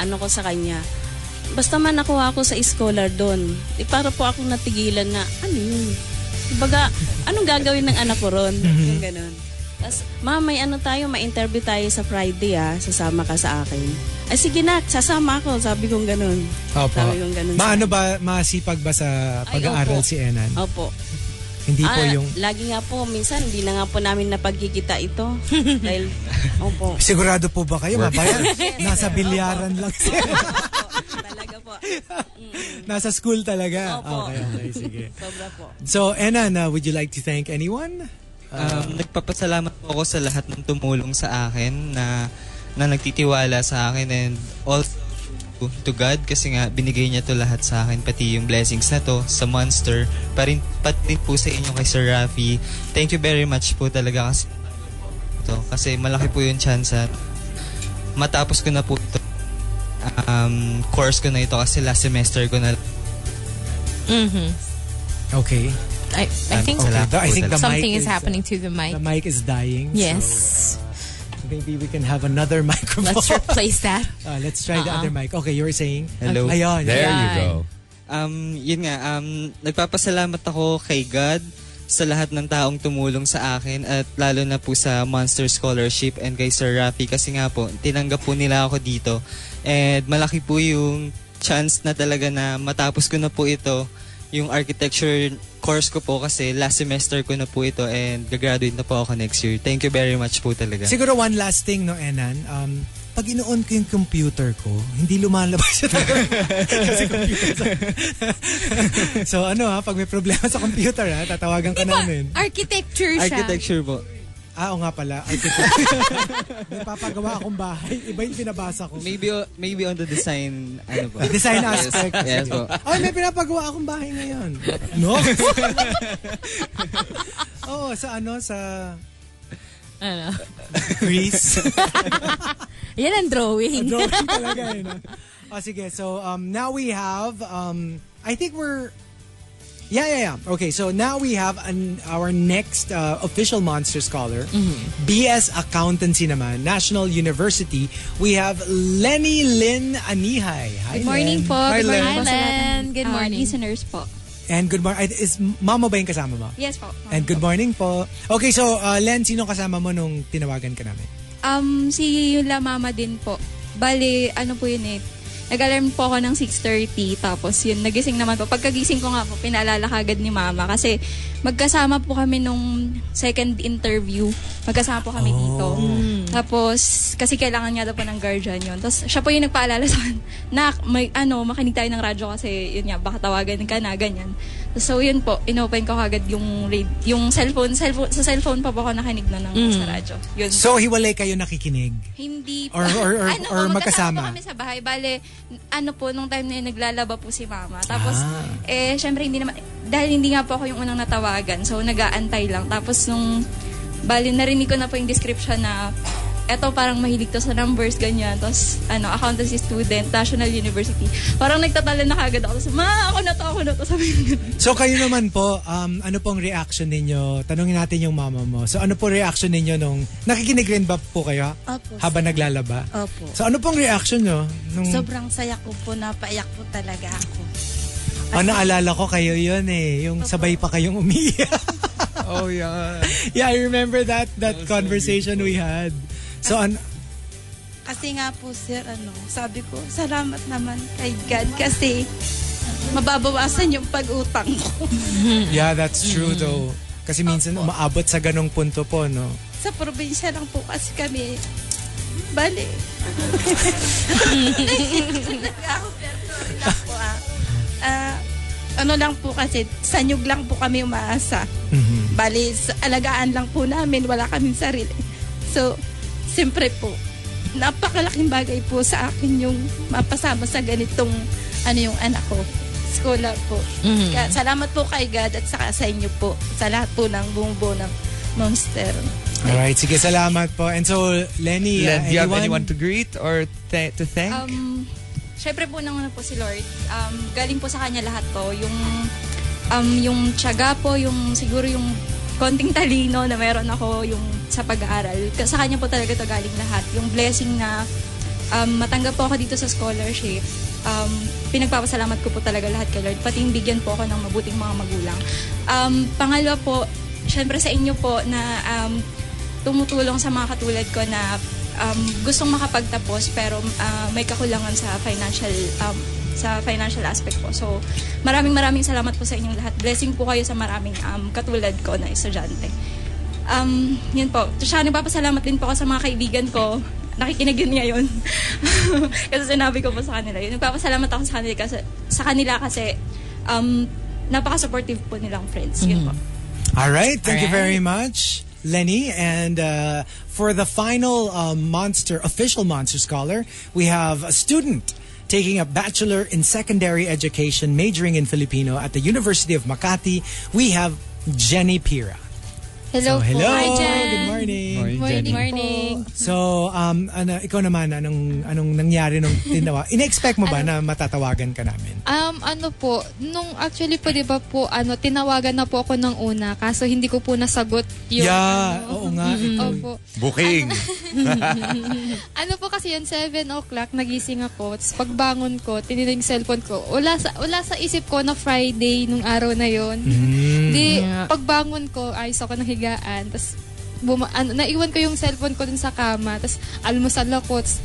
[SPEAKER 18] ano ko sa kanya. Basta man nakuha ako sa scholar doon. Eh, para po akong natigilan na, ano yun? Baga, anong gagawin ng anak ko ron?
[SPEAKER 19] Mhm.
[SPEAKER 18] Yung ganun. Tapos, ma, may ano tayo, may interview tayo sa Friday ah, sasama ka sa akin. Ay, sige na, sasama ako, sabi kong ganun.
[SPEAKER 1] Opo.
[SPEAKER 18] Sabi kong ganun. sa-
[SPEAKER 1] Maano ba, masipag ba sa
[SPEAKER 18] Ay,
[SPEAKER 1] pag-aaral
[SPEAKER 18] opo.
[SPEAKER 1] si Enan?
[SPEAKER 18] Opo.
[SPEAKER 1] Hindi po
[SPEAKER 18] Ah,
[SPEAKER 1] yung...
[SPEAKER 18] Lagi nga po, minsan, hindi na nga po namin napagkikita ito. [laughs] dahil, opo.
[SPEAKER 1] Sigurado po ba kayo?
[SPEAKER 18] Work.
[SPEAKER 1] Mabayan,
[SPEAKER 18] Yes.
[SPEAKER 1] nasa bilyaran lang siya.
[SPEAKER 18] Talaga po.
[SPEAKER 1] nasa school talaga.
[SPEAKER 18] Opo.
[SPEAKER 1] Okay, okay, sige.
[SPEAKER 18] Sobra po.
[SPEAKER 1] So, Enan, uh, would you like to thank anyone?
[SPEAKER 16] Um, nagpapasalamat po ako sa lahat ng tumulong sa akin na na nagtitiwala sa akin and all to, to God kasi nga binigay niya to lahat sa akin pati yung blessings na to sa Monster pa rin, pati po sa inyo kay Sir Rafi thank you very much po talaga kasi to kasi malaki po yung chance at matapos ko na po ito um, course ko na ito kasi last semester ko na
[SPEAKER 2] Mm-hmm.
[SPEAKER 1] Okay.
[SPEAKER 2] I, I think,
[SPEAKER 1] Okay, the- I think the
[SPEAKER 2] something
[SPEAKER 1] mic uh,
[SPEAKER 2] is, happening to the mic.
[SPEAKER 1] The mic is dying.
[SPEAKER 2] Yes.
[SPEAKER 1] So, uh, maybe we can have another [laughs] microphone.
[SPEAKER 2] Let's replace
[SPEAKER 1] [laughs]
[SPEAKER 2] that.
[SPEAKER 1] Uh, let's try the other
[SPEAKER 16] Uh-uh.
[SPEAKER 1] mic. Okay, you were saying?
[SPEAKER 16] Hello.
[SPEAKER 1] Ayun.
[SPEAKER 16] Um, yun nga, um, nagpapasalamat ako kay God sa lahat ng taong tumulong sa akin at lalo na po sa Monster Scholarship and kay Sir Rafi kasi nga po, tinanggap po nila ako dito. And malaki po yung chance na talaga na matapos ko na po ito yung architecture course ko po kasi last semester ko na po ito and gagraduate na po ako next year. Thank you very much po talaga.
[SPEAKER 1] Siguro one last thing, no, Enan? Um, pag inoon ko yung computer ko, hindi lumalabas siya Kasi computer sa... [laughs] so ano ha, pag may problema sa computer ha, tatawagan ka namin.
[SPEAKER 2] Architecture siya.
[SPEAKER 16] po.
[SPEAKER 1] Ah, oo nga pala. Architecture. may papagawa akong bahay. Iba yung pinabasa ko.
[SPEAKER 16] Maybe maybe on the design ano po.
[SPEAKER 1] [laughs] Design
[SPEAKER 16] Yes.
[SPEAKER 1] aspect.
[SPEAKER 16] Yes, po.
[SPEAKER 1] Ay, may pinapagawa akong bahay ngayon. No? Oo, sa ano, sa...
[SPEAKER 2] Ano?
[SPEAKER 1] Greece.
[SPEAKER 2] Yan ang
[SPEAKER 1] [laughs]
[SPEAKER 2] drawing.
[SPEAKER 1] A drawing talaga eh. No? Oh, sige. So, um, now we have, um, I think we're, yeah, yeah, yeah. Okay, so now we have an, our next uh, official Monster Scholar,
[SPEAKER 4] Mm-hmm.
[SPEAKER 1] BS Accountancy naman, National University. We have Lenny Lynn Anihay. Hi,
[SPEAKER 4] Good morning
[SPEAKER 1] Len.
[SPEAKER 4] po. Good morning po sa lahat ng,
[SPEAKER 2] Good
[SPEAKER 4] uh,
[SPEAKER 2] morning.
[SPEAKER 4] listeners po.
[SPEAKER 1] And good morning. Is mama ba yung kasama mo?
[SPEAKER 4] Yes po.
[SPEAKER 1] And good morning po. Okay, so uh, Len, sino kasama mo nung tinawagan ka namin?
[SPEAKER 20] Um, si Yula Mama din po. Bali, ano po yun eh. Nag-alarm po ako ng 6.30 tapos yun, nagising naman po. Pagkagising ko nga po, pinaalala kagad ni Mama kasi magkasama po kami nung second interview. Magkasama po kami dito. Tapos, kasi kailangan niya daw po ng guardian yun. Tapos, siya po yung nagpaalala [laughs] sa akin, Nak, may, ano, makinig tayo ng radyo kasi yun nga, baka tawagan ka na, ganyan. So, yun po, inopen ko kagad yung, rad- yung cellphone, cellphone. Sa cellphone pa po ako nakinig na ng
[SPEAKER 1] Mm.
[SPEAKER 20] sa radyo. Yun.
[SPEAKER 1] So, hiwalay kayo nakikinig?
[SPEAKER 20] Hindi
[SPEAKER 1] Or- or- or-
[SPEAKER 20] ano, po,
[SPEAKER 1] or
[SPEAKER 20] magkasama
[SPEAKER 1] magkasama?
[SPEAKER 20] po kami sa bahay. Bale, ano po, nung time na yun, naglalaba po si mama. Tapos,
[SPEAKER 1] Ah.
[SPEAKER 20] eh, syempre hindi naman, dahil hindi nga po ako yung unang natawagan. So, nag-aantay lang. Tapos, nung, bale, narinig ko na po yung description na, eto parang mahilig to sa numbers, ganyan. Tapos, ano, accountancy student, National University. Parang nagtatala na kagad ako. Tapos, ma, ako na to, ako na to. [laughs] Sabi ko,
[SPEAKER 1] So kayo naman po, um, ano pong reaction ninyo? Tanungin natin yung mama mo. So ano po reaction ninyo nung nakikinig rin ba po kayo?
[SPEAKER 14] Opo.
[SPEAKER 1] Habang naglalaba?
[SPEAKER 14] Opo.
[SPEAKER 1] So ano pong reaction nyo? Nung,
[SPEAKER 14] Sobrang saya ko po, napaiyak po talaga ako.
[SPEAKER 1] Ah, naalala ko kayo yun eh. Yung sabay pa kayong umiiyak.
[SPEAKER 3] [laughs]
[SPEAKER 1] oh yeah. [laughs] Yeah, I remember that that conversation we had. So an [laughs]
[SPEAKER 14] Kasi nga po sir, ano, sabi ko, salamat naman kay God kasi mababawasan yung pag-utang ko. [laughs]
[SPEAKER 1] yeah, that's true
[SPEAKER 3] Mm-hmm.
[SPEAKER 1] though. Kasi minsan umaabot sa ganong punto po, no?
[SPEAKER 14] Sa probinsya lang po kasi kami, bali. lang po ah. Ah, ano lang po kasi, sanyog lang po kami umaasa. Bali, sa- alagaan lang po namin, wala kaming sarili. So, siyempre po, napakalaking bagay po sa akin yung mapasama sa ganitong ano yung anak ko. Scholar po.
[SPEAKER 21] Mhm.
[SPEAKER 14] Kaya salamat po kay God at saka sa inyo po. Sa lahat po ng bumubuo ng monster.
[SPEAKER 1] Alright, sige, salamat po. And so, Lenny, uh,
[SPEAKER 3] Len, do you have
[SPEAKER 1] anyone?
[SPEAKER 3] anyone to greet or th- to thank?
[SPEAKER 20] Um, Siyempre po nang po si Lord. Um, galing po sa kanya lahat po. Yung, um, yung tiyaga po, yung siguro yung konting talino na meron ako yung sa pag-aaral. Ka- Sa kanya po talaga to galing lahat. Yung blessing na um, matanggap po ako dito sa scholarship. Um, pinagpapasalamat ko po talaga lahat kay Lord. Pati yung bigyan po ako ng mabuting mga magulang. Um, pangalawa po, syempre sa inyo po na um, tumutulong sa mga katulad ko na um, gustong makapagtapos pero ah, may kakulangan sa financial um, sa financial aspect po. So, maraming maraming salamat po sa inyong lahat. Blessing po kayo sa maraming um, katulad ko na estudyante. Um, yun po. Siya, nagpapasalamat din po ako sa mga kaibigan ko. Nakikinig yun ngayon. [laughs] kasi sinabi ko po sa kanila. Yun, nagpapasalamat ako sa kanila kasi, sa kanila kasi um, napaka-supportive po nilang friends. Yun po.
[SPEAKER 1] Mm-hmm. All right. Thank you
[SPEAKER 20] Alright.
[SPEAKER 1] very much, Lenny. And uh, for the final uh, monster, official monster scholar, we have a student taking a bachelor in secondary education, majoring in Filipino at the University of Makati. We have Jenny Pira.
[SPEAKER 2] Hello,
[SPEAKER 1] So,
[SPEAKER 2] po.
[SPEAKER 1] hello.
[SPEAKER 2] Hi, Jen.
[SPEAKER 1] Good morning.
[SPEAKER 2] Morning, Morning Jenny. morning.
[SPEAKER 1] So, um, ano, ikaw naman, anong, anong nangyari nung tinawa? Ina-expect mo ba
[SPEAKER 2] Ano?
[SPEAKER 1] na matatawagan ka namin?
[SPEAKER 17] Um, ano po, nung actually po, di ba po, ano, tinawagan na po ako ng una, kaso hindi ko po nasagot yung...
[SPEAKER 1] yeah,
[SPEAKER 17] ano.
[SPEAKER 1] oo nga.
[SPEAKER 17] Mhm.
[SPEAKER 1] ito.
[SPEAKER 17] Opo.
[SPEAKER 22] Booking!
[SPEAKER 17] ano po kasi yun, 7 o'clock, nagising ako. Tapos pagbangon ko, tininig yung cellphone ko. Wala sa, wala sa isip ko na Friday nung araw na yon.
[SPEAKER 15] Mm-hmm.
[SPEAKER 1] Mm.
[SPEAKER 17] Di, pagbangon ko, ayos ako ng higaan. Tapos, buma- ano, naiwan ko yung cellphone ko dun sa kama. Tapos, almusal ako. Tapos,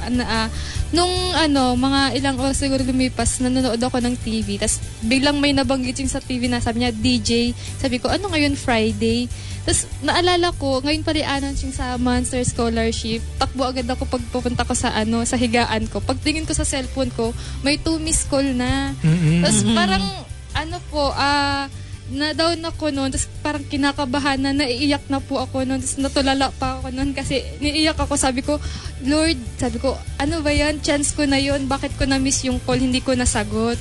[SPEAKER 17] ano, ah, nung ano, mga ilang oras siguro lumipas, nanonood ako ng TV. Tapos, biglang may nabanggit yung sa TV na sabi niya, DJ. Sabi ko, ano ngayon Friday? Tapos, naalala ko, ngayon pa rin announce yung sa Monster Scholarship. Takbo agad ako pag pupunta ko sa ano, sa higaan ko. Pagtingin ko sa cellphone ko, may two missed call na.
[SPEAKER 2] Mm-mm.
[SPEAKER 17] Tapos,
[SPEAKER 2] Mm-mm.
[SPEAKER 17] parang ano po, ah, na-down ako noon, tapos parang kinakabahan na, naiiyak na po ako noon, tapos natulala pa ako noon kasi niiyak ako, sabi ko, Lord, sabi ko, ano ba yan, chance ko na yon bakit ko na-miss yung call, hindi ko nasagot.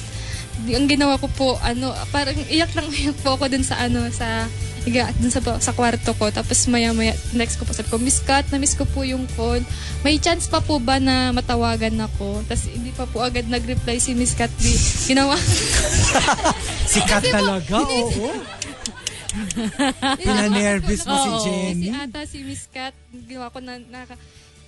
[SPEAKER 17] Di- Ang ginawa ko po, ano, parang iyak lang [laughs] iyak po ako dun sa ano, sa higa, dun sa, sa kwarto ko. Tapos maya-maya, next ko po sabi ko, Miss Kat, na-miss ko po yung call. May chance pa po ba na matawagan ako? Tapos hindi pa po agad nag-reply si Miss Kat. Di, ginawa,
[SPEAKER 1] [laughs] Sikat
[SPEAKER 17] Kasi po,
[SPEAKER 1] talaga,
[SPEAKER 17] hindi-
[SPEAKER 1] oo.
[SPEAKER 17] Pinanervous
[SPEAKER 1] Pinanervous mo si Jenny.
[SPEAKER 17] Si ata, si Miss Kat, ginawa ko na, naka,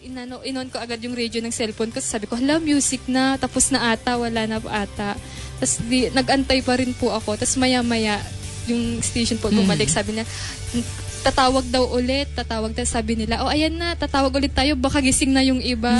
[SPEAKER 17] inano, inon ko agad yung radio ng cellphone ko. Sabi ko, hala, music na. Tapos na ata, wala na po ata. Tapos di, nag-antay pa rin po ako. Tapos maya-maya, yung station po bumalik. Sabi niya, tatawag daw ulit, tatawag tayo, sabi nila, oh ayan na, tatawag ulit tayo, baka gising na yung iba.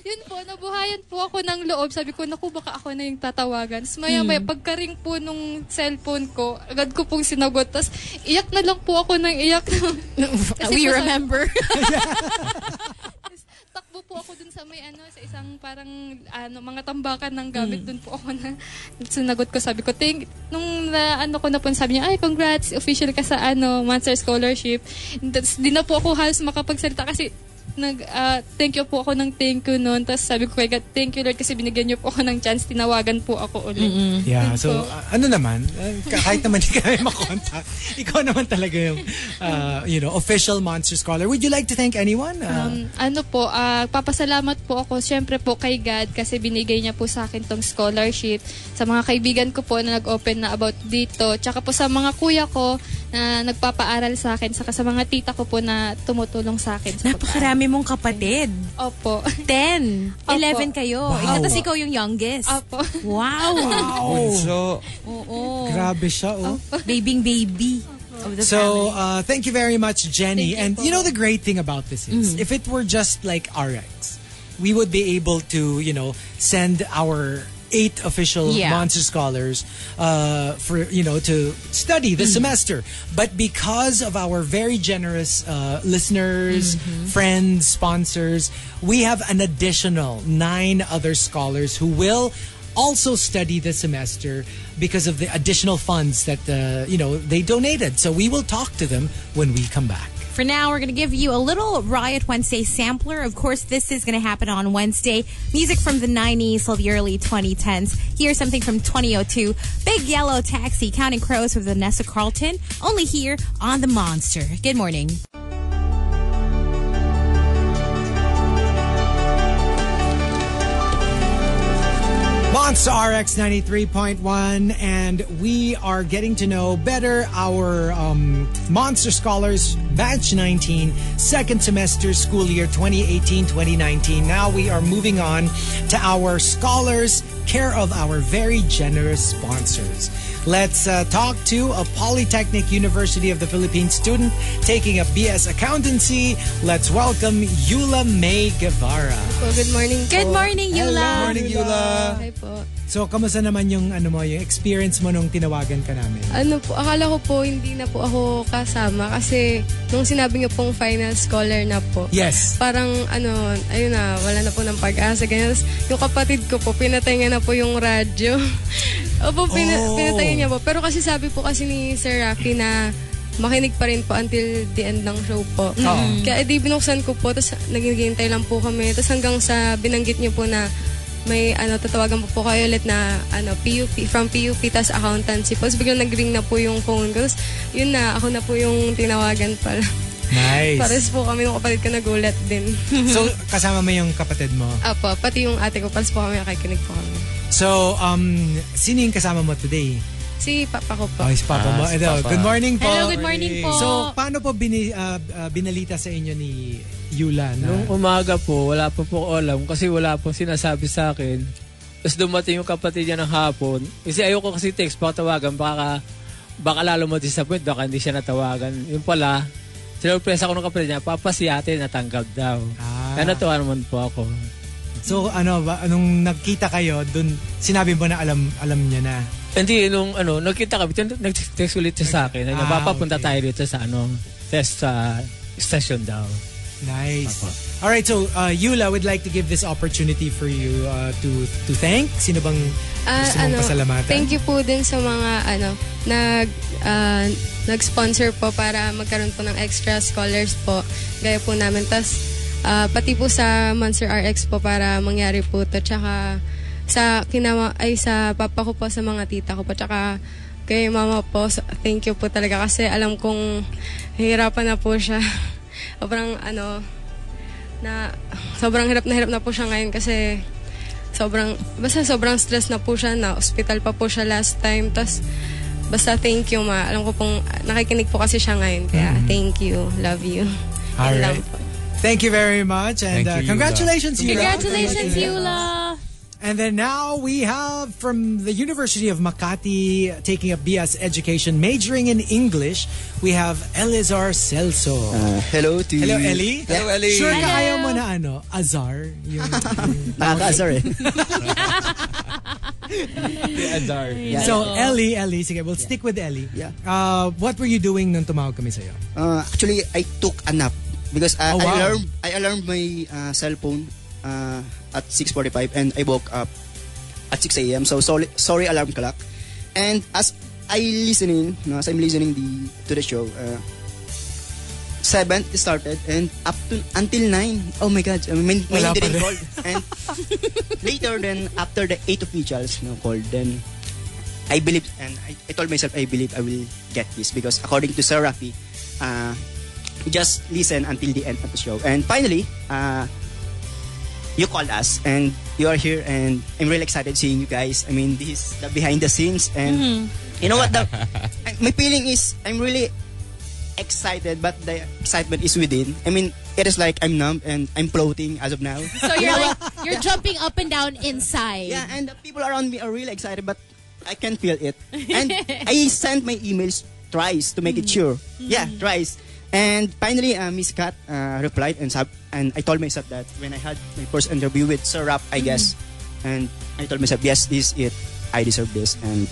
[SPEAKER 17] Yun po, nabuhayan po ako ng loob. Sabi ko, naku, baka ako na yung tatawagan. Tapos maya maya,
[SPEAKER 2] Hmm.
[SPEAKER 17] pagkaring po nung cellphone ko, agad ko pong sinagot. Tapos iyak na lang po ako ng iyak.
[SPEAKER 2] We
[SPEAKER 17] po sabi-
[SPEAKER 2] remember.
[SPEAKER 17] Tapos Takbo po ako dun sa may ano, sa isang parang ano, mga tambakan ng
[SPEAKER 1] Mm.
[SPEAKER 17] gamit. Dun po ako na [laughs] sinagot ko. Sabi ko, thank, nung na, ano ko na po, sabi niya, ay, congrats, official ka sa ano, Monster Scholarship. Tapos di na po ako halos makapagsalita kasi nag ah, thank you po ako ng thank you noon. Tapos sabi ko kay God, thank you Lord kasi binigyan niyo po ako ng chance. Tinawagan po ako ulit.
[SPEAKER 1] [laughs] Yeah,
[SPEAKER 17] Yun
[SPEAKER 1] so
[SPEAKER 17] po.
[SPEAKER 1] uh, ano naman, uh, kahit naman hindi kami makontak, [laughs] ikaw naman talaga yung, uh, you know, official Monster Scholar. Would you like to thank anyone? Uh,
[SPEAKER 17] Um, ano po, ah, papasalamat po ako syempre po kay God kasi binigay niya po sa akin tong scholarship sa mga kaibigan ko po na nag-open na about dito. Tsaka po sa mga kuya ko na nagpapaaral sa akin saka sa mga tita ko po na tumutulong sa akin. Sa
[SPEAKER 2] Napakarami mong kapatid.
[SPEAKER 17] Opo.
[SPEAKER 2] Ten.
[SPEAKER 17] Opo.
[SPEAKER 2] Eleven kayo.
[SPEAKER 1] Wow.
[SPEAKER 2] Ikaw, tas ikaw yung youngest.
[SPEAKER 17] Opo.
[SPEAKER 2] Wow.
[SPEAKER 17] Um,
[SPEAKER 1] Bunso.
[SPEAKER 2] Oo.
[SPEAKER 1] Grabe siya, oh.
[SPEAKER 2] Babing baby. Of the
[SPEAKER 1] So,
[SPEAKER 2] family.
[SPEAKER 1] uh, thank you very much, Jenny.
[SPEAKER 2] Thank you
[SPEAKER 1] and
[SPEAKER 2] po. Mm-hmm.
[SPEAKER 1] you know the great thing about this is, if it were just like RX, we would be able to, you know, send our eight official
[SPEAKER 19] Yeah.
[SPEAKER 1] Monster Scholars uh, for, you know, to study the
[SPEAKER 2] Mm.
[SPEAKER 1] semester. But because of our very generous uh, listeners, friends, sponsors, we have an additional nine other scholars who will also study this semester because of the additional funds that uh, you know they donated. So we will talk to them when we come back.
[SPEAKER 2] For now, we're going to give you a little Riot Wednesday sampler. Of course, this is going to happen on Wednesday. Music from the 90s till the early 2010s. Here's something from 2002. Big Yellow Taxi, Counting Crows with Vanessa Carlton. Only here on The Monster. Good morning.
[SPEAKER 1] Monster RX 93.1, and we are getting to know better our um, Monster Scholars Batch 19, second semester school year 2018 2019. Now we are moving on to our scholars, care of our very generous sponsors. Let's uh, talk to a Polytechnic University of the Philippines student taking a BS accountancy. Let's welcome Eula May Guevara.
[SPEAKER 23] So, Oh, good morning po.
[SPEAKER 2] Good morning, Yula.
[SPEAKER 1] Good morning, Yula.
[SPEAKER 23] Hi po.
[SPEAKER 1] So, kamusta naman yung ano mo, yung experience mo nung tinawagan ka namin?
[SPEAKER 23] Ano po, akala ko po hindi na po ako kasama kasi nung sinabi niyo pong final scholar na po.
[SPEAKER 1] Yes.
[SPEAKER 23] Parang ano, ayun na, wala na po ng pag-asa. Ganyan. Tapos, yung kapatid ko po, pinatay niya na po yung radyo. [laughs] Opo, pina,
[SPEAKER 24] Oh.
[SPEAKER 23] pinatay niya po. Pero kasi sabi po kasi ni Sir Rafi na makinig pa rin po until the end ng show po.
[SPEAKER 1] Mm.
[SPEAKER 24] Oo.
[SPEAKER 23] Kaya edi binuksan ko po, tapos naghihintay lang po kami. Tapos hanggang sa binanggit niyo po na may ano tatawagan po po kayo ulit na ano PUP from PUP tas accountancy po. Tapos biglang nag-ring na po yung phone ko. Tapos yun na ako na po yung tinawagan pala.
[SPEAKER 1] Nice.
[SPEAKER 23] [laughs] Pares po kami ng kapatid ko nagulat din.
[SPEAKER 1] so, kasama mo yung kapatid mo.
[SPEAKER 23] [laughs] Apo, pati yung ate ko pares po kami nakikinig po kami.
[SPEAKER 1] So, um, sino yung kasama mo today?
[SPEAKER 23] Si papa ko po.
[SPEAKER 1] Oh, is Papa mo. Ito, Good morning po.
[SPEAKER 23] Hello, good morning po.
[SPEAKER 1] So, paano po bini, ah, ah, binalita sa inyo ni Yula na...
[SPEAKER 25] Ano? Nung umaga po, wala pa po ako alam kasi wala pong sinasabi sa akin. Tapos dumating yung kapatid niya ng hapon. Kasi ayoko kasi text, baka tawagan, baka, baka lalo ma-disappoint, baka hindi siya natawagan. Yun pala, sinurpresa ko ng kapatid niya, papa si ate natanggap daw.
[SPEAKER 1] Ah.
[SPEAKER 25] Kaya natuwa naman po ako.
[SPEAKER 1] So, ano ba, nung nagkita kayo, dun, sinabi mo na alam, alam niya na.
[SPEAKER 25] Hindi, nung ano, nagkita kami, tin- nag-text ulit siya sa akin.
[SPEAKER 1] Ah,
[SPEAKER 25] Ah, Papapunta tayo dito sa ano, test sa station daw.
[SPEAKER 1] Nice. All right, so uh, Yula would like to give this opportunity for you uh, to to thank. Sino bang
[SPEAKER 23] Ah,
[SPEAKER 1] gusto mong pasalamatan?
[SPEAKER 23] Thank you po din sa mga ano nag ah, nag-sponsor po para magkaroon po ng extra scholars po gaya po namin. Tapos ah, pati po sa Monster RX po para mangyari po to. Tsaka sa kinama ay sa papa ko po sa mga tita ko po tsaka kay mama po so- thank you po talaga kasi alam kong hirapan na po siya. [laughs] Sobrang ano na sobrang hirap na hirap na po siya ngayon kasi sobrang, basta sobrang stress na po siya na hospital pa po siya last time. Tapos, basta thank you ma. Alam ko pong ah, nakikinig po kasi siya ngayon. Kaya
[SPEAKER 1] Mhm.
[SPEAKER 23] thank you. Love you.
[SPEAKER 1] All
[SPEAKER 23] Yun lang
[SPEAKER 1] right. Thank you very much, and
[SPEAKER 25] Thank
[SPEAKER 1] uh,
[SPEAKER 25] you, Yula.
[SPEAKER 1] congratulations, Yula.
[SPEAKER 2] Congratulations, Yula.
[SPEAKER 1] And And then now we have from the University of Makati taking up BS education, majoring in English, we have Elizar Celso.
[SPEAKER 19] Uh, hello to
[SPEAKER 1] Hello, Ellie.
[SPEAKER 19] Hello, Ellie.
[SPEAKER 1] Sure
[SPEAKER 19] Hello.
[SPEAKER 1] ka ayaw mo na ano, Azar? Yung,
[SPEAKER 19] Nakaka-azar eh.
[SPEAKER 1] Azar.
[SPEAKER 19] Yeah.
[SPEAKER 1] So,
[SPEAKER 19] Oo.
[SPEAKER 1] Ellie, Ellie. Sige, we'll stick with Ellie. Yeah. Uh, what were you doing nung tumawag kami sa'yo?
[SPEAKER 19] Uh, actually, I took a nap because uh,
[SPEAKER 1] Oh,
[SPEAKER 19] I
[SPEAKER 1] wow.
[SPEAKER 19] alarmed I alarmed my uh, cell phone uh, at 6:45 and I woke up at 6 a.m. So sorry, sorry alarm clock. And as I listening, no, as I'm listening the to the show, uh, seven started and up to until nine. Oh my God, I mean, my
[SPEAKER 1] Wala pa
[SPEAKER 19] didn't
[SPEAKER 1] rin.
[SPEAKER 19] call.
[SPEAKER 1] [laughs]
[SPEAKER 19] And later, then after the eight officials no called, then I believe and I, I told myself I believe I will get this because according to Sir Rafi, uh, just listen until the end of the show. And finally, uh, you called us and you are here and I'm really excited seeing you guys. I mean, this is the behind the scenes and
[SPEAKER 1] Mm-hmm.
[SPEAKER 26] Mm-hmm.
[SPEAKER 19] you know what the my feeling is I'm really excited but the excitement is within. I mean, it is like I'm numb and I'm floating as of now.
[SPEAKER 2] So you're like, you're jumping up and down inside. Yeah,
[SPEAKER 19] and the people around me are really excited, but I can feel it. And I sent my emails twice to make it sure. Yeah, twice. And finally, uh, Miss Kat uh, replied and sab- and I told myself that when I had my first interview with Sir Rap, I guess, and I told myself, yes, this is it. I deserve this. And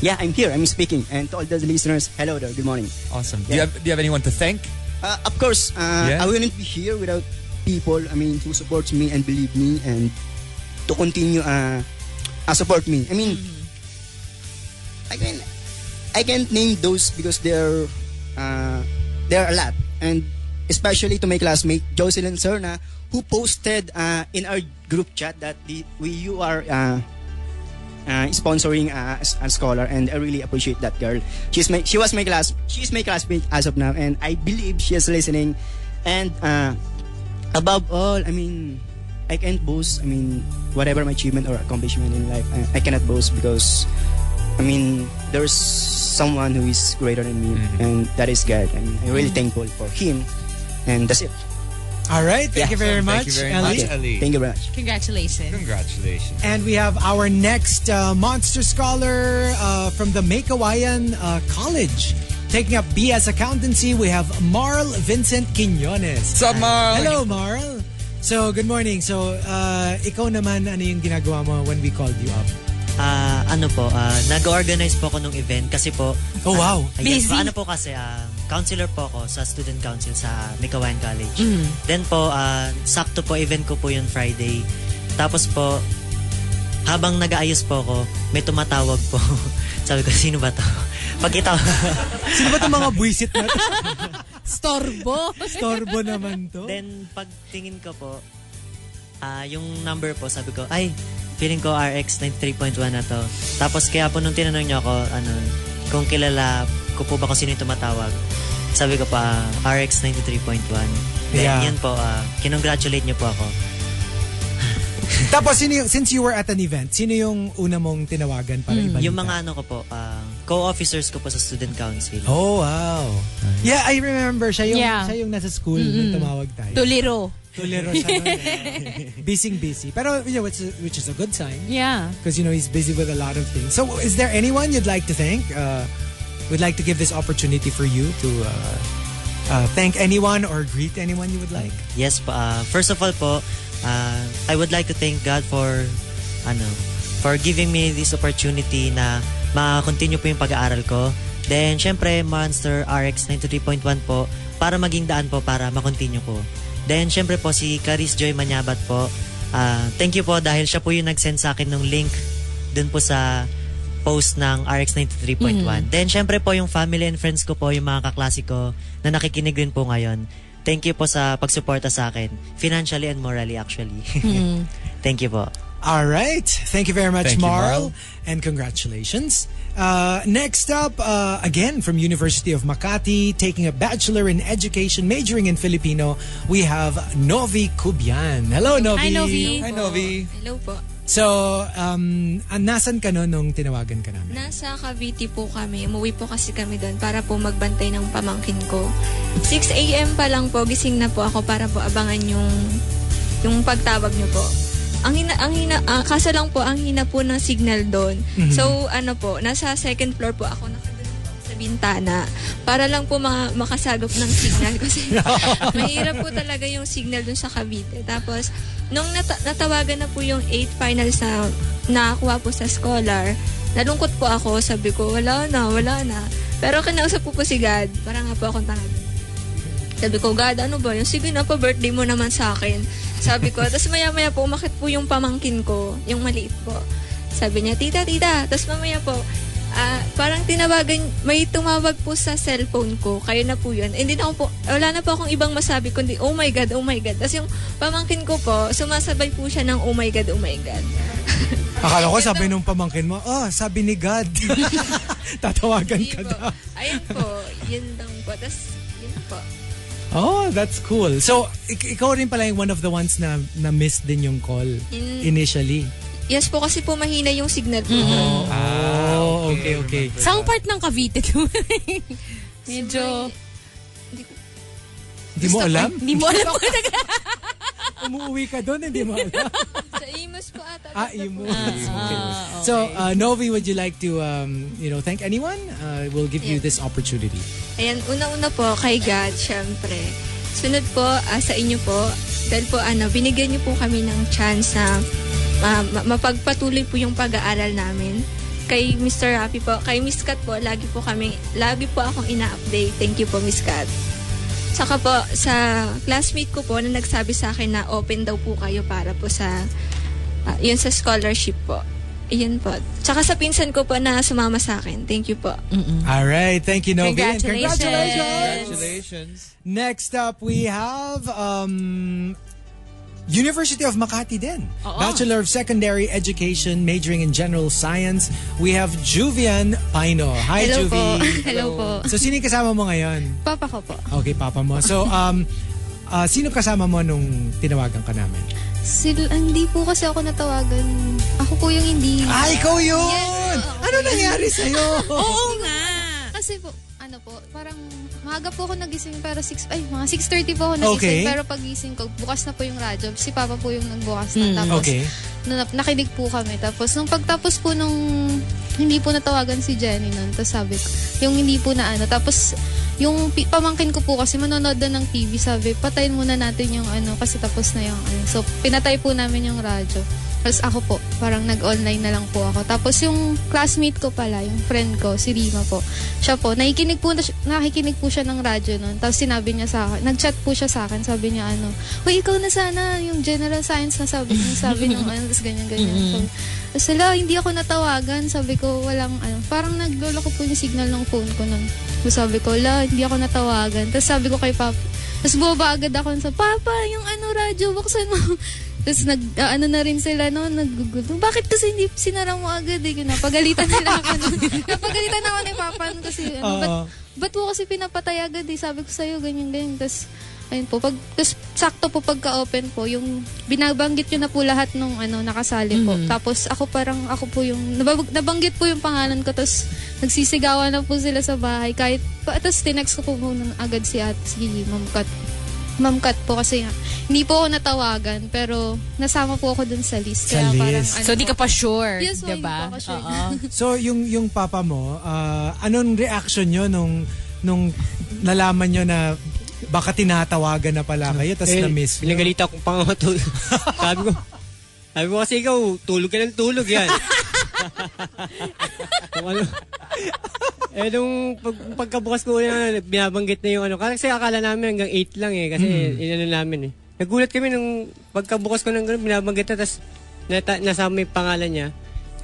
[SPEAKER 19] yeah, I'm here. I'm speaking. And to all the listeners, hello there. Good morning.
[SPEAKER 24] Awesome. Do, you have, do you have anyone to thank?
[SPEAKER 19] Uh, of course, uh,
[SPEAKER 24] Yeah.
[SPEAKER 19] I wouldn't be here without people, I mean, who supports me and believe me and to continue uh, uh, support me. I mean, I can I can't name those because they're uh, there are a lot. And especially to my classmate, Jocelyn Serna, who posted uh, in our group chat that the, we, you are uh, uh, sponsoring uh, as a scholar and I really appreciate that girl. She's my she was my class she's my classmate as of now and I believe she is listening and uh, above all I mean I can't boast I mean whatever my achievement or accomplishment in life I, I cannot boast because I mean there's someone who is greater than me
[SPEAKER 1] Mm-hmm.
[SPEAKER 19] and that is God I mean I'm really thankful for him and that's it.
[SPEAKER 1] All right, thank you very
[SPEAKER 19] Thank
[SPEAKER 1] much,
[SPEAKER 19] you very
[SPEAKER 1] Ellie.
[SPEAKER 19] much, Ellie. Thank you very much.
[SPEAKER 2] Congratulations.
[SPEAKER 24] Congratulations.
[SPEAKER 1] And we have our next uh, monster scholar uh, from the Mekawayan uh, College. Taking up BS Accountancy, we have Marl Vincent Quinones. What's
[SPEAKER 24] up, Marl?
[SPEAKER 1] Hello, Marl. So, good morning. So, uh, ikaw naman, ano yung ginagawa mo when we called you up?
[SPEAKER 26] Ah, ano po, ah, nag-organize po ako ng event kasi po...
[SPEAKER 1] Oh, wow.
[SPEAKER 26] Ah, yes po. ano po kasi, ah, counselor po ako sa student council sa Mikawayan College.
[SPEAKER 27] Mm.
[SPEAKER 26] Then po, ah, sakto po event ko po yung Friday. Tapos po, habang nag-aayos po ako, may tumatawag po. [laughs] Sabi ko, sino ba to? Pagkita
[SPEAKER 1] Sino ba itong mga buwisit na
[SPEAKER 26] [laughs]
[SPEAKER 1] to?
[SPEAKER 26] Storbo.
[SPEAKER 1] [laughs] Storbo naman to.
[SPEAKER 26] Then, pagtingin ko po, ah yung number po, sabi ko, ay, feeling ko RX 93.1 na to. Tapos kaya po nung tinanong niyo ako, ano, kung kilala ko po ba kung sino yung tumatawag, sabi ko pa, ah, RX 93.1. Then,
[SPEAKER 1] Yeah.
[SPEAKER 26] yun po, ah, kinongratulate niyo po ako.
[SPEAKER 1] Tapos, sino yung, since you were at an event, sino yung una mong tinawagan para ibalita?
[SPEAKER 26] Yung mga ano ko po, ah, co-officers ko po sa student council.
[SPEAKER 1] Oh, wow. Yeah, I remember. Siya yung,
[SPEAKER 26] Yeah.
[SPEAKER 1] siya yung nasa school nung
[SPEAKER 26] Mm-mm.
[SPEAKER 1] tumawag tayo.
[SPEAKER 2] Tuliro.
[SPEAKER 1] Tuliro siya.
[SPEAKER 2] [laughs] eh.
[SPEAKER 1] Busy busy. Pero, you know, which, is- which is a good sign.
[SPEAKER 2] yeah.
[SPEAKER 1] Because, you know, he's busy with a lot of things. So, is there anyone you'd like to thank? Uh, would like to give this opportunity for you to uh, uh, thank anyone or greet anyone you would like?
[SPEAKER 26] Yes po. ah, first of all po, ah, I would like to thank God for ano, for giving me this opportunity na ma-continue po yung pag-aaral ko. Then, syempre, Monster RX 93.1 po para maging daan po para ma-continue ko. Then, syempre po, si Caris Joy Manyabat po. ah, thank you po dahil siya po yung nag-send sa akin ng link dun po sa post ng RX 93.1.
[SPEAKER 24] Mhm.
[SPEAKER 26] Then, syempre po, yung family and friends ko po, yung mga kaklase ko na nakikinig rin po ngayon. Thank you po sa pagsuporta sa akin. Financially and morally, actually. [laughs]
[SPEAKER 1] Mhm.
[SPEAKER 26] Thank you po.
[SPEAKER 1] [laughs] All right. Thank you very much,
[SPEAKER 26] Thank you,
[SPEAKER 1] Marl, and congratulations. Uh, next up, uh, again from University of Makati, taking a bachelor in education, majoring in Filipino, we have Novi Kubian. Hello,
[SPEAKER 24] Hi,
[SPEAKER 1] Novi.
[SPEAKER 24] Novi.
[SPEAKER 28] Hello po.
[SPEAKER 1] So, um, ah, nasan ka no nung tinawagan ka namin?
[SPEAKER 28] Nasa Cavite po kami. Umuwi po kasi kami doon para po magbantay ng pamangkin ko. 6 a.m. pa lang po, gising na po ako para po abangan yung, yung pagtawag niyo po. Ang hina, ang hina, ah, kaso lang po, ang hina po ng signal doon.
[SPEAKER 24] Mm-hmm.
[SPEAKER 6] Mhm.
[SPEAKER 28] So, ano po, nasa second floor po ako nakadun po ako sa bintana para lang po ma- makasagap ng signal kasi mahirap po talaga yung signal doon sa Cavite. Tapos, nung nata- natawagan na po yung eight finals na nakakuha po sa scholar, nalungkot po ako. Sabi ko, wala na, wala na. Pero kinausap ko po si God. Parang nga po akong tangad. Sabi ko, God, ano ba yun? Sige na, pa-birthday mo naman sa akin. Sabi ko, tapos maya-maya po, umakit po yung pamangkin ko, yung maliit po. Sabi niya, tita, tita. Tapos mamaya po, ah, parang tinawagan, may tumawag po sa cellphone ko. Kayo na po yun. Hindi na ako po, wala na po akong ibang masabi, kundi, oh my God, oh my God. Tapos yung pamangkin ko po, sumasabay po siya ng oh my God, oh my God.
[SPEAKER 1] Akala ko sabi nung pamangkin mo, oh, sabi ni God.
[SPEAKER 2] [laughs]
[SPEAKER 1] Tatawagan ka daw.
[SPEAKER 28] Ayun
[SPEAKER 1] [laughs]
[SPEAKER 28] po, yun lang po. Tapos, yun po.
[SPEAKER 1] Oh, that's cool. So, ik- ikaw rin pala yung one of the ones na na-miss din yung call
[SPEAKER 28] Mm.
[SPEAKER 1] initially.
[SPEAKER 28] Yes po, kasi po mahina yung signal po.
[SPEAKER 2] Mm.
[SPEAKER 1] Mm-hmm. Oh, okay, okay.
[SPEAKER 2] Saang part ng Cavite
[SPEAKER 28] [laughs]
[SPEAKER 2] to? Medyo...
[SPEAKER 1] Hindi mo alam?
[SPEAKER 2] Hindi mo alam kung
[SPEAKER 1] [laughs] Umuwi ka doon, hindi mo
[SPEAKER 2] [laughs]
[SPEAKER 1] alam.
[SPEAKER 28] Sa Imus po ata.
[SPEAKER 1] Ah, Imus. [laughs]
[SPEAKER 2] ah,
[SPEAKER 1] So, uh, Novi, would you like to, um, you know, thank anyone? Uh, we'll give you this opportunity.
[SPEAKER 28] Ayan, una-una po kay God, syempre. Sunod po ah, sa inyo po, dahil po ano, binigyan niyo po kami ng chance na ah, ma- mapagpatuloy po yung pag-aaral namin. Kay Mr. Rafi po, kay Miss Kat po, lagi po kami, lagi po akong ina-update. Thank you po, Miss Kat. Saka po, sa classmate ko po na nagsabi sa akin na open daw po kayo para po sa, ah, yun sa scholarship po. Iyan po. Tsaka sa pinsan ko po na sumama sa akin. Thank you po.
[SPEAKER 1] All right. Thank you, Novi. and
[SPEAKER 28] Congratulations.
[SPEAKER 1] Congratulations. Next up, we have um, University of Makati din.
[SPEAKER 9] Oo.
[SPEAKER 1] Bachelor of Secondary Education, majoring in General Science. We have Juvian Pino. Hi,
[SPEAKER 28] Hello
[SPEAKER 1] Juvi.
[SPEAKER 28] po. [laughs] Hello po.
[SPEAKER 1] So, sino yung kasama mo ngayon?
[SPEAKER 28] Papa ko po.
[SPEAKER 1] Okay, papa mo. So, um, ah, sino kasama mo nung tinawagan ka namin?
[SPEAKER 6] Sil hindi po kasi ako natawagan. Ako po yung hindi.
[SPEAKER 1] Ah, ikaw yun! Ano nangyari sa'yo?
[SPEAKER 6] [laughs] Oo nga! Kasi po, ano po, parang maaga po ako nagising pero 6, ay mga 6.30 po ako nagising
[SPEAKER 1] Okay.
[SPEAKER 6] pero pagising ko, bukas na po yung radyo. Si Papa po yung nagbukas na. Mm, tapos
[SPEAKER 1] Hmm, okay.
[SPEAKER 6] na, nakinig po kami. Tapos nung pagtapos po nung hindi po natawagan si Jenny nun, tapos sabi ko, yung hindi po na ano. Tapos yung pi- pamangkin ko po kasi manonood na ng TV, sabi, patayin muna natin yung ano kasi tapos na yung ano. So pinatay po namin yung radyo. Tapos ako po, parang nag-online na lang po ako. Tapos yung classmate ko pala, yung friend ko, si Rima po, siya po, nakikinig po, na, nakikinig po siya ng radyo noon. Tapos sinabi niya sa akin, nag-chat po siya sa akin, sabi niya ano, Uy, ikaw na sana, yung general science na sabi, yung sabi nung ano, tapos ganyan, ganyan. Mm. Sabi- Tapos "Ala, hindi ako natawagan. Sabi ko, walang ano. Parang naglolo ko po yung signal ng phone ko nun. Tapos sabi ko, la, hindi ako natawagan. Tapos sabi ko kay Papa. Tapos bumaba agad ako sa, Papa, yung ano, radyo, buksan mo. [laughs] Tapos nag, ah, ano na rin sila, no, naggugulo. Bakit kasi hindi sinara mo agad eh? Yun, napagalitan nila ako nun. napagalitan ako ni Papa nun kasi, ano, ba't,
[SPEAKER 1] Oo.
[SPEAKER 6] ba't mo kasi pinapatay agad eh? Sabi ko sa'yo, ganyan, ganyan. Tapos, ayun po, pag, tapos sakto po pagka-open po, yung binabanggit nyo na po lahat nung ano, nakasali po. Mhm.
[SPEAKER 2] Mm-hmm.
[SPEAKER 6] Tapos ako parang, ako po yung, nabab- nabanggit po yung pangalan ko, tapos nagsisigawan na po sila sa bahay. Kahit, pa- tapos tinext ko po muna agad si at si Ma'am Kat. Ma'am Kat po kasi nga, hindi po ako natawagan, pero nasama po ako dun sa list.
[SPEAKER 2] Sa
[SPEAKER 6] Kaya parang,
[SPEAKER 2] list.
[SPEAKER 6] ano
[SPEAKER 2] So, di
[SPEAKER 6] po.
[SPEAKER 2] ka pa sure,
[SPEAKER 6] Yes, po,
[SPEAKER 2] diba?
[SPEAKER 6] hindi po ako sure.
[SPEAKER 2] Oo.
[SPEAKER 1] So, yung yung papa mo, ah, anong reaction nyo nung, nung nalaman nyo na baka tinatawagan na pala kayo tapos
[SPEAKER 10] Eh,
[SPEAKER 1] na-miss nyo?
[SPEAKER 10] Pinagalita akong pangato.
[SPEAKER 1] [laughs]
[SPEAKER 10] sabi ko, sabi ko kasi ikaw, tulog ka ng tulog yan. Kung ano, eh, nung pag, pagkabukas ko na, binabanggit na yung ano. Kasi akala namin hanggang 8 lang eh. Kasi
[SPEAKER 12] Mm.
[SPEAKER 10] inano namin eh. Nagulat kami nung pagkabukas ko ng ganun, binabanggit na. Tapos nata, nasama yung pangalan niya.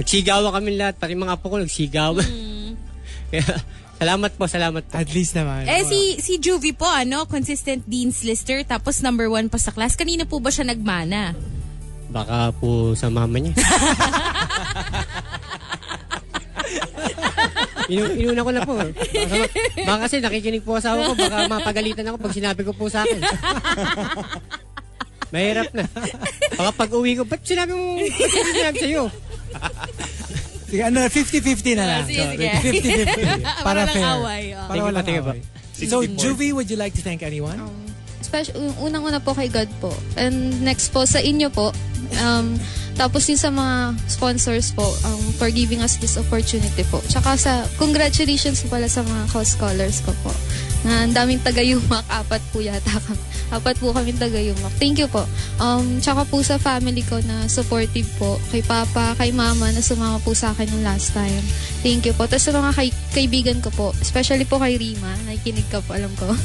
[SPEAKER 10] Nagsigawa kami lahat. Pati mga apo ko nagsigawa.
[SPEAKER 2] Mm. Hmm.
[SPEAKER 10] Kaya, [laughs] salamat po, salamat po.
[SPEAKER 1] At least naman.
[SPEAKER 2] Eh si, si Juvie po, ano, consistent dean's lister, tapos number one pa sa class. Kanina po ba siya nagmana?
[SPEAKER 10] Baka po sa
[SPEAKER 1] [laughs]
[SPEAKER 10] mama niya. Inu inuna ko na po. Baka, baka kasi nakikinig po asawa ko, baka mapagalitan ako pag sinabi ko po sa
[SPEAKER 2] [laughs]
[SPEAKER 10] akin. Mahirap na. Baka pag uwi ko, ba't sinabi mo, ba't hindi sinabi sa'yo?
[SPEAKER 1] Sige, ano, 50-50 na lang.
[SPEAKER 10] Ah, sige, sige.
[SPEAKER 1] 50-50. Para
[SPEAKER 10] [laughs] Para lang
[SPEAKER 1] fair.
[SPEAKER 10] away,
[SPEAKER 1] Para
[SPEAKER 10] oh. Tingin pa, Oh.
[SPEAKER 1] walang
[SPEAKER 10] tingin pa.
[SPEAKER 1] away. So,
[SPEAKER 10] 60-40.
[SPEAKER 1] Juvie, would you like to thank anyone?
[SPEAKER 6] special, yung unang-una po kay God po. And next po sa inyo po. Um, tapos yun sa mga sponsors po um, for giving us this opportunity po. Tsaka sa congratulations po pala sa mga co-scholars ko po. Na ang daming taga-yumak. [laughs] Apat po yata kami. Apat po kami taga-yumak. Thank you po. Um, tsaka po sa family ko na supportive po. Kay Papa, kay Mama na sumama po sa akin nung last time. Thank you po. Tapos sa mga kay- kaibigan ko po. Especially po kay Rima. Nakikinig ka po, alam ko. [laughs]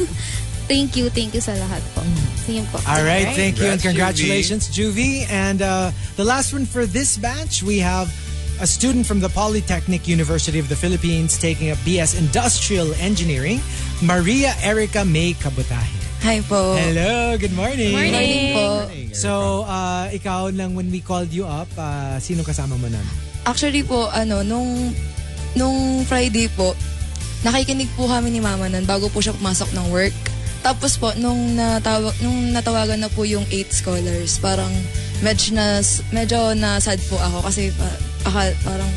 [SPEAKER 6] thank you, thank you sa lahat po. Thank you po.
[SPEAKER 1] Mm. All right, thank you and
[SPEAKER 3] Congrats,
[SPEAKER 1] congratulations, Juvie. And uh, the last one for this batch, we have a student from the Polytechnic University of the Philippines taking a BS Industrial Engineering, Maria Erica May Kabutahe.
[SPEAKER 9] Hi po.
[SPEAKER 1] Hello, good morning.
[SPEAKER 9] Morning. Morning po.
[SPEAKER 1] So, uh, ikaw lang when we called you up, uh, sino kasama mo nun?
[SPEAKER 9] Actually po, ano, nung, nung Friday po, nakikinig po kami ni Mama nun bago po siya pumasok ng work. Tapos po, nung, natawag, nung natawagan na po yung eight scholars, parang medyo na, medyo na sad po ako kasi pa, akal- parang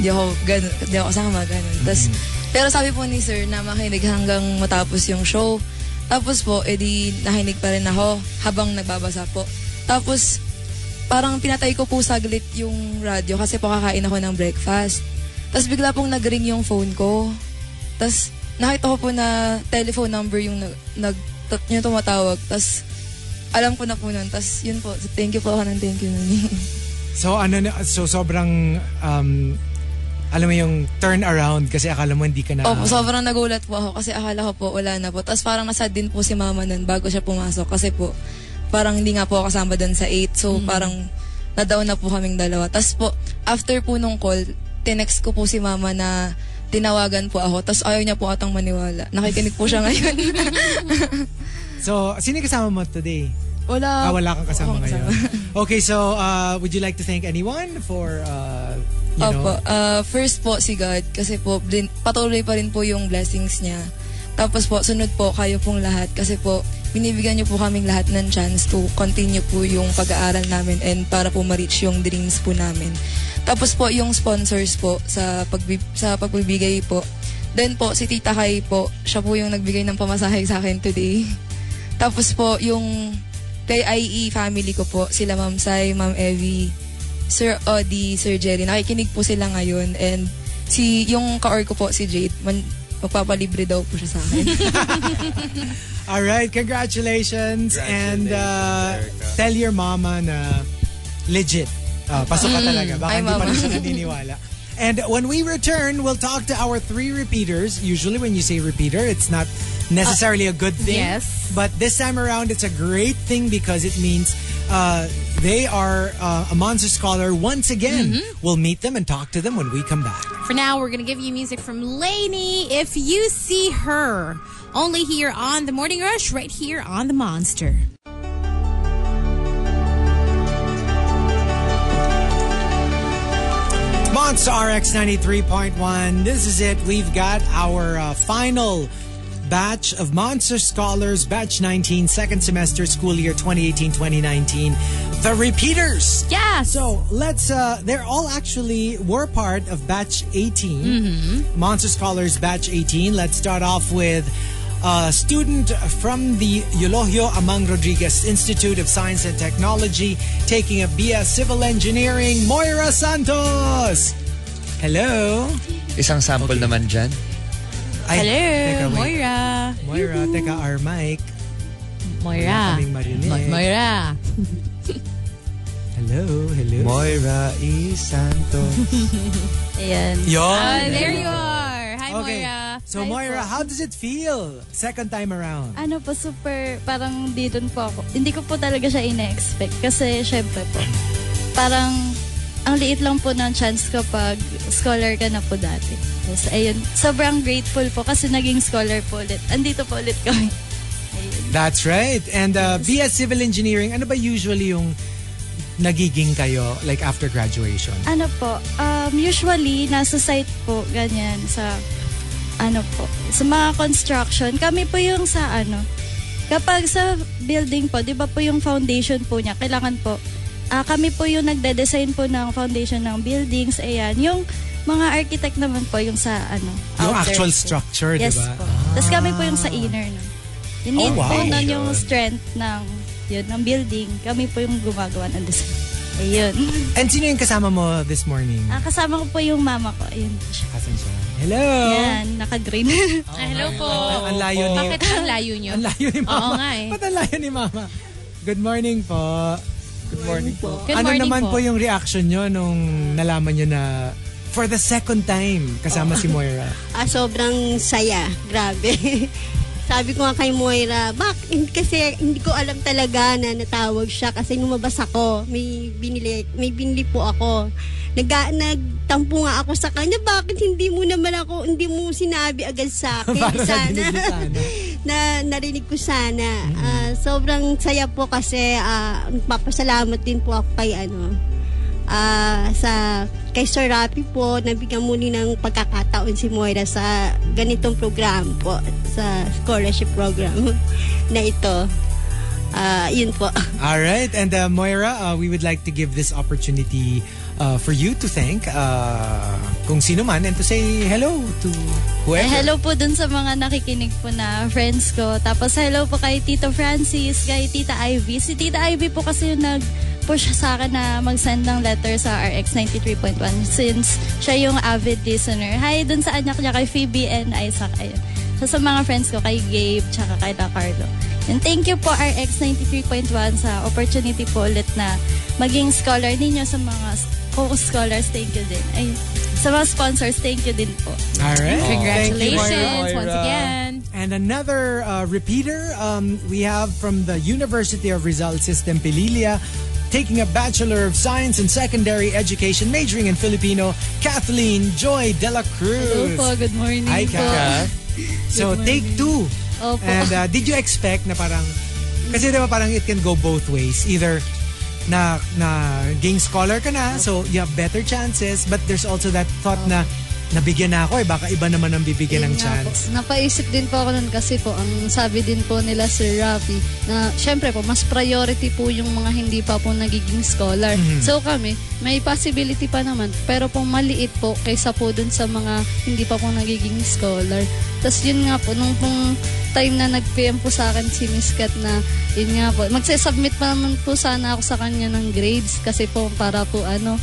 [SPEAKER 9] di ako, ganun, di ako kasama, ganun. Tas, pero sabi po ni sir na makinig hanggang matapos yung show. Tapos po, edi nakinig pa rin ako habang nagbabasa po. Tapos, parang pinatay ko po saglit yung radio kasi po kakain ako ng breakfast. Tapos bigla pong nag-ring yung phone ko. Tapos nakita ko po na telephone number yung nag, nag tat- yung tumatawag. Tapos alam ko na po nun. Tapos yun po, thank you po ako ng thank you [laughs] nun.
[SPEAKER 1] So, ano, na- so sobrang, um, alam mo yung turn around kasi akala mo hindi ka na...
[SPEAKER 9] Opo, sobrang nagulat po ako kasi akala ko po wala na po. Tapos parang nasad din po si mama nun bago siya pumasok kasi po parang hindi nga po ako kasama doon sa 8.
[SPEAKER 1] Mm.
[SPEAKER 9] So parang na-down na po kaming dalawa. Tapos po, after po nung call, tinext ko po si mama na tinawagan po ako. Tapos ayaw niya po atang maniwala. Nakikinig po siya [laughs] ngayon.
[SPEAKER 1] [laughs] So, sino yung kasama mo today?
[SPEAKER 9] Wala.
[SPEAKER 1] Ah, wala kang kasama
[SPEAKER 9] Uh, Wala akong
[SPEAKER 1] ngayon. Okay, so uh, would you like to thank anyone for, uh, you
[SPEAKER 9] Opo,
[SPEAKER 1] know?
[SPEAKER 9] ah, first po si God kasi po blin- patuloy pa rin po yung blessings niya. Tapos po, sunod po kayo pong lahat kasi po binibigyan niyo po kaming lahat ng chance to continue po yung pag-aaral namin and para po ma-reach yung dreams po namin. Tapos po yung sponsors po sa pagbi- sa pagbibigay po. Then po si Tita Kai po, siya po yung nagbigay ng pamasahe sa akin today. [laughs] Tapos po yung kay IE family ko po, sila Ma'am Sai, Ma'am Evie, Sir Odi, Sir Jerry, nakikinig po sila ngayon. And si, yung ka ko po, si Jade, man, magpapalibre daw po siya sa akin.
[SPEAKER 1] [laughs] All right, congratulations. And uh, tell your mama na legit. Uh, pasok ka
[SPEAKER 9] Mm.
[SPEAKER 1] talaga. Baka
[SPEAKER 9] Ay,
[SPEAKER 1] hindi pa
[SPEAKER 9] mama.
[SPEAKER 1] rin siya naniniwala. And when we return, we'll talk to our three repeaters. Usually when you say repeater, it's not necessarily a good thing.
[SPEAKER 2] yes.
[SPEAKER 1] But this time around, it's a great thing because it means uh, they are uh, a Monster Scholar once again.
[SPEAKER 9] Mm-hmm.
[SPEAKER 1] We'll meet them and talk to them when we come back.
[SPEAKER 2] For now, we're going to give you music from Lainey, If You See Her. Only here on The Morning Rush, right here on The Monster.
[SPEAKER 1] Monster RX 93.1. This is it. We've got our uh, final batch of Monster Scholars, batch 19, second semester, school year 2018 2019. The repeaters.
[SPEAKER 2] Yeah.
[SPEAKER 1] So let's, uh, they're all actually were part of batch 18. Monster Scholars batch 18. Let's start off with a student from the Eulogio Amang Rodriguez Institute of Science and Technology taking a BS Civil Engineering, Moira Santos. Hello.
[SPEAKER 24] Isang sample naman dyan.
[SPEAKER 1] Ay,
[SPEAKER 2] Hello,
[SPEAKER 1] teka, wait.
[SPEAKER 2] Moira.
[SPEAKER 1] Moira, teka, our mic. Wala
[SPEAKER 2] Moira.
[SPEAKER 1] kaming marinig.
[SPEAKER 2] Mo- Moira.
[SPEAKER 1] Hello, hello. Moira E.
[SPEAKER 2] [laughs]
[SPEAKER 1] Santos.
[SPEAKER 11] Ayan.
[SPEAKER 1] Yo.
[SPEAKER 2] Ah, there you are. Hi,
[SPEAKER 1] Okay.
[SPEAKER 2] Moira.
[SPEAKER 1] So
[SPEAKER 11] Hi
[SPEAKER 1] Moira,
[SPEAKER 11] po.
[SPEAKER 1] how does it feel second time around?
[SPEAKER 11] Ano po, super, parang di dun po ako. Hindi ko po talaga siya ina-expect kasi syempre po, parang ang liit lang po ng chance kapag scholar ka na po dati. Tapos ayun, sobrang grateful po kasi naging scholar po ulit. Andito po ulit kami.
[SPEAKER 1] That's right. And uh, BS Civil Engineering, ano ba usually yung nagiging kayo like after graduation?
[SPEAKER 11] Ano po, um, usually nasa site po, ganyan, sa ano po, sa mga construction. Kami po yung sa ano, kapag sa building po, di ba po yung foundation po niya, kailangan po, ah, kami po yung nagde-design po ng foundation ng buildings, ayan. Yung mga architect naman po, yung sa ano,
[SPEAKER 1] Yung
[SPEAKER 11] outer
[SPEAKER 1] actual
[SPEAKER 11] po.
[SPEAKER 1] structure,
[SPEAKER 11] Yes
[SPEAKER 1] di ba?
[SPEAKER 11] po. Tapos kami po yung sa inner. No? You need
[SPEAKER 12] Oh, wow.
[SPEAKER 11] po nun
[SPEAKER 12] Sure.
[SPEAKER 11] yung strength ng, yun, ng building. Kami po yung gumagawa ng design. Ayun.
[SPEAKER 1] And sino yung kasama mo this morning?
[SPEAKER 11] Ah, kasama ko po yung mama ko. Ayun.
[SPEAKER 1] Asan siya? Hello!
[SPEAKER 11] Yan,
[SPEAKER 1] [laughs]
[SPEAKER 11] naka-green.
[SPEAKER 2] Ah, hello po.
[SPEAKER 1] Ang layo ni...
[SPEAKER 2] Bakit ang layo niyo?
[SPEAKER 1] Ang layo ni Mama.
[SPEAKER 2] Oo nga eh.
[SPEAKER 1] Ba't ang layo ni Mama? Good morning po. Good morning po.
[SPEAKER 2] Good
[SPEAKER 1] ano
[SPEAKER 2] morning
[SPEAKER 1] naman
[SPEAKER 2] po.
[SPEAKER 1] po. yung reaction nyo nung nalaman nyo na for the second time kasama
[SPEAKER 12] Oo.
[SPEAKER 1] si Moira?
[SPEAKER 12] Ah, sobrang saya. Grabe. [laughs] Sabi ko nga kay Moira, bak, hin- kasi hindi ko alam talaga na natawag siya kasi lumabas ako. May binili, may binili po ako. Nag, nagtampo nga ako sa kanya, bakit hindi mo naman ako, hindi mo sinabi agad sa akin?
[SPEAKER 13] Para
[SPEAKER 12] sana,
[SPEAKER 13] narinig mo
[SPEAKER 12] [laughs] na narinig ko sana. Ah, sobrang saya po kasi ah, magpapasalamat din po ako kay ano, ah, sa kay Sir Rapi po, nabigyan muli ng pagkakataon si Moira sa ganitong program po, sa scholarship program [laughs] na ito. Ah, yun po. [laughs]
[SPEAKER 1] All right. And uh, Moira, uh, we would like to give this opportunity uh, for you to thank uh, kung sino man and to say hello to whoever.
[SPEAKER 11] Eh, hello po dun sa mga nakikinig po na friends ko. Tapos hello po kay Tito Francis, kay Tita Ivy. Si Tita Ivy po kasi yung nag-push sa akin na mag-send ng letter sa RX 93.1 since siya yung avid listener. Hi dun sa anak niya kay Phoebe and Isaac. Ayun. So, sa mga friends ko, kay Gabe, tsaka kay La Carlo. And thank you po RX 93.1 sa opportunity po ulit na maging scholar ninyo sa mga co-scholars. Thank you din. Ay, sa mga sponsors, thank you din po.
[SPEAKER 1] All right.
[SPEAKER 2] Congratulations
[SPEAKER 1] Thank you, Moira.
[SPEAKER 2] once again.
[SPEAKER 1] And another uh, repeater um, we have from the University of Rizal System Pililia taking a Bachelor of Science in Secondary Education majoring in Filipino, Kathleen Joy De La Cruz.
[SPEAKER 11] Hello po, good morning
[SPEAKER 1] Hi,
[SPEAKER 11] po.
[SPEAKER 1] Kath. So,
[SPEAKER 11] Good morning.
[SPEAKER 1] take two.
[SPEAKER 11] Opo.
[SPEAKER 1] And uh, did you expect na parang, kasi diba parang it can go both ways. Either na, na game scholar ka na, so you have better chances, but there's also that thought na, nabigyan na ako eh, baka iba naman ang bibigyan
[SPEAKER 15] Yun
[SPEAKER 1] ng
[SPEAKER 15] nga po.
[SPEAKER 1] chance.
[SPEAKER 15] Napaisip din po ako nun kasi po, ang sabi din po nila Sir Rafi, na syempre po, mas priority po yung mga hindi pa po nagiging scholar.
[SPEAKER 12] Mhm.
[SPEAKER 15] So kami, may possibility pa naman, pero po maliit po kaysa po dun sa mga hindi pa po nagiging scholar. Tapos yun nga po, nung pong time na nag-PM po sa akin si Miss Kat na, yun nga po, magsasubmit pa naman po sana ako sa kanya ng grades kasi po para po ano,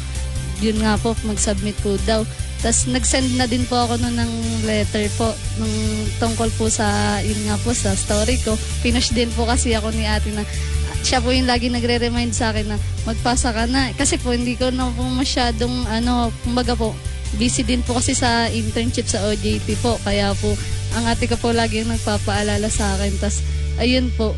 [SPEAKER 15] yun nga po, mag-submit po daw. Tapos nag-send na din po ako noon ng letter po nung tungkol po sa, yun nga po, sa story ko. Pinush din po kasi ako ni ate na ah, siya po yung lagi nagre-remind sa akin na magpasa ka na. Kasi po hindi ko na po masyadong ano, kumbaga po, busy din po kasi sa internship sa OJT po. Kaya po, ang ate ko po lagi yung nagpapaalala sa akin. Tapos, ayun po,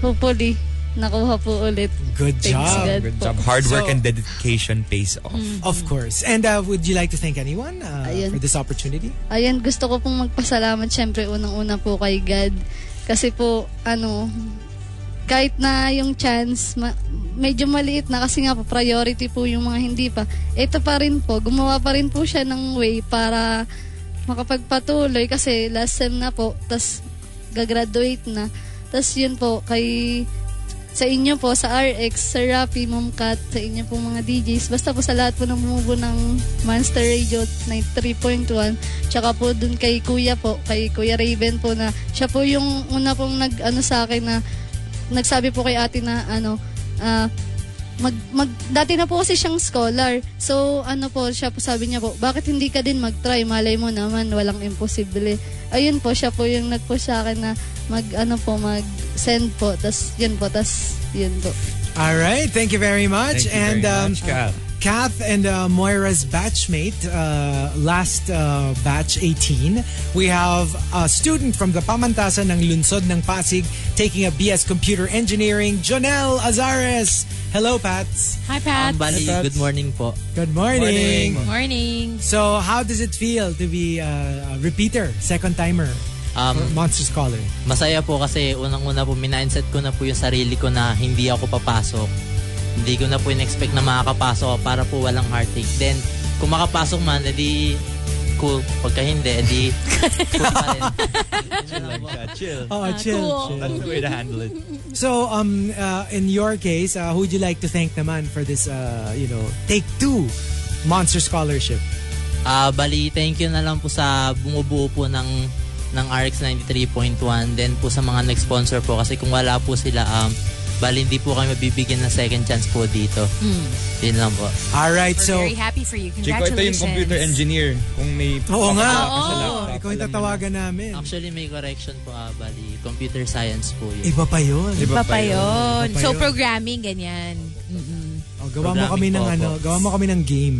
[SPEAKER 15] hopefully, nakuha po ulit.
[SPEAKER 1] Good
[SPEAKER 15] Thanks
[SPEAKER 1] job.
[SPEAKER 15] God
[SPEAKER 1] Good
[SPEAKER 15] po.
[SPEAKER 1] job.
[SPEAKER 3] Hard work
[SPEAKER 1] So-
[SPEAKER 3] and dedication pays off.
[SPEAKER 2] Mm.
[SPEAKER 1] Of course. And uh, would you like to thank anyone uh,
[SPEAKER 15] Ayun.
[SPEAKER 1] for this opportunity?
[SPEAKER 15] Ayan, gusto ko pong magpasalamat syempre unang-una po kay God. Kasi po, ano, kahit na yung chance, ma- medyo maliit na kasi nga po, priority po yung mga hindi pa. Ito pa rin po, gumawa pa rin po siya ng way para makapagpatuloy kasi last sem na po, tas gagraduate na. Tas yun po, kay sa inyo po, sa RX, sa Rappi, Mom Kat, sa inyo po mga DJs, basta po sa lahat po ng bumubo ng Monster Radio 93.1, tsaka po dun kay Kuya po, kay Kuya Raven po na, siya po yung una pong nag, ano sa akin na, nagsabi po kay ate na, ano, ah, mag, mag, dati na po kasi siyang scholar. So, ano po, siya po sabi niya po, bakit hindi ka din mag-try? Malay mo naman, walang imposible. Ayun po, siya po yung nag-push sa akin na mag, ano po, mag-send po. Tapos, yun po, tapos, yun po.
[SPEAKER 1] All right. Thank you very much.
[SPEAKER 24] Thank you
[SPEAKER 1] and
[SPEAKER 24] very
[SPEAKER 1] um,
[SPEAKER 24] much, Kath.
[SPEAKER 1] Kath and uh, Moira's batchmate, uh, last uh, batch 18, we have a student from the Pamantasan ng Lunsod ng Pasig taking a BS Computer Engineering, Jonel Azares. Hello, Pats.
[SPEAKER 2] Hi, Pat.
[SPEAKER 1] Hi,
[SPEAKER 8] Bali,
[SPEAKER 1] Pats.
[SPEAKER 8] good morning po.
[SPEAKER 1] Good morning.
[SPEAKER 2] Morning.
[SPEAKER 1] So, how does it feel to be uh, a repeater, second timer,
[SPEAKER 8] Um,
[SPEAKER 1] for Monster Scholar?
[SPEAKER 8] Masaya po kasi unang-una po minindset ko na po yung sarili ko na hindi ako papasok. Hindi ko na po in-expect na makakapasok ako para po walang heartache. Then, kung makapasok man, edi cool. Pagka hindi, edi cool pa rin.
[SPEAKER 3] chill.
[SPEAKER 1] Oh,
[SPEAKER 8] Ah,
[SPEAKER 1] chill, chill.
[SPEAKER 8] cool. That's the way to handle it.
[SPEAKER 1] So, um, uh, in your case, uh, who would you like to thank naman for this, uh, you know, take two Monster Scholarship?
[SPEAKER 8] Ah, bali, thank you na lang po sa bumubuo po ng ng RX 93.1 then po sa mga nag-sponsor po kasi kung wala po sila um bali hindi po kami mabibigyan ng second chance po dito.
[SPEAKER 2] Mm.
[SPEAKER 8] Yun lang po.
[SPEAKER 1] All right,
[SPEAKER 2] We're very happy for you.
[SPEAKER 3] Chico, ito yung
[SPEAKER 2] Congratulations.
[SPEAKER 3] computer engineer. Kung may
[SPEAKER 1] Oo nga.
[SPEAKER 8] Oo.
[SPEAKER 1] Oo. Ikaw yung tatawagan namin.
[SPEAKER 8] Actually, may correction po, ah, bali. Computer science po yun.
[SPEAKER 1] Iba pa yun.
[SPEAKER 2] Iba pa yun.
[SPEAKER 8] Iba pa
[SPEAKER 2] So,
[SPEAKER 8] yun.
[SPEAKER 2] programming, ganyan. Mm-mm.
[SPEAKER 1] Oh, gawa mo kami
[SPEAKER 8] Programming
[SPEAKER 1] ng
[SPEAKER 8] po,
[SPEAKER 1] ano,
[SPEAKER 8] box.
[SPEAKER 1] gawa mo kami ng game.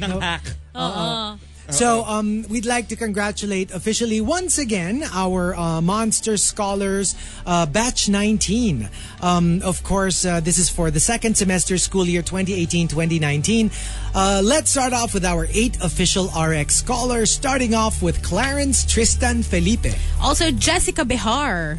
[SPEAKER 3] ng hack.
[SPEAKER 2] Oo.
[SPEAKER 1] So, um, we'd like to congratulate officially once again our uh, Monster Scholars uh, Batch 19. Um, of course, uh, this is for the second semester school year 2018 2019. Uh, let's start off with our eight official RX scholars, starting off with Clarence Tristan Felipe.
[SPEAKER 2] Also, Jessica Behar.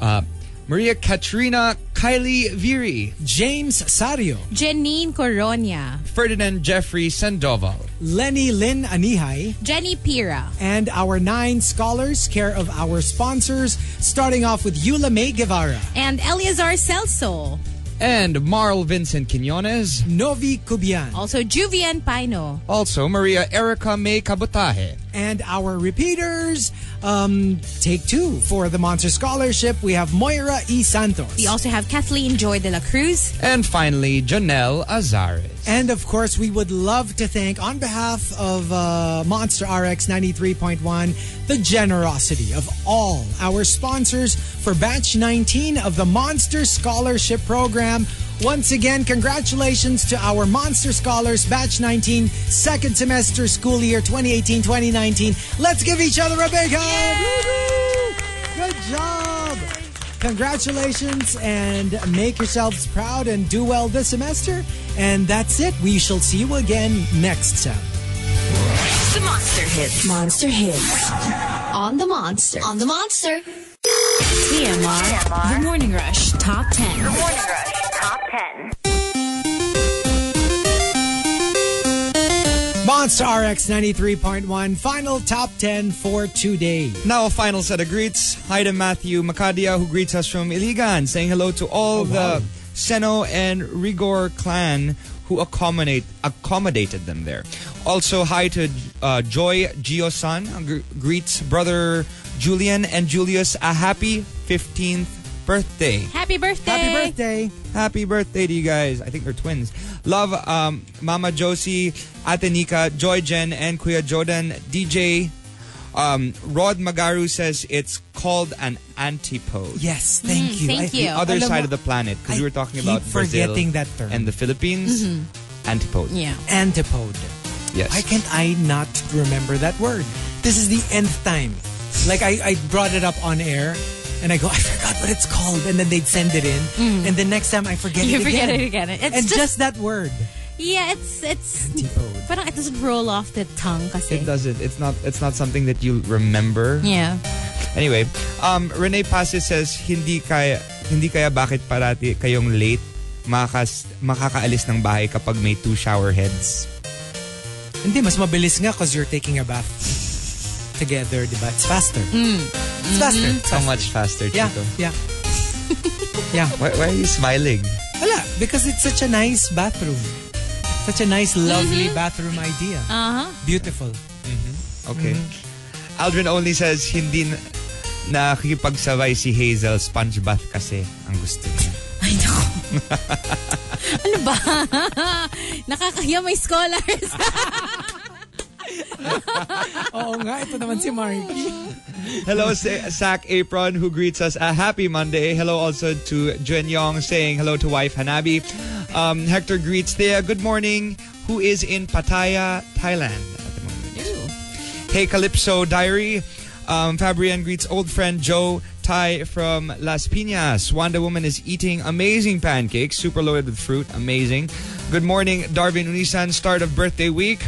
[SPEAKER 3] Uh, Maria Katrina Kylie Viri.
[SPEAKER 1] James Sario.
[SPEAKER 2] Janine Coronia.
[SPEAKER 3] Ferdinand Jeffrey Sandoval.
[SPEAKER 1] Lenny Lynn Anihay.
[SPEAKER 2] Jenny Pira.
[SPEAKER 1] And our nine scholars, care of our sponsors, starting off with Eula May Guevara.
[SPEAKER 2] And Eleazar Celso.
[SPEAKER 3] And Marl Vincent Quinones.
[SPEAKER 1] Novi Cubian.
[SPEAKER 2] Also, Juvian Pino.
[SPEAKER 3] Also, Maria Erica May Cabutaje.
[SPEAKER 1] And our repeaters, um, take two for the Monster Scholarship. We have Moira E. Santos.
[SPEAKER 2] We also have Kathleen Joy de la Cruz.
[SPEAKER 3] And finally, Janelle Azares.
[SPEAKER 1] And of course, we would love to thank, on behalf of uh, Monster RX 93.1, the generosity of all our sponsors for Batch 19 of the Monster Scholarship Program. Once again, congratulations to our Monster Scholars Batch 19, second semester school year 2018 2019. Let's give each other a big hug! Woo-hoo! Good job! Congratulations and make yourselves proud and do well this semester. And that's it. We shall see you again next time.
[SPEAKER 13] The Monster Hits. Monster Hits. On the Monster. On the Monster.
[SPEAKER 2] TMR. The Morning Rush Top 10.
[SPEAKER 13] The Morning Rush Top 10.
[SPEAKER 1] Monster RX 93.1, final top 10 for today.
[SPEAKER 3] Now a final set of greets. Hi to Matthew Makadia who greets us from Iligan, saying hello to
[SPEAKER 1] Oh,
[SPEAKER 3] all the Seno and Rigor clan who accommodate accommodated them there. Also hi to uh, Joy Giosan who gr- greets brother Julian and Julius a happy 15th birthday.
[SPEAKER 2] Happy birthday.
[SPEAKER 3] Happy birthday. Happy birthday to you guys. I think they're twins. Love um, Mama Josie, Ate Nika, Joy Jen, and Kuya Jordan. DJ um, Rod Magaru says it's called an antipode.
[SPEAKER 1] Yes, thank Mm, you. thank I- you.
[SPEAKER 3] The other
[SPEAKER 1] Alam
[SPEAKER 3] side
[SPEAKER 1] mo,
[SPEAKER 3] of the planet. Because we were talking
[SPEAKER 1] keep
[SPEAKER 3] about Brazil
[SPEAKER 1] forgetting that term.
[SPEAKER 3] and the Philippines.
[SPEAKER 1] Mhm.
[SPEAKER 3] Antipode.
[SPEAKER 1] Antipode.
[SPEAKER 3] Yes.
[SPEAKER 1] Why can't I not remember that word? This is the nth time. Like I, I brought it up on air and I go, I forgot what it's called. And then they'd send it in. And the next time I forget
[SPEAKER 2] Mm. You
[SPEAKER 1] it
[SPEAKER 2] forget
[SPEAKER 1] again.
[SPEAKER 2] it again. It's
[SPEAKER 1] and
[SPEAKER 2] just-
[SPEAKER 1] just that word.
[SPEAKER 2] Yeah, it's, it's, parang it doesn't roll off the tongue kasi.
[SPEAKER 3] It doesn't. It's not. It's not something that you remember.
[SPEAKER 2] Yeah.
[SPEAKER 3] Anyway, um, Rene Pases says hindi kaya hindi kaya bakit parati kayong late makas, makakaalis ng bahay kapag may two shower heads.
[SPEAKER 1] Hindi, mas mabilis nga because you're taking a bath together, di ba? It's faster.
[SPEAKER 2] Mm-hmm.
[SPEAKER 1] It's faster.
[SPEAKER 3] So much faster,
[SPEAKER 1] Yeah,
[SPEAKER 3] Chico.
[SPEAKER 1] yeah. yeah.
[SPEAKER 3] Why, why are you smiling?
[SPEAKER 1] Wala, because it's such a nice bathroom. Such a nice,
[SPEAKER 2] Mm-hmm.
[SPEAKER 1] lovely bathroom idea.
[SPEAKER 2] Uh-huh.
[SPEAKER 1] Beautiful.
[SPEAKER 3] Mm-hmm.
[SPEAKER 1] Mm-hmm.
[SPEAKER 3] Okay. Aldrin only says hindi na, nakikipagsabay si Hazel sponge bath kasi ang gusto niya.
[SPEAKER 2] Ano ba? [laughs] Nakakahiya may scholars.
[SPEAKER 1] [laughs]
[SPEAKER 2] [laughs]
[SPEAKER 1] Oo nga, ito naman si Marky.
[SPEAKER 3] Hello, Sa- Zach Apron, who greets us a happy Monday. Hello also to Jun Yong, saying hello to wife Hanabi. Um, Hector greets Thea, good morning, who is in Pattaya, Thailand at the moment. Hey, Calypso Diary. Um, Fabrian greets old friend Joe Ty from Las Piñas. Wanda Woman is eating amazing pancakes, super loaded with fruit. Amazing. Good morning, Darwin Unisan, start of birthday week.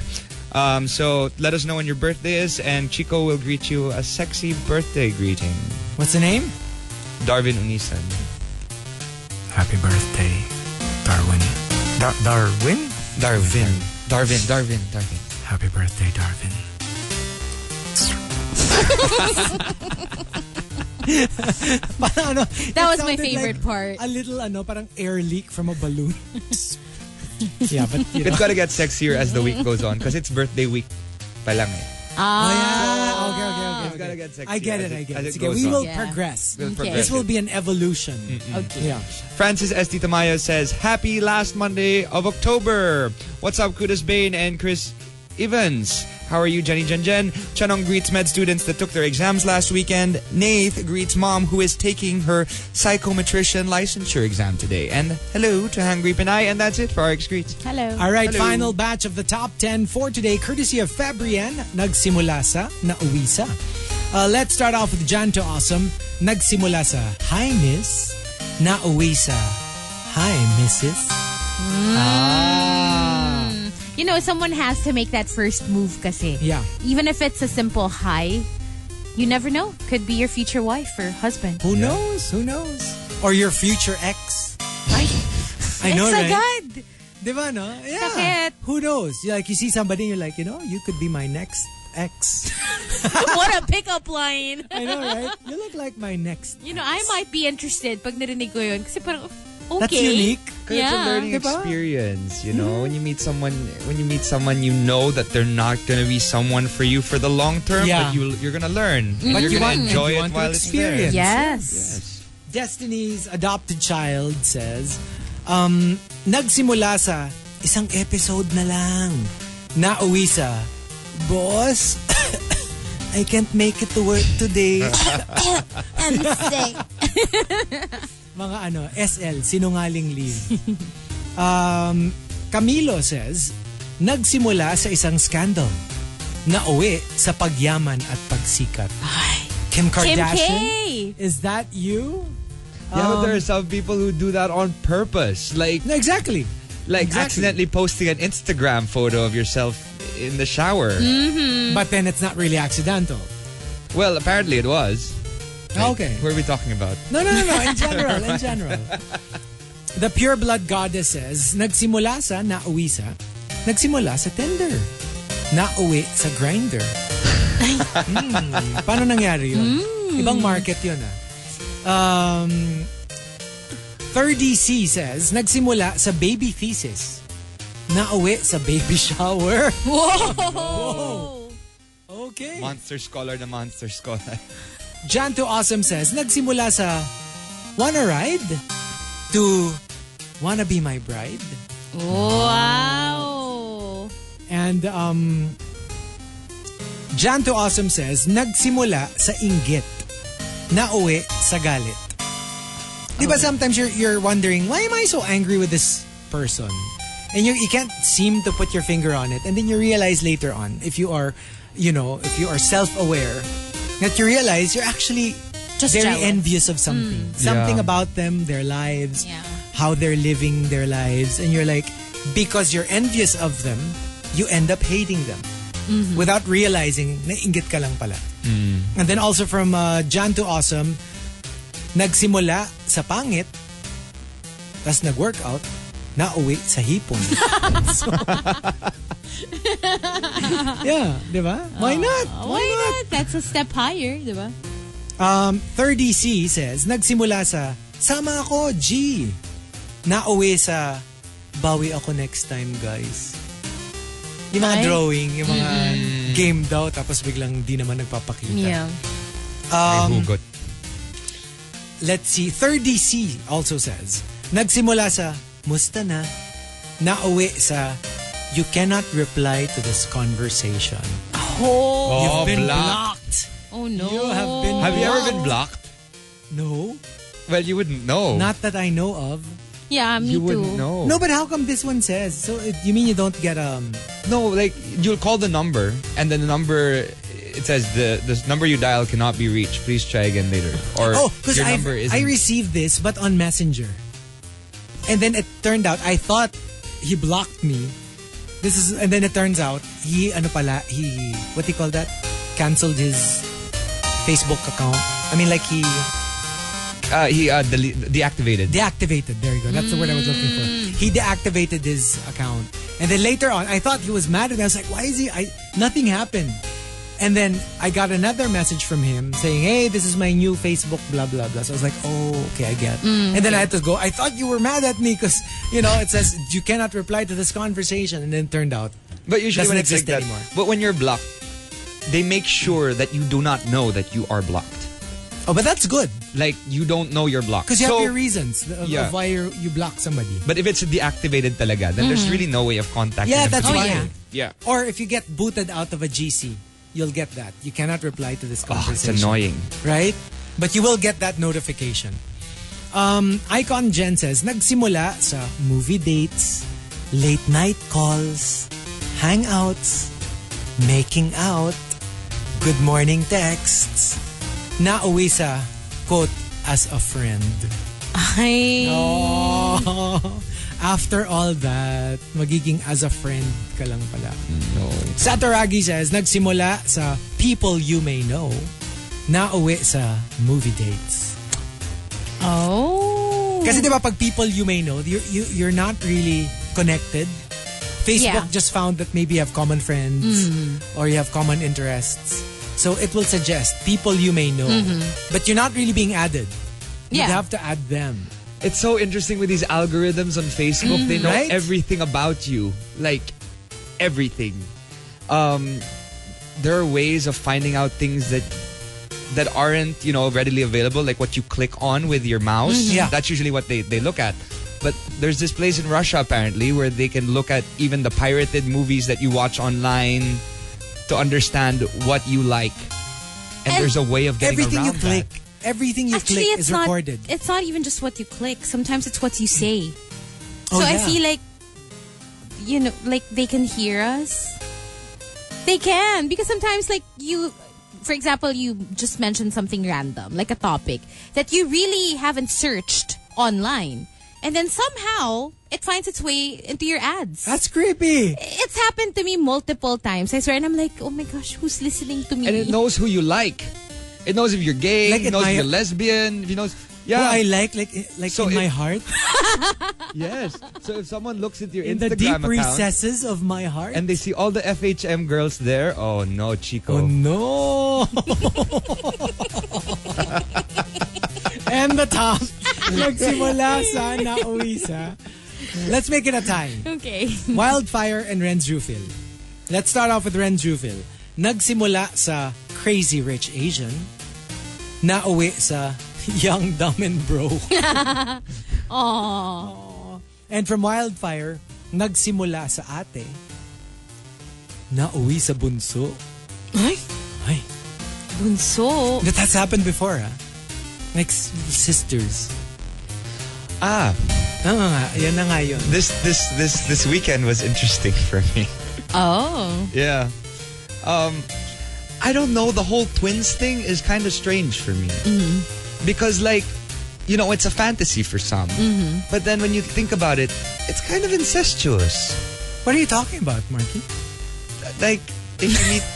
[SPEAKER 3] Um, so let us know when your birthday is, and Chico will greet you a sexy birthday greeting.
[SPEAKER 1] What's the name?
[SPEAKER 3] Darwin Unisan.
[SPEAKER 1] Happy birthday, Darwin. Dar- Darwin?
[SPEAKER 3] Darwin. Darwin, Darwin, Darwin.
[SPEAKER 1] Happy birthday,
[SPEAKER 3] [laughs]
[SPEAKER 1] Darwin. [laughs] parang ano,
[SPEAKER 2] That
[SPEAKER 1] it
[SPEAKER 2] was my
[SPEAKER 1] sounded
[SPEAKER 2] favorite
[SPEAKER 1] like
[SPEAKER 2] part.
[SPEAKER 1] A little ano, parang air leak from a
[SPEAKER 2] [laughs]
[SPEAKER 1] balloon. yeah, but you know.
[SPEAKER 3] It's gotta get sexier as the week goes on because it's birthday week pa lang eh.
[SPEAKER 2] Ah.
[SPEAKER 1] Oh, yeah. Okay, okay, okay.
[SPEAKER 3] It's gonna get sexy
[SPEAKER 1] I get
[SPEAKER 3] as
[SPEAKER 1] it,
[SPEAKER 3] it-
[SPEAKER 1] I get
[SPEAKER 3] as
[SPEAKER 1] it.
[SPEAKER 3] it
[SPEAKER 1] Sige,
[SPEAKER 3] goes
[SPEAKER 1] we
[SPEAKER 3] on.
[SPEAKER 1] will
[SPEAKER 3] Yeah.
[SPEAKER 1] progress.
[SPEAKER 3] We'll Okay.
[SPEAKER 1] This will be an evolution.
[SPEAKER 2] Mm-hmm. Okay.
[SPEAKER 1] Yeah.
[SPEAKER 3] Francis S. Titamayo says, Happy last Monday of October. What's up, Kudos Bain and Chris Evans? How are you, Jenny Jen Jen? Chanong greets med students that took their exams last weekend. Nath greets mom who is taking her psychometrician licensure exam today. And hello to Hangry Pinay. And that's it for RX Greets.
[SPEAKER 2] Hello.
[SPEAKER 1] All right,
[SPEAKER 3] Hello.
[SPEAKER 1] final batch of the top 10 for today, courtesy of Fabrian, nagsimula sa nauwi sa. Uh, let's start off with Jan to Awesome, nagsimula sa, Hi Miss, nauwi sa, Hi Mrs. Ah.
[SPEAKER 2] Mm. You know, someone has to make that first move kasi.
[SPEAKER 1] Yeah.
[SPEAKER 2] Even if it's a simple hi, you never know. Could be your future wife or husband.
[SPEAKER 1] Who knows? Who knows? Or your future ex. I, I know,
[SPEAKER 2] Ex
[SPEAKER 1] right?
[SPEAKER 2] agad.
[SPEAKER 1] Diba, no? [laughs] Yeah. Who knows? Like, you see somebody, you're like, you know, you could be my next ex.
[SPEAKER 2] what a pickup line.
[SPEAKER 1] I know, right? You look like my next
[SPEAKER 2] [laughs] You know, I might be interested pag narinig ko yun. Kasi parang, okay.
[SPEAKER 1] That's unique. Mm-hmm.
[SPEAKER 3] Because it's a learning experience, you know. When you meet someone, when you meet someone, you know that they're not gonna be someone for you for the long term.
[SPEAKER 1] Yeah.
[SPEAKER 3] But you, you're gonna learn. And
[SPEAKER 1] Mm. But
[SPEAKER 3] Mm-hmm. you're
[SPEAKER 1] you
[SPEAKER 3] gonna
[SPEAKER 1] want- and
[SPEAKER 3] enjoy
[SPEAKER 1] you
[SPEAKER 3] it
[SPEAKER 1] want to
[SPEAKER 3] while it's
[SPEAKER 1] experience.
[SPEAKER 3] there.
[SPEAKER 1] Yes. Destiny's adopted child says, um, nagsimula sa isang episode na lang. Nauwi sa, Boss, [coughs] I can't make it to work
[SPEAKER 3] [laughs]
[SPEAKER 1] today.
[SPEAKER 13] I'm sick.
[SPEAKER 1] [laughs] Mga ano, SL, sinungaling leave. Um, Camilo says, nagsimula sa isang scandal. Nauwi sa pagyaman at pagsikat. Kim Kardashian?
[SPEAKER 2] Kim K.
[SPEAKER 1] Is that you?
[SPEAKER 3] Yeah, but
[SPEAKER 1] Um,
[SPEAKER 3] there are some people who do that on purpose. Like
[SPEAKER 1] exactly.
[SPEAKER 3] Like
[SPEAKER 1] Exactly.
[SPEAKER 3] accidentally posting an Instagram photo of yourself in the shower.
[SPEAKER 1] Mm. But then it's not really accidental.
[SPEAKER 3] Well, apparently it was.
[SPEAKER 1] okay.
[SPEAKER 3] Who are we talking about?
[SPEAKER 1] No, no, no, no. In general, in general. The pure blood goddess says, nagsimula sa nauwi sa, nagsimula sa Tinder. Nauwi sa grinder. hmm. Paano nangyari yun? Ibang market yun ah. Um, 30C says, nagsimula sa baby thesis. Nauwi sa baby shower.
[SPEAKER 2] Whoa!
[SPEAKER 3] Oh.
[SPEAKER 1] Okay.
[SPEAKER 3] Monster scholar the monster scholar.
[SPEAKER 1] Jan to Awesome says, nagsimula sa wanna ride to wanna be my bride.
[SPEAKER 2] Wow.
[SPEAKER 1] And um, Jan to Awesome says, nagsimula sa inggit, nauwi sa galit. Di ba sometimes you're, you're wondering, why am I so angry with this person? And you, you can't seem to put your finger on it. And then you realize later on, if you are, you know, if you are self-aware, that you realize you're actually
[SPEAKER 2] Just
[SPEAKER 1] very
[SPEAKER 2] jealous.
[SPEAKER 1] envious of something.
[SPEAKER 2] Mm.
[SPEAKER 1] Something
[SPEAKER 2] Yeah.
[SPEAKER 1] about them, their lives, how they're living their lives. And you're like, because you're envious of them, you end up hating them.
[SPEAKER 2] Mm-hmm.
[SPEAKER 1] Without realizing, nainggit ka lang pala. And then also from uh, John to Awesome, nagsimula sa pangit, tas nag-workout, nauwi sa hipon. yeah, di ba?
[SPEAKER 2] [laughs]
[SPEAKER 1] Why not?
[SPEAKER 2] Why not? That's a step higher, di ba?
[SPEAKER 1] Um, 30C says, nagsimula sa, sama ako, G. Nauwi sa, bawi ako next time, guys. Yung mga
[SPEAKER 2] Ay.
[SPEAKER 1] drawing, yung mga game daw, tapos biglang di naman nagpapakita.
[SPEAKER 2] Yeah.
[SPEAKER 1] Um,
[SPEAKER 3] May hugot.
[SPEAKER 1] Let's see. 30C also says, nagsimula sa, musta na, nauwi sa, you cannot reply to this conversation.
[SPEAKER 2] Oh.
[SPEAKER 1] You've been
[SPEAKER 2] Oh no.
[SPEAKER 1] You have been
[SPEAKER 3] Have you ever been blocked?
[SPEAKER 1] No.
[SPEAKER 3] Well, you wouldn't know.
[SPEAKER 1] Not that I know of.
[SPEAKER 2] Yeah, me
[SPEAKER 3] You
[SPEAKER 2] too.
[SPEAKER 3] wouldn't know.
[SPEAKER 1] No, but how come this one says? So uh, you mean you don't get um?
[SPEAKER 3] No, like you'll call the number, and then the number it says the the number you dial cannot be reached. Please try again later. Or
[SPEAKER 1] oh, because
[SPEAKER 3] your
[SPEAKER 1] I
[SPEAKER 3] number is
[SPEAKER 1] I received this but on Messenger, and then it turned out I thought he blocked me. This is and then it turns out he ano pala he what do you call that? Cancelled his Facebook account. I mean like he
[SPEAKER 3] uh, he uh, dele- deactivated.
[SPEAKER 1] deactivated. There you go. That's the word I was looking for.
[SPEAKER 2] Mm.
[SPEAKER 1] He deactivated his account. And then later on, I thought he was mad at me. I was like, why is he? I nothing happened. And then I got another message from him saying, hey, this is my new Facebook, blah, blah, blah. So I was like, oh, okay, I get it.
[SPEAKER 2] Mm,
[SPEAKER 1] and then I
[SPEAKER 2] okay.
[SPEAKER 1] had to go, I thought you were mad at me because, you know, it says you cannot reply to this conversation. And then it turned out.
[SPEAKER 3] But usually
[SPEAKER 1] doesn't
[SPEAKER 3] when it's like
[SPEAKER 1] exist
[SPEAKER 3] that,
[SPEAKER 1] anymore.
[SPEAKER 3] but when you're blocked, they make sure that you do not know that you are blocked.
[SPEAKER 1] Oh, but that's good.
[SPEAKER 3] Like you don't know you're blocked.
[SPEAKER 1] Because you have
[SPEAKER 3] So-
[SPEAKER 1] your reasons of,
[SPEAKER 3] Yeah.
[SPEAKER 1] of why you're, you block somebody.
[SPEAKER 3] But if it's deactivated talaga, then there's
[SPEAKER 1] Mhm.
[SPEAKER 3] really no way of contacting
[SPEAKER 1] Yeah,
[SPEAKER 3] them
[SPEAKER 1] that's
[SPEAKER 3] from
[SPEAKER 1] why.
[SPEAKER 3] there. Yeah.
[SPEAKER 1] Or if you get booted out of a GC, you'll get that. You cannot reply to this
[SPEAKER 3] Oh, It's
[SPEAKER 1] conversation.
[SPEAKER 3] annoying.
[SPEAKER 1] Right? But you will get that notification. Um, Icon Jen says, nagsimula sa movie dates, late night calls, hangouts, making out, good morning texts, na uwi sa, quote, as a friend.
[SPEAKER 2] Ay.
[SPEAKER 1] No. After all that, magiging as a friend ka lang pala.
[SPEAKER 3] No.
[SPEAKER 1] Satoragi says, nagsimula sa people you may know, na uwi sa movie dates.
[SPEAKER 2] Oh.
[SPEAKER 1] Kasi di ba pag people you may know, you're, you, you're not really connected. Facebook
[SPEAKER 2] Yeah.
[SPEAKER 1] just found that maybe you have common friends
[SPEAKER 2] Mhm.
[SPEAKER 1] or you have common interests. So it will suggest people you may know.
[SPEAKER 25] Mm-hmm.
[SPEAKER 2] Mhm.
[SPEAKER 1] But you're not really being added.
[SPEAKER 2] Yeah.
[SPEAKER 1] You have to add them.
[SPEAKER 3] It's so interesting with these algorithms on Facebook. They know
[SPEAKER 1] Mhm. Right?
[SPEAKER 3] everything about you. Like, everything. Um, there are ways of finding out things that that aren't, you know, readily available, like what you click on with your mouse.
[SPEAKER 1] Mhm. Yeah.
[SPEAKER 3] That's usually what they, they look at. But there's this place in Russia apparently where they can look at even the pirated movies that you watch online to understand what you like. And, there's a way of getting
[SPEAKER 1] everything you
[SPEAKER 3] around that.
[SPEAKER 1] click, everything you
[SPEAKER 2] Actually,
[SPEAKER 1] click
[SPEAKER 2] it's
[SPEAKER 1] is
[SPEAKER 2] not,
[SPEAKER 1] recorded.
[SPEAKER 2] It's not even just what you click. Sometimes it's what you say.
[SPEAKER 1] Oh,
[SPEAKER 2] so I
[SPEAKER 1] yeah.
[SPEAKER 2] feel like, you know, like they can hear us. They can because sometimes, like you, for example, you just mentioned something random, like a topic that you really haven't searched online, and then somehow it finds its way into your ads.
[SPEAKER 1] That's creepy.
[SPEAKER 2] It's happened to me multiple times. I swear, and I'm like, oh my gosh, who's listening to me?
[SPEAKER 3] and it knows who you like. It knows if you're gay.
[SPEAKER 1] Like
[SPEAKER 3] it
[SPEAKER 1] in
[SPEAKER 3] knows
[SPEAKER 1] my-
[SPEAKER 3] if you're lesbian. It knows. Yeah,
[SPEAKER 1] Who I like, like, like in my heart.
[SPEAKER 3] yes. So if someone looks at your
[SPEAKER 1] In
[SPEAKER 3] Instagram
[SPEAKER 1] the deep
[SPEAKER 3] account
[SPEAKER 1] recesses of my
[SPEAKER 3] [laughs]
[SPEAKER 1] heart.
[SPEAKER 3] and they see all the FHM girls there, oh no, Chico.
[SPEAKER 1] Oh no! and the top. [laughs] Nagsimula sa nauwi sa. Let's make it a tie.
[SPEAKER 13] [laughs]
[SPEAKER 2] Okay. [laughs]
[SPEAKER 1] Wildfire and Renz Rufil. Let's start off with Renz Rufil. Nagsimula sa Crazy Rich Asian. Nauwi sa [laughs] Young, Dumb, and
[SPEAKER 2] [laughs]
[SPEAKER 1] Broke.
[SPEAKER 2] Aww.
[SPEAKER 1] And from Wildfire, nagsimula sa ate, nauwi sa bunso.
[SPEAKER 2] Ay?
[SPEAKER 1] Ay.
[SPEAKER 2] Bunso?
[SPEAKER 1] That has happened before, ah. Like s- sisters.
[SPEAKER 3] [laughs] Ah.
[SPEAKER 1] Oo nga, yan na nga yun.
[SPEAKER 3] This this this this weekend was interesting [laughs] for me.
[SPEAKER 2] Oh.
[SPEAKER 3] Yeah. Um, I don't know. The whole twins thing is kind of strange for me
[SPEAKER 1] Mm-hmm.
[SPEAKER 3] because, like, you know, it's a fantasy for some.
[SPEAKER 1] Mhm.
[SPEAKER 3] But then when you think about it, it's kind of incestuous.
[SPEAKER 1] What are you talking about, Marky?
[SPEAKER 3] Like, if you meet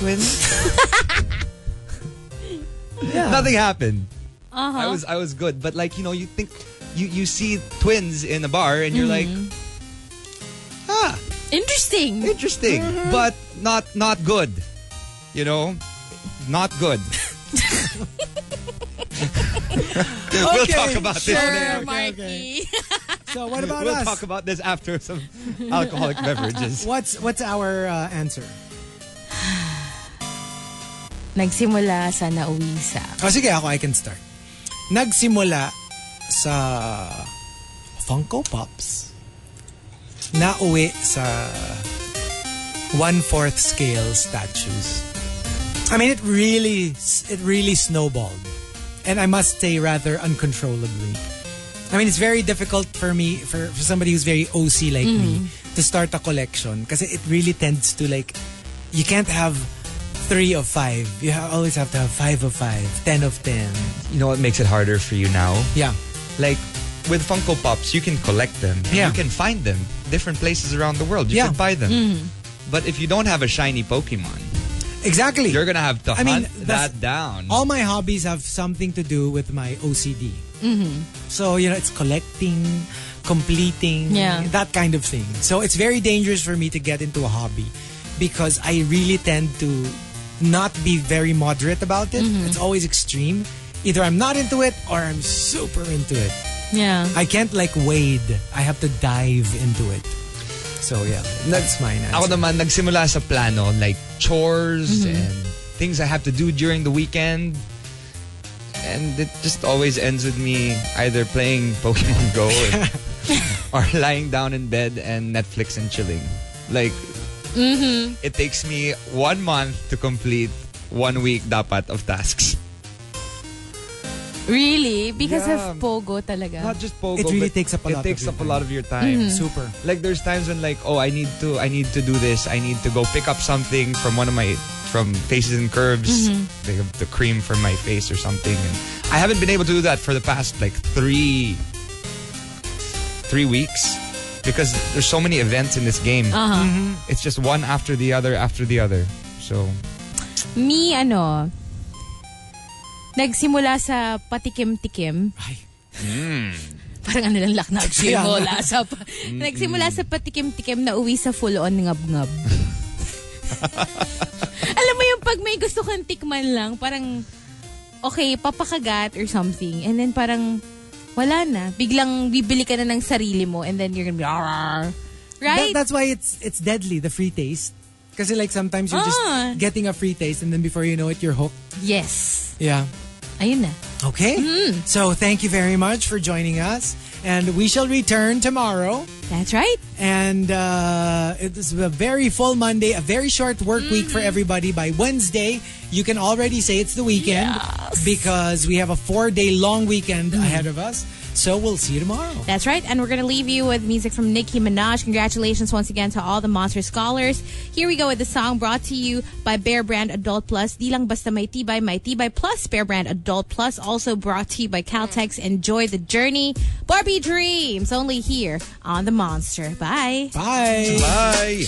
[SPEAKER 3] twins. Nothing happened. I
[SPEAKER 2] Uh-huh.
[SPEAKER 3] was I was good, but like you know, you think you you see twins in a bar and you're
[SPEAKER 1] Mm-hmm.
[SPEAKER 3] like, ah,
[SPEAKER 2] interesting, Mm-hmm.
[SPEAKER 3] interesting,
[SPEAKER 1] Mm-hmm.
[SPEAKER 3] but not not good. You know, not
[SPEAKER 1] [laughs]
[SPEAKER 3] good. we'll
[SPEAKER 1] Okay,
[SPEAKER 3] talk about this.
[SPEAKER 1] sure,
[SPEAKER 3] later.
[SPEAKER 2] Marky.
[SPEAKER 1] so what about
[SPEAKER 3] we'll
[SPEAKER 1] us?
[SPEAKER 3] talk about this after some alcoholic beverages.
[SPEAKER 1] What's what's our uh, answer?
[SPEAKER 2] Nagsimula sa nauwi sa.
[SPEAKER 1] O sige, ako, I can start. Nagsimula sa Funko Pops. Nauwi sa one-fourth scale statues. I mean, it really, it really snowballed. And I must say, rather uncontrollably. I mean, it's very difficult for me, for, for somebody who's very OC like me, to start a collection. Kasi it really tends to like, you can't have three of five. You ha- always have to have five of five, ten of ten.
[SPEAKER 3] You know what makes it harder for you now?
[SPEAKER 1] Yeah.
[SPEAKER 3] Like with Funko Pops, you can collect them. and
[SPEAKER 1] Yeah.
[SPEAKER 3] You can find them different places around the world. You
[SPEAKER 1] Yeah. Mm-hmm.
[SPEAKER 3] can buy them. But if you don't have a shiny Pokemon,
[SPEAKER 1] exactly,
[SPEAKER 3] you're gonna have to
[SPEAKER 1] I
[SPEAKER 3] hunt
[SPEAKER 1] mean, that's-
[SPEAKER 3] that down.
[SPEAKER 1] All my hobbies have something to do with my OCD. So, you know, it's collecting, completing,
[SPEAKER 2] Yeah.
[SPEAKER 1] that kind of thing. So, it's very dangerous for me to get into a hobby because I really tend to not be very moderate about it.
[SPEAKER 2] Mhm.
[SPEAKER 1] It's always extreme. Either I'm not into it or I'm super into it.
[SPEAKER 2] Yeah.
[SPEAKER 1] I can't like wade. I have to dive into it. So yeah, that's my answer.
[SPEAKER 3] Ako naman, nagsimula sa plano, like chores
[SPEAKER 1] Mhm.
[SPEAKER 3] and things I have to do during the weekend. And it just always ends with me either playing [laughs] Pokemon Go
[SPEAKER 1] [laughs]
[SPEAKER 3] or, or lying down in bed and Netflix and chilling. Like,
[SPEAKER 6] Mm-hmm.
[SPEAKER 3] it takes me one month to complete one week dapat of tasks.
[SPEAKER 2] Really? Because
[SPEAKER 3] Yeah.
[SPEAKER 2] of Pogo talaga?
[SPEAKER 3] Not just Pogo,
[SPEAKER 1] It really
[SPEAKER 3] but
[SPEAKER 1] takes up a
[SPEAKER 3] it
[SPEAKER 1] lot of
[SPEAKER 3] takes
[SPEAKER 1] your
[SPEAKER 3] up a lot of your time.
[SPEAKER 1] Mhm. Super.
[SPEAKER 3] Like there's times when like, oh, I need to, I need to do this. I need to go pick up something from one of my from Faces and Curves,
[SPEAKER 8] Mhm.
[SPEAKER 3] like, the cream for my face or something. And I haven't been able to do that for the past like three three weeks because there's so many events in this game.
[SPEAKER 2] [laughs] Uh-huh. Mhm.
[SPEAKER 3] It's just one after the other after the other. So
[SPEAKER 2] Me, ano, nagsimula sa patikim-tikim.
[SPEAKER 1] Mm.
[SPEAKER 2] Parang ano lang, lakna.
[SPEAKER 6] Kaya nga.
[SPEAKER 2] [laughs] Nagsimula sa, pa-
[SPEAKER 6] Mm-mm.
[SPEAKER 2] nagsimula sa patikim-tikim na uwi sa full-on
[SPEAKER 1] [laughs]
[SPEAKER 2] ngab-ngab. Alam mo yung pag may gusto kang tikman lang, parang, okay, papakagat or something. And then parang, wala na. Biglang bibili ka na ng sarili mo and then you're gonna be, "Arr."
[SPEAKER 1] That-
[SPEAKER 2] right?
[SPEAKER 1] that's why it's it's deadly, the free taste. Because like sometimes you're
[SPEAKER 2] Ah.
[SPEAKER 1] just getting a free taste and then before you know it, you're hooked.
[SPEAKER 2] yes.
[SPEAKER 1] Yeah.
[SPEAKER 2] Ayun na.
[SPEAKER 1] Okay.
[SPEAKER 2] Mm.
[SPEAKER 1] So thank you very much for joining us. And we shall return tomorrow.
[SPEAKER 2] That's right.
[SPEAKER 1] And uh, it is a very full Monday, a very short work week
[SPEAKER 2] Mm-hmm.
[SPEAKER 1] for everybody. By Wednesday, you can already say it's the weekend because we have a four day long weekend
[SPEAKER 2] Mm.
[SPEAKER 1] ahead of us. So we'll see you tomorrow.
[SPEAKER 2] That's right. And we're going to leave you with music from Nicki Minaj. Congratulations once again to all the Monster Scholars. Here we go with the song brought to you by Bear Brand Adult Plus. Di lang basta may tibay, may tibay plus. Bear Brand Adult Plus also brought to you by Caltex. Enjoy the journey. Barbie Dreams only here on The Monster. Bye.
[SPEAKER 1] Bye.
[SPEAKER 3] Bye.